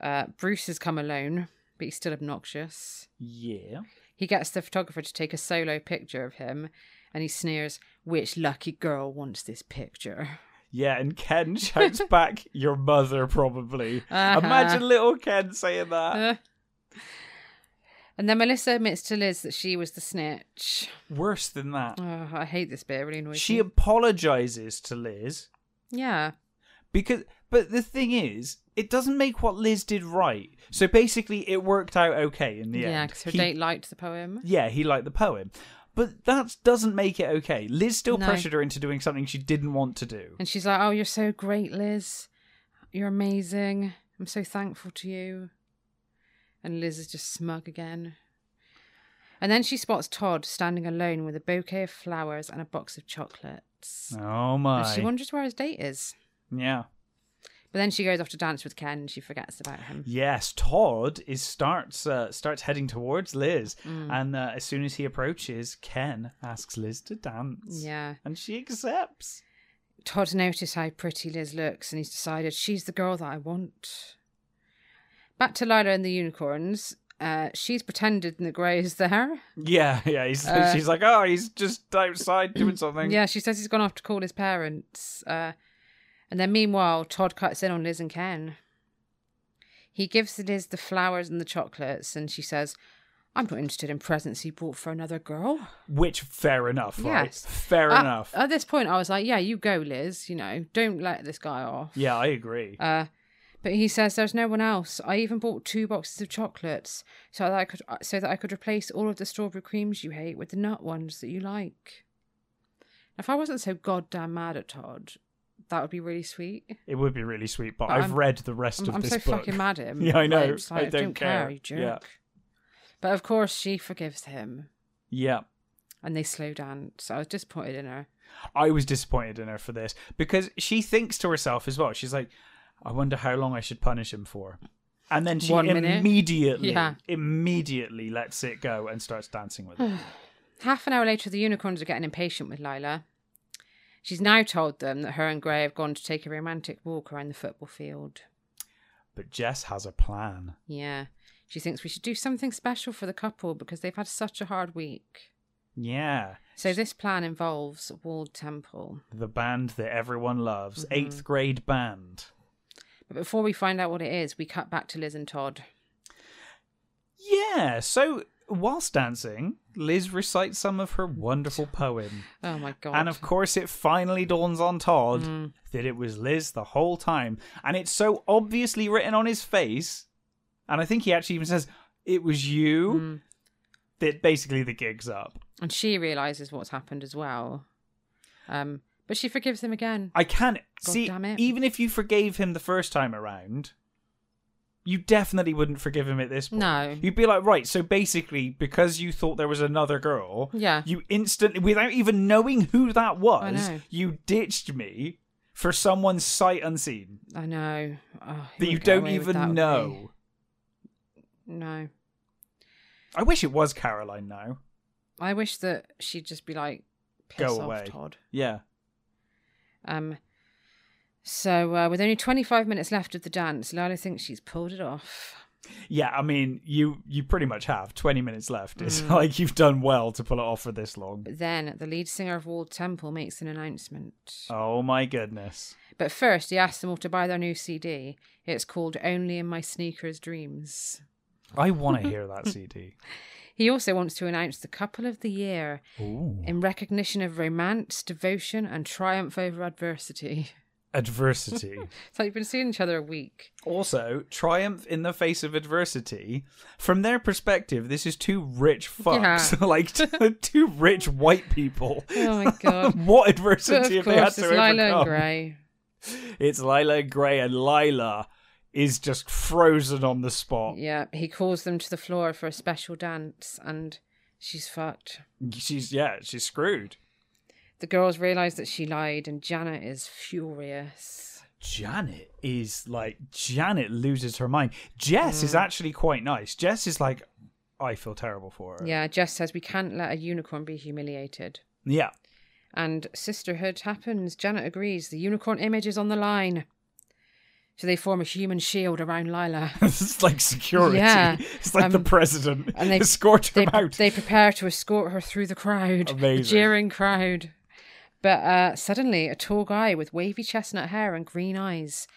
[SPEAKER 1] Uh, Bruce has come alone, but he's still obnoxious.
[SPEAKER 2] Yeah.
[SPEAKER 1] He gets the photographer to take a solo picture of him and he sneers, Which lucky girl wants this picture?
[SPEAKER 2] Yeah, and Ken shouts back, Your mother, probably.
[SPEAKER 1] Uh-huh.
[SPEAKER 2] Imagine little Ken saying that.
[SPEAKER 1] Uh. And then Melissa admits to Liz that she was the snitch.
[SPEAKER 2] Worse than that.
[SPEAKER 1] Oh, I hate this bit. It really annoys
[SPEAKER 2] She
[SPEAKER 1] me.
[SPEAKER 2] apologizes to Liz
[SPEAKER 1] Yeah.
[SPEAKER 2] because but the thing is it doesn't make what liz did right so basically it worked out okay in the
[SPEAKER 1] Yeah,
[SPEAKER 2] end
[SPEAKER 1] because her
[SPEAKER 2] He-
[SPEAKER 1] date liked the poem.
[SPEAKER 2] yeah he liked the poem but that doesn't make it okay liz still
[SPEAKER 1] No.
[SPEAKER 2] pressured her into doing something she didn't want to do
[SPEAKER 1] And she's like, Oh, you're so great, Liz. You're amazing. I'm so thankful to you. And Liz is just smug again. And then she spots Todd standing alone with a bouquet of flowers and a box of chocolates.
[SPEAKER 2] oh my
[SPEAKER 1] And she wonders where his date is.
[SPEAKER 2] yeah
[SPEAKER 1] But then she goes off to dance with Ken and she forgets about him.
[SPEAKER 2] yes todd is starts uh, starts heading towards liz
[SPEAKER 1] Mm.
[SPEAKER 2] and uh, as soon as he approaches ken asks liz to dance
[SPEAKER 1] Yeah.
[SPEAKER 2] and she accepts
[SPEAKER 1] Todd noticed how pretty Liz looks and he's decided she's the girl that I want. Back to Lila and the unicorns. Uh, she's pretended that Grey is there.
[SPEAKER 2] yeah yeah he's, she's like oh he's just outside doing something
[SPEAKER 1] Uh, Yeah, she says he's gone off to call his parents. Uh, and then meanwhile, Todd cuts in on Liz and Ken. He gives Liz the flowers and the chocolates, and she says, I'm not interested in presents he bought for another girl.
[SPEAKER 2] Which fair enough, right?
[SPEAKER 1] Yes. Uh,
[SPEAKER 2] Fair
[SPEAKER 1] At-
[SPEAKER 2] enough.
[SPEAKER 1] At this point, I was like, Yeah, you go, Liz. You know, don't let this guy off.
[SPEAKER 2] yeah, I agree.
[SPEAKER 1] Uh, But he says there's no one else. I even bought two boxes of chocolates so that I could uh, so that I could replace all of the strawberry creams you hate with the nut ones that you like. If I wasn't so goddamn mad at Todd, that would be really sweet.
[SPEAKER 2] It would be really sweet, but,
[SPEAKER 1] But
[SPEAKER 2] I've
[SPEAKER 1] I'm-
[SPEAKER 2] read the rest
[SPEAKER 1] I'm,
[SPEAKER 2] of
[SPEAKER 1] I'm
[SPEAKER 2] this
[SPEAKER 1] so
[SPEAKER 2] book.
[SPEAKER 1] fucking mad at him.
[SPEAKER 2] Yeah, I know.
[SPEAKER 1] Like, it's
[SPEAKER 2] I
[SPEAKER 1] like,
[SPEAKER 2] don't care.
[SPEAKER 1] you jerk.
[SPEAKER 2] Yeah.
[SPEAKER 1] But of course, she forgives him,
[SPEAKER 2] Yeah.
[SPEAKER 1] and they slow dance. I was disappointed in her.
[SPEAKER 2] I was disappointed in her for this because she thinks to herself as well. She's like, I wonder how long I should punish him for. And then she
[SPEAKER 1] One minute.
[SPEAKER 2] immediately,
[SPEAKER 1] Yeah.
[SPEAKER 2] immediately lets it go and starts dancing with it.
[SPEAKER 1] Half an hour later, the unicorns are getting impatient with Lila. She's now told them that her and Gray have gone to take a romantic walk around the football field.
[SPEAKER 2] but Jess has a plan.
[SPEAKER 1] Yeah. She thinks we should do something special for the couple because they've had such a hard week.
[SPEAKER 2] Yeah.
[SPEAKER 1] So this plan involves Walled Temple.
[SPEAKER 2] The band that everyone loves,
[SPEAKER 1] Mm-hmm.
[SPEAKER 2] eighth grade band.
[SPEAKER 1] But before we find out what it is, we cut back to Liz and Todd.
[SPEAKER 2] Yeah. So whilst dancing, Liz recites some of her wonderful poem.
[SPEAKER 1] Oh my god. Mm.
[SPEAKER 2] And of course, it finally dawns on Todd that it was Liz the whole time. And it's so obviously written on his face. And I think he actually even says, It was you
[SPEAKER 1] Mm.
[SPEAKER 2] that basically the gig's up.
[SPEAKER 1] and she realizes what's happened as well. Um but she forgives him again.
[SPEAKER 2] I can't
[SPEAKER 1] God
[SPEAKER 2] see,
[SPEAKER 1] damn it.
[SPEAKER 2] even if you forgave him the first time around, you definitely wouldn't forgive him at this point.
[SPEAKER 1] No.
[SPEAKER 2] You'd be like, right, so basically, because you thought there was another girl,
[SPEAKER 1] Yeah.
[SPEAKER 2] you instantly, without even knowing who that was,
[SPEAKER 1] know.
[SPEAKER 2] you ditched me for someone sight unseen.
[SPEAKER 1] I know. Oh, he
[SPEAKER 2] that you
[SPEAKER 1] wouldn't get
[SPEAKER 2] don't
[SPEAKER 1] away with
[SPEAKER 2] even
[SPEAKER 1] that, would he?
[SPEAKER 2] know.
[SPEAKER 1] No.
[SPEAKER 2] I wish it was Caroline now.
[SPEAKER 1] I wish that she'd just be like piss
[SPEAKER 2] Go
[SPEAKER 1] off
[SPEAKER 2] away.
[SPEAKER 1] Todd.
[SPEAKER 2] Yeah.
[SPEAKER 1] Um, so uh, with only 25 minutes left of the dance, Lila thinks she's pulled it off.
[SPEAKER 2] Yeah, I mean, you you pretty much have 20 minutes left. It's
[SPEAKER 1] Mm.
[SPEAKER 2] like you've done well to pull it off for this long.
[SPEAKER 1] But then the lead singer of Walled Temple makes an announcement.
[SPEAKER 2] Oh my goodness.
[SPEAKER 1] But first, he asks them all to buy their new CD. It's called Only in My Sneakers Dreams.
[SPEAKER 2] I want to hear that CD.
[SPEAKER 1] He also wants to announce the couple of the year
[SPEAKER 2] Ooh.
[SPEAKER 1] in recognition of romance, devotion, and triumph over adversity.
[SPEAKER 2] Adversity.
[SPEAKER 1] It's like you've been seeing each other a week.
[SPEAKER 2] also, triumph in the face of adversity. From their perspective, this is two rich fucks, like t- two rich white people.
[SPEAKER 1] Oh my god.
[SPEAKER 2] what
[SPEAKER 1] But
[SPEAKER 2] adversity
[SPEAKER 1] of
[SPEAKER 2] have they had
[SPEAKER 1] course,
[SPEAKER 2] to
[SPEAKER 1] it's
[SPEAKER 2] overcome?
[SPEAKER 1] Lila and Grey.
[SPEAKER 2] It's Lila Grey, and Lila is just frozen on the spot.
[SPEAKER 1] Yeah, he calls them to the floor for a special dance, and she's fucked.
[SPEAKER 2] She's yeah, she's screwed.
[SPEAKER 1] The girls realise that she lied, and Janet is furious.
[SPEAKER 2] Janet is like Janet loses her mind. Jess
[SPEAKER 1] Mm.
[SPEAKER 2] is actually quite nice. Jess is like, I feel terrible for her.
[SPEAKER 1] Yeah, Jess says we can't let a unicorn be humiliated.
[SPEAKER 2] Yeah.
[SPEAKER 1] And sisterhood happens. Janet agrees. The unicorn image is on the line. So they form a human shield around Lila.
[SPEAKER 2] it's like security.
[SPEAKER 1] Yeah.
[SPEAKER 2] It's like the
[SPEAKER 1] Um,
[SPEAKER 2] president.
[SPEAKER 1] and they-
[SPEAKER 2] escort
[SPEAKER 1] They,
[SPEAKER 2] him out.
[SPEAKER 1] they prepare to escort her through the crowd, the
[SPEAKER 2] Amazing.
[SPEAKER 1] jeering crowd. But uh, suddenly, a tall guy with wavy chestnut hair and green eyes,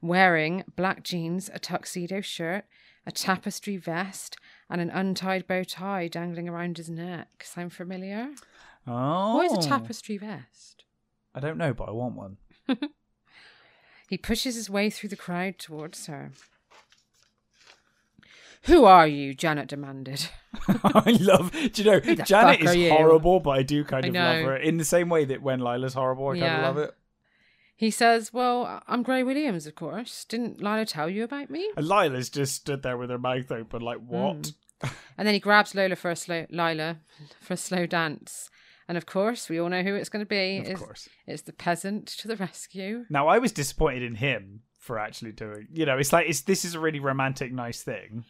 [SPEAKER 1] wearing black jeans, a tuxedo shirt, a tapestry vest, and an untied bow tie dangling around his neck. Sound familiar?
[SPEAKER 2] oh,
[SPEAKER 1] Why is a tapestry vest?
[SPEAKER 2] I don't know, but I want one.
[SPEAKER 1] He pushes his way through the crowd towards her. Who are you? Janet demanded.
[SPEAKER 2] I love. Do you know
[SPEAKER 1] the
[SPEAKER 2] Janet
[SPEAKER 1] fuck are
[SPEAKER 2] is
[SPEAKER 1] you?
[SPEAKER 2] horrible, but I do kind
[SPEAKER 1] I
[SPEAKER 2] of love
[SPEAKER 1] know.
[SPEAKER 2] her in the same way that when Lila's horrible, I kind
[SPEAKER 1] Yeah.
[SPEAKER 2] of love it.
[SPEAKER 1] He says, Well, I'm Gray Williams, of course. Didn't Lila tell you about me?
[SPEAKER 2] And Lila's just stood there with her mouth open, like,
[SPEAKER 1] Mm.
[SPEAKER 2] what?
[SPEAKER 1] And then he grabs Lola for a slow Lila for a slow dance. And of course, we all know who it's going to be.
[SPEAKER 2] Of
[SPEAKER 1] it's,
[SPEAKER 2] course.
[SPEAKER 1] It's the peasant to the rescue.
[SPEAKER 2] Now, I was disappointed in him for actually doing, you know, it's like, it's this is a really romantic, nice thing,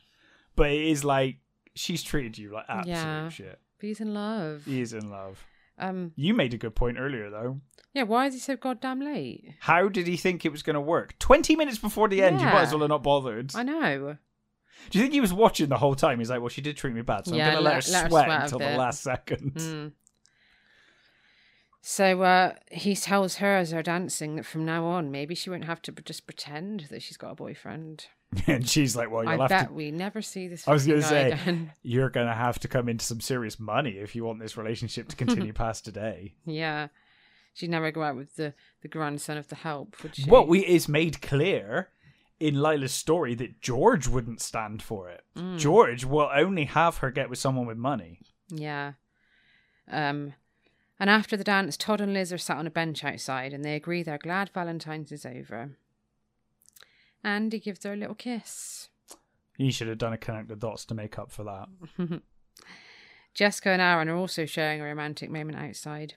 [SPEAKER 2] but it is like, she's treated you like absolute
[SPEAKER 1] Yeah.
[SPEAKER 2] shit.
[SPEAKER 1] But he's in love.
[SPEAKER 2] He is in love.
[SPEAKER 1] Um,
[SPEAKER 2] You made a good point earlier, though.
[SPEAKER 1] yeah, why is he so goddamn late?
[SPEAKER 2] How did he think it was going to work? 20 minutes before the end, you might as
[SPEAKER 1] Yeah.
[SPEAKER 2] well have not bothered.
[SPEAKER 1] I know.
[SPEAKER 2] Do you think he was watching the whole time? He's like, well, she did treat me bad, so
[SPEAKER 1] Yeah,
[SPEAKER 2] I'm going to
[SPEAKER 1] let-
[SPEAKER 2] let, her
[SPEAKER 1] let her
[SPEAKER 2] sweat,
[SPEAKER 1] sweat a
[SPEAKER 2] until the
[SPEAKER 1] bit. Mm.
[SPEAKER 2] last second.
[SPEAKER 1] Hmm. So uh, he tells her as they're dancing that from now on, maybe she won't have to p- just pretend that she's got a boyfriend.
[SPEAKER 2] and she's like, well, you'll
[SPEAKER 1] I
[SPEAKER 2] have
[SPEAKER 1] bet
[SPEAKER 2] to.
[SPEAKER 1] we never see this.
[SPEAKER 2] I was
[SPEAKER 1] going
[SPEAKER 2] gonna
[SPEAKER 1] to
[SPEAKER 2] say,
[SPEAKER 1] Again.
[SPEAKER 2] You're going to have to come into some serious money if you want this relationship to continue past today.
[SPEAKER 1] Yeah. She'd never go out with the, the grandson of the help, would she?
[SPEAKER 2] What we is made clear in Lila's story that George wouldn't stand for it.
[SPEAKER 1] Mm.
[SPEAKER 2] George will only have her get with someone with money.
[SPEAKER 1] Yeah. Um, and after the dance, Todd and Liz are sat on a bench outside and they agree they're glad Valentine's is over. And he gives her a little kiss.
[SPEAKER 2] He should have done a connect the dots to make up for that.
[SPEAKER 1] Jessica and Aaron are also sharing a romantic moment outside.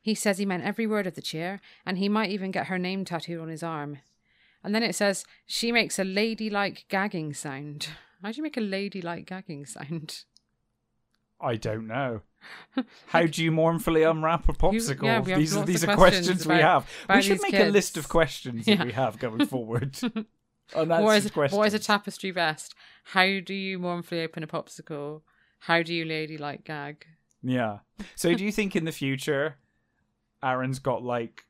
[SPEAKER 1] He says he meant every word of the cheer and he might even get her name tattooed on his arm. And then it says, she makes a ladylike gagging sound. How do you make a ladylike gagging sound?
[SPEAKER 2] I don't know. How do you mournfully unwrap a popsicle?
[SPEAKER 1] yeah, we have
[SPEAKER 2] these are
[SPEAKER 1] lots
[SPEAKER 2] these
[SPEAKER 1] of
[SPEAKER 2] are
[SPEAKER 1] questions
[SPEAKER 2] questions, we
[SPEAKER 1] about-
[SPEAKER 2] have. We
[SPEAKER 1] about
[SPEAKER 2] should
[SPEAKER 1] these
[SPEAKER 2] make a
[SPEAKER 1] kids.
[SPEAKER 2] list of questions
[SPEAKER 1] Yeah.
[SPEAKER 2] that we have going forward.
[SPEAKER 1] What is,
[SPEAKER 2] Unanswered questions.
[SPEAKER 1] what is a tapestry vest? How do you mournfully open a popsicle? How do you ladylike gag?
[SPEAKER 2] Yeah. So do you think in the future Aaron's got like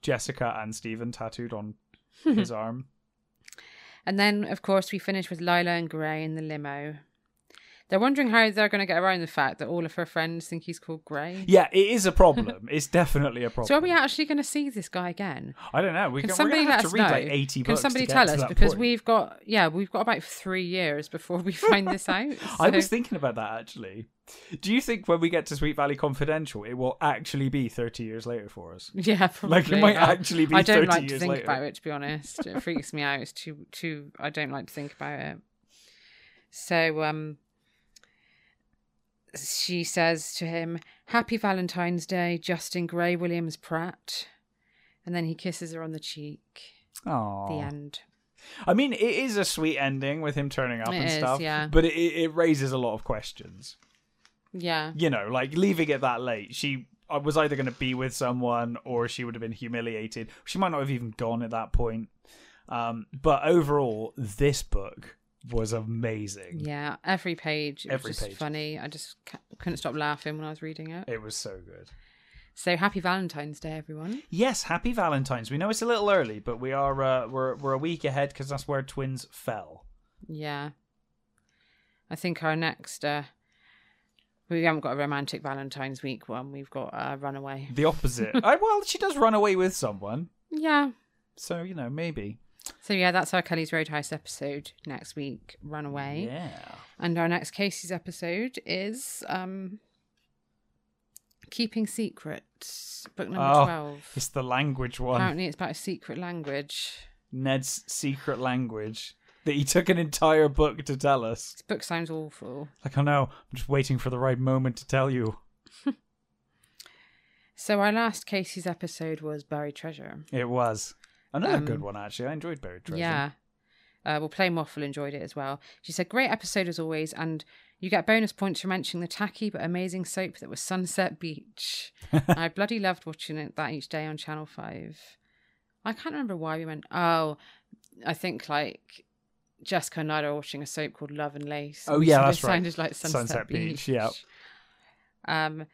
[SPEAKER 2] Jessica and Steven tattooed on his arm?
[SPEAKER 1] And then, of course, we finish with Lila and Gray in the limo. They're wondering how they're going to get around the fact that all of her friends think he's called Gray.
[SPEAKER 2] Yeah, it is a problem. It's definitely a problem.
[SPEAKER 1] So, are we actually going to see this guy again?
[SPEAKER 2] I don't know. We
[SPEAKER 1] Can
[SPEAKER 2] can, we're
[SPEAKER 1] somebody
[SPEAKER 2] gonna
[SPEAKER 1] let
[SPEAKER 2] have to
[SPEAKER 1] us
[SPEAKER 2] read
[SPEAKER 1] know?
[SPEAKER 2] like eighty
[SPEAKER 1] Can
[SPEAKER 2] books. to
[SPEAKER 1] somebody
[SPEAKER 2] get
[SPEAKER 1] tell
[SPEAKER 2] to
[SPEAKER 1] us
[SPEAKER 2] that
[SPEAKER 1] because
[SPEAKER 2] point.
[SPEAKER 1] we've got yeah we've got about three years before we find this out.
[SPEAKER 2] I was
[SPEAKER 1] so-
[SPEAKER 2] thinking about that actually. Do you think when we get to Sweet Valley Confidential, it will actually be thirty years later for us?
[SPEAKER 1] yeah, probably.
[SPEAKER 2] Like, it might
[SPEAKER 1] yeah.
[SPEAKER 2] actually be
[SPEAKER 1] I don't
[SPEAKER 2] 30
[SPEAKER 1] like to
[SPEAKER 2] years
[SPEAKER 1] think
[SPEAKER 2] later.
[SPEAKER 1] about it. To be honest, it freaks me out. It's too too. I don't like to think about it. So um, she says to him, "Happy Valentine's Day, Justin Gray Williams Pratt," and then he kisses her on the cheek. The
[SPEAKER 2] Oh,
[SPEAKER 1] end.
[SPEAKER 2] I mean, it is a sweet ending with him turning up
[SPEAKER 1] It
[SPEAKER 2] and
[SPEAKER 1] is,
[SPEAKER 2] stuff.
[SPEAKER 1] yeah.
[SPEAKER 2] But it, it it raises a lot of questions.
[SPEAKER 1] Yeah.
[SPEAKER 2] you know, like leaving it that late, she I was either going to be with someone or she would have been humiliated. She might not have even gone at that point. Um, but overall, this book was amazing.
[SPEAKER 1] Yeah, every page. It
[SPEAKER 2] Every
[SPEAKER 1] was just
[SPEAKER 2] page.
[SPEAKER 1] funny. I just c- couldn't stop laughing when I was reading it.
[SPEAKER 2] It was so good.
[SPEAKER 1] So happy Valentine's Day, everyone.
[SPEAKER 2] Yes, happy Valentine's. We know it's a little early, but we are uh, we're we're a week ahead because that's where twins fell.
[SPEAKER 1] Yeah. I think our next, uh, we haven't got a romantic Valentine's week one. We've got uh, Runaway.
[SPEAKER 2] The opposite. I, well, she does run away with someone,
[SPEAKER 1] Yeah.
[SPEAKER 2] so you know maybe.
[SPEAKER 1] So yeah, that's our Kelly's Roadhouse episode next week, Runaway.
[SPEAKER 2] Yeah.
[SPEAKER 1] And our next Casey's episode is um, Keeping Secrets, book number
[SPEAKER 2] Oh,
[SPEAKER 1] 12.
[SPEAKER 2] It's the language one.
[SPEAKER 1] Apparently, it's about a secret language.
[SPEAKER 2] Ned's secret language that he took an entire book to tell us.
[SPEAKER 1] This book sounds awful.
[SPEAKER 2] Like, oh no, I'm just waiting for the right moment to tell you.
[SPEAKER 1] So our last Casey's episode was Buried Treasure.
[SPEAKER 2] It was. Another
[SPEAKER 1] Um,
[SPEAKER 2] good one, actually. I enjoyed Buried Treasure.
[SPEAKER 1] Yeah. Uh, well, Plain Waffle enjoyed it as well. She said, Great episode as always, and you get bonus points for mentioning the tacky but amazing soap that was Sunset Beach. I bloody loved watching it that each day on Channel 5. I can't remember why we went. Oh, I think like Jessica and I are watching a soap called Love and Lace.
[SPEAKER 2] Oh,
[SPEAKER 1] We
[SPEAKER 2] yeah,
[SPEAKER 1] said it
[SPEAKER 2] that's right.
[SPEAKER 1] sounded like Sunset,
[SPEAKER 2] Sunset
[SPEAKER 1] Beach.
[SPEAKER 2] Beach, yeah.
[SPEAKER 1] Um,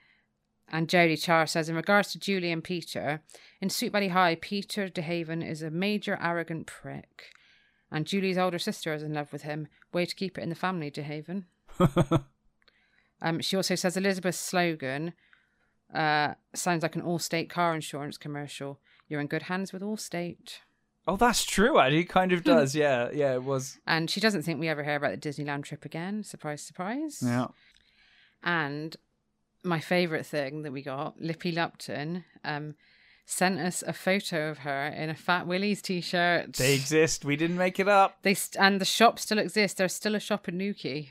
[SPEAKER 1] and Jodie Char says, in regards to Julie and Peter, in Sweet Valley High, Peter DeHaven is a major arrogant prick. And Julie's older sister is in love with him. Way to keep it in the family, DeHaven. um, she also says Elizabeth's slogan uh, sounds like an Allstate car insurance commercial. You're in good hands with Allstate.
[SPEAKER 2] Oh, that's true, actually. It
[SPEAKER 1] Hmm.
[SPEAKER 2] kind of does. yeah, yeah, it was.
[SPEAKER 1] And she doesn't think we ever hear about the Disneyland trip again. Surprise, surprise.
[SPEAKER 2] Yeah.
[SPEAKER 1] And my favourite thing that we got, Lippy Lupton, um, sent us a photo of her in a Fat Willie's t-shirt.
[SPEAKER 2] They exist. We didn't make it up.
[SPEAKER 1] They st- and the shop still exists. There's still a shop in Newquay.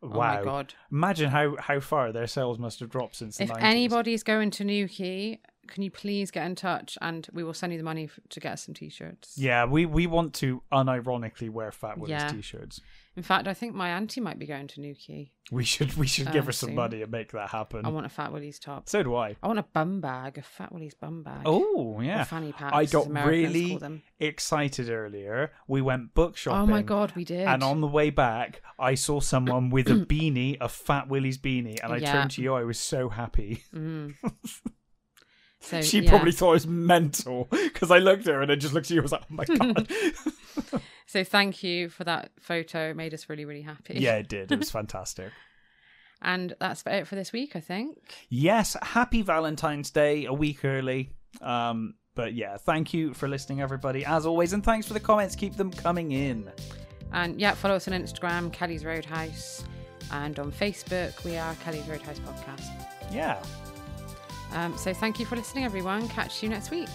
[SPEAKER 2] Wow.
[SPEAKER 1] Oh my god!
[SPEAKER 2] Imagine how, how far their sales must have dropped since the
[SPEAKER 1] If
[SPEAKER 2] 90s.
[SPEAKER 1] anybody's going to Newquay, can you please get in touch and we will send you the money f- to get us some t-shirts.
[SPEAKER 2] Yeah, we, we want to unironically wear Fat Willie's
[SPEAKER 1] Yeah.
[SPEAKER 2] t-shirts.
[SPEAKER 1] In fact, I think my auntie might be going to Newquay.
[SPEAKER 2] We should we should give
[SPEAKER 1] Uh,
[SPEAKER 2] her some
[SPEAKER 1] soon.
[SPEAKER 2] money and make that happen.
[SPEAKER 1] I want a Fat Willie's top.
[SPEAKER 2] so do I.
[SPEAKER 1] I want a bum bag, a Fat Willie's bum bag.
[SPEAKER 2] Oh yeah,
[SPEAKER 1] fanny packs,
[SPEAKER 2] I
[SPEAKER 1] as
[SPEAKER 2] got
[SPEAKER 1] Americans
[SPEAKER 2] really
[SPEAKER 1] call them.
[SPEAKER 2] excited earlier. We went book shopping.
[SPEAKER 1] Oh my god, we did.
[SPEAKER 2] And on the way back, I saw someone with a beanie, a Fat Willie's beanie, and I
[SPEAKER 1] Yeah.
[SPEAKER 2] turned to you. I was so happy.
[SPEAKER 1] Mm. so,
[SPEAKER 2] she
[SPEAKER 1] Oh, yeah.
[SPEAKER 2] probably thought I was mental because I looked at her and I just looked at you. I was like, "Oh my god!"
[SPEAKER 1] So thank you for that photo. It made us really, really happy.
[SPEAKER 2] yeah, it did. It was fantastic.
[SPEAKER 1] And that's about it for this week, I think.
[SPEAKER 2] Yes, happy Valentine's Day a week early. Um, But yeah, thank you for listening, everybody, as always, and thanks for the comments. Keep them coming in.
[SPEAKER 1] And yeah, follow us on Instagram, Kelly's Roadhouse, and on Facebook, we are Kelly's Roadhouse Podcast.
[SPEAKER 2] Yeah,
[SPEAKER 1] Um, so thank you for listening, everyone. Catch you next week.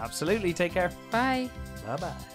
[SPEAKER 2] absolutely. Take care.
[SPEAKER 1] Bye.
[SPEAKER 2] Bye bye.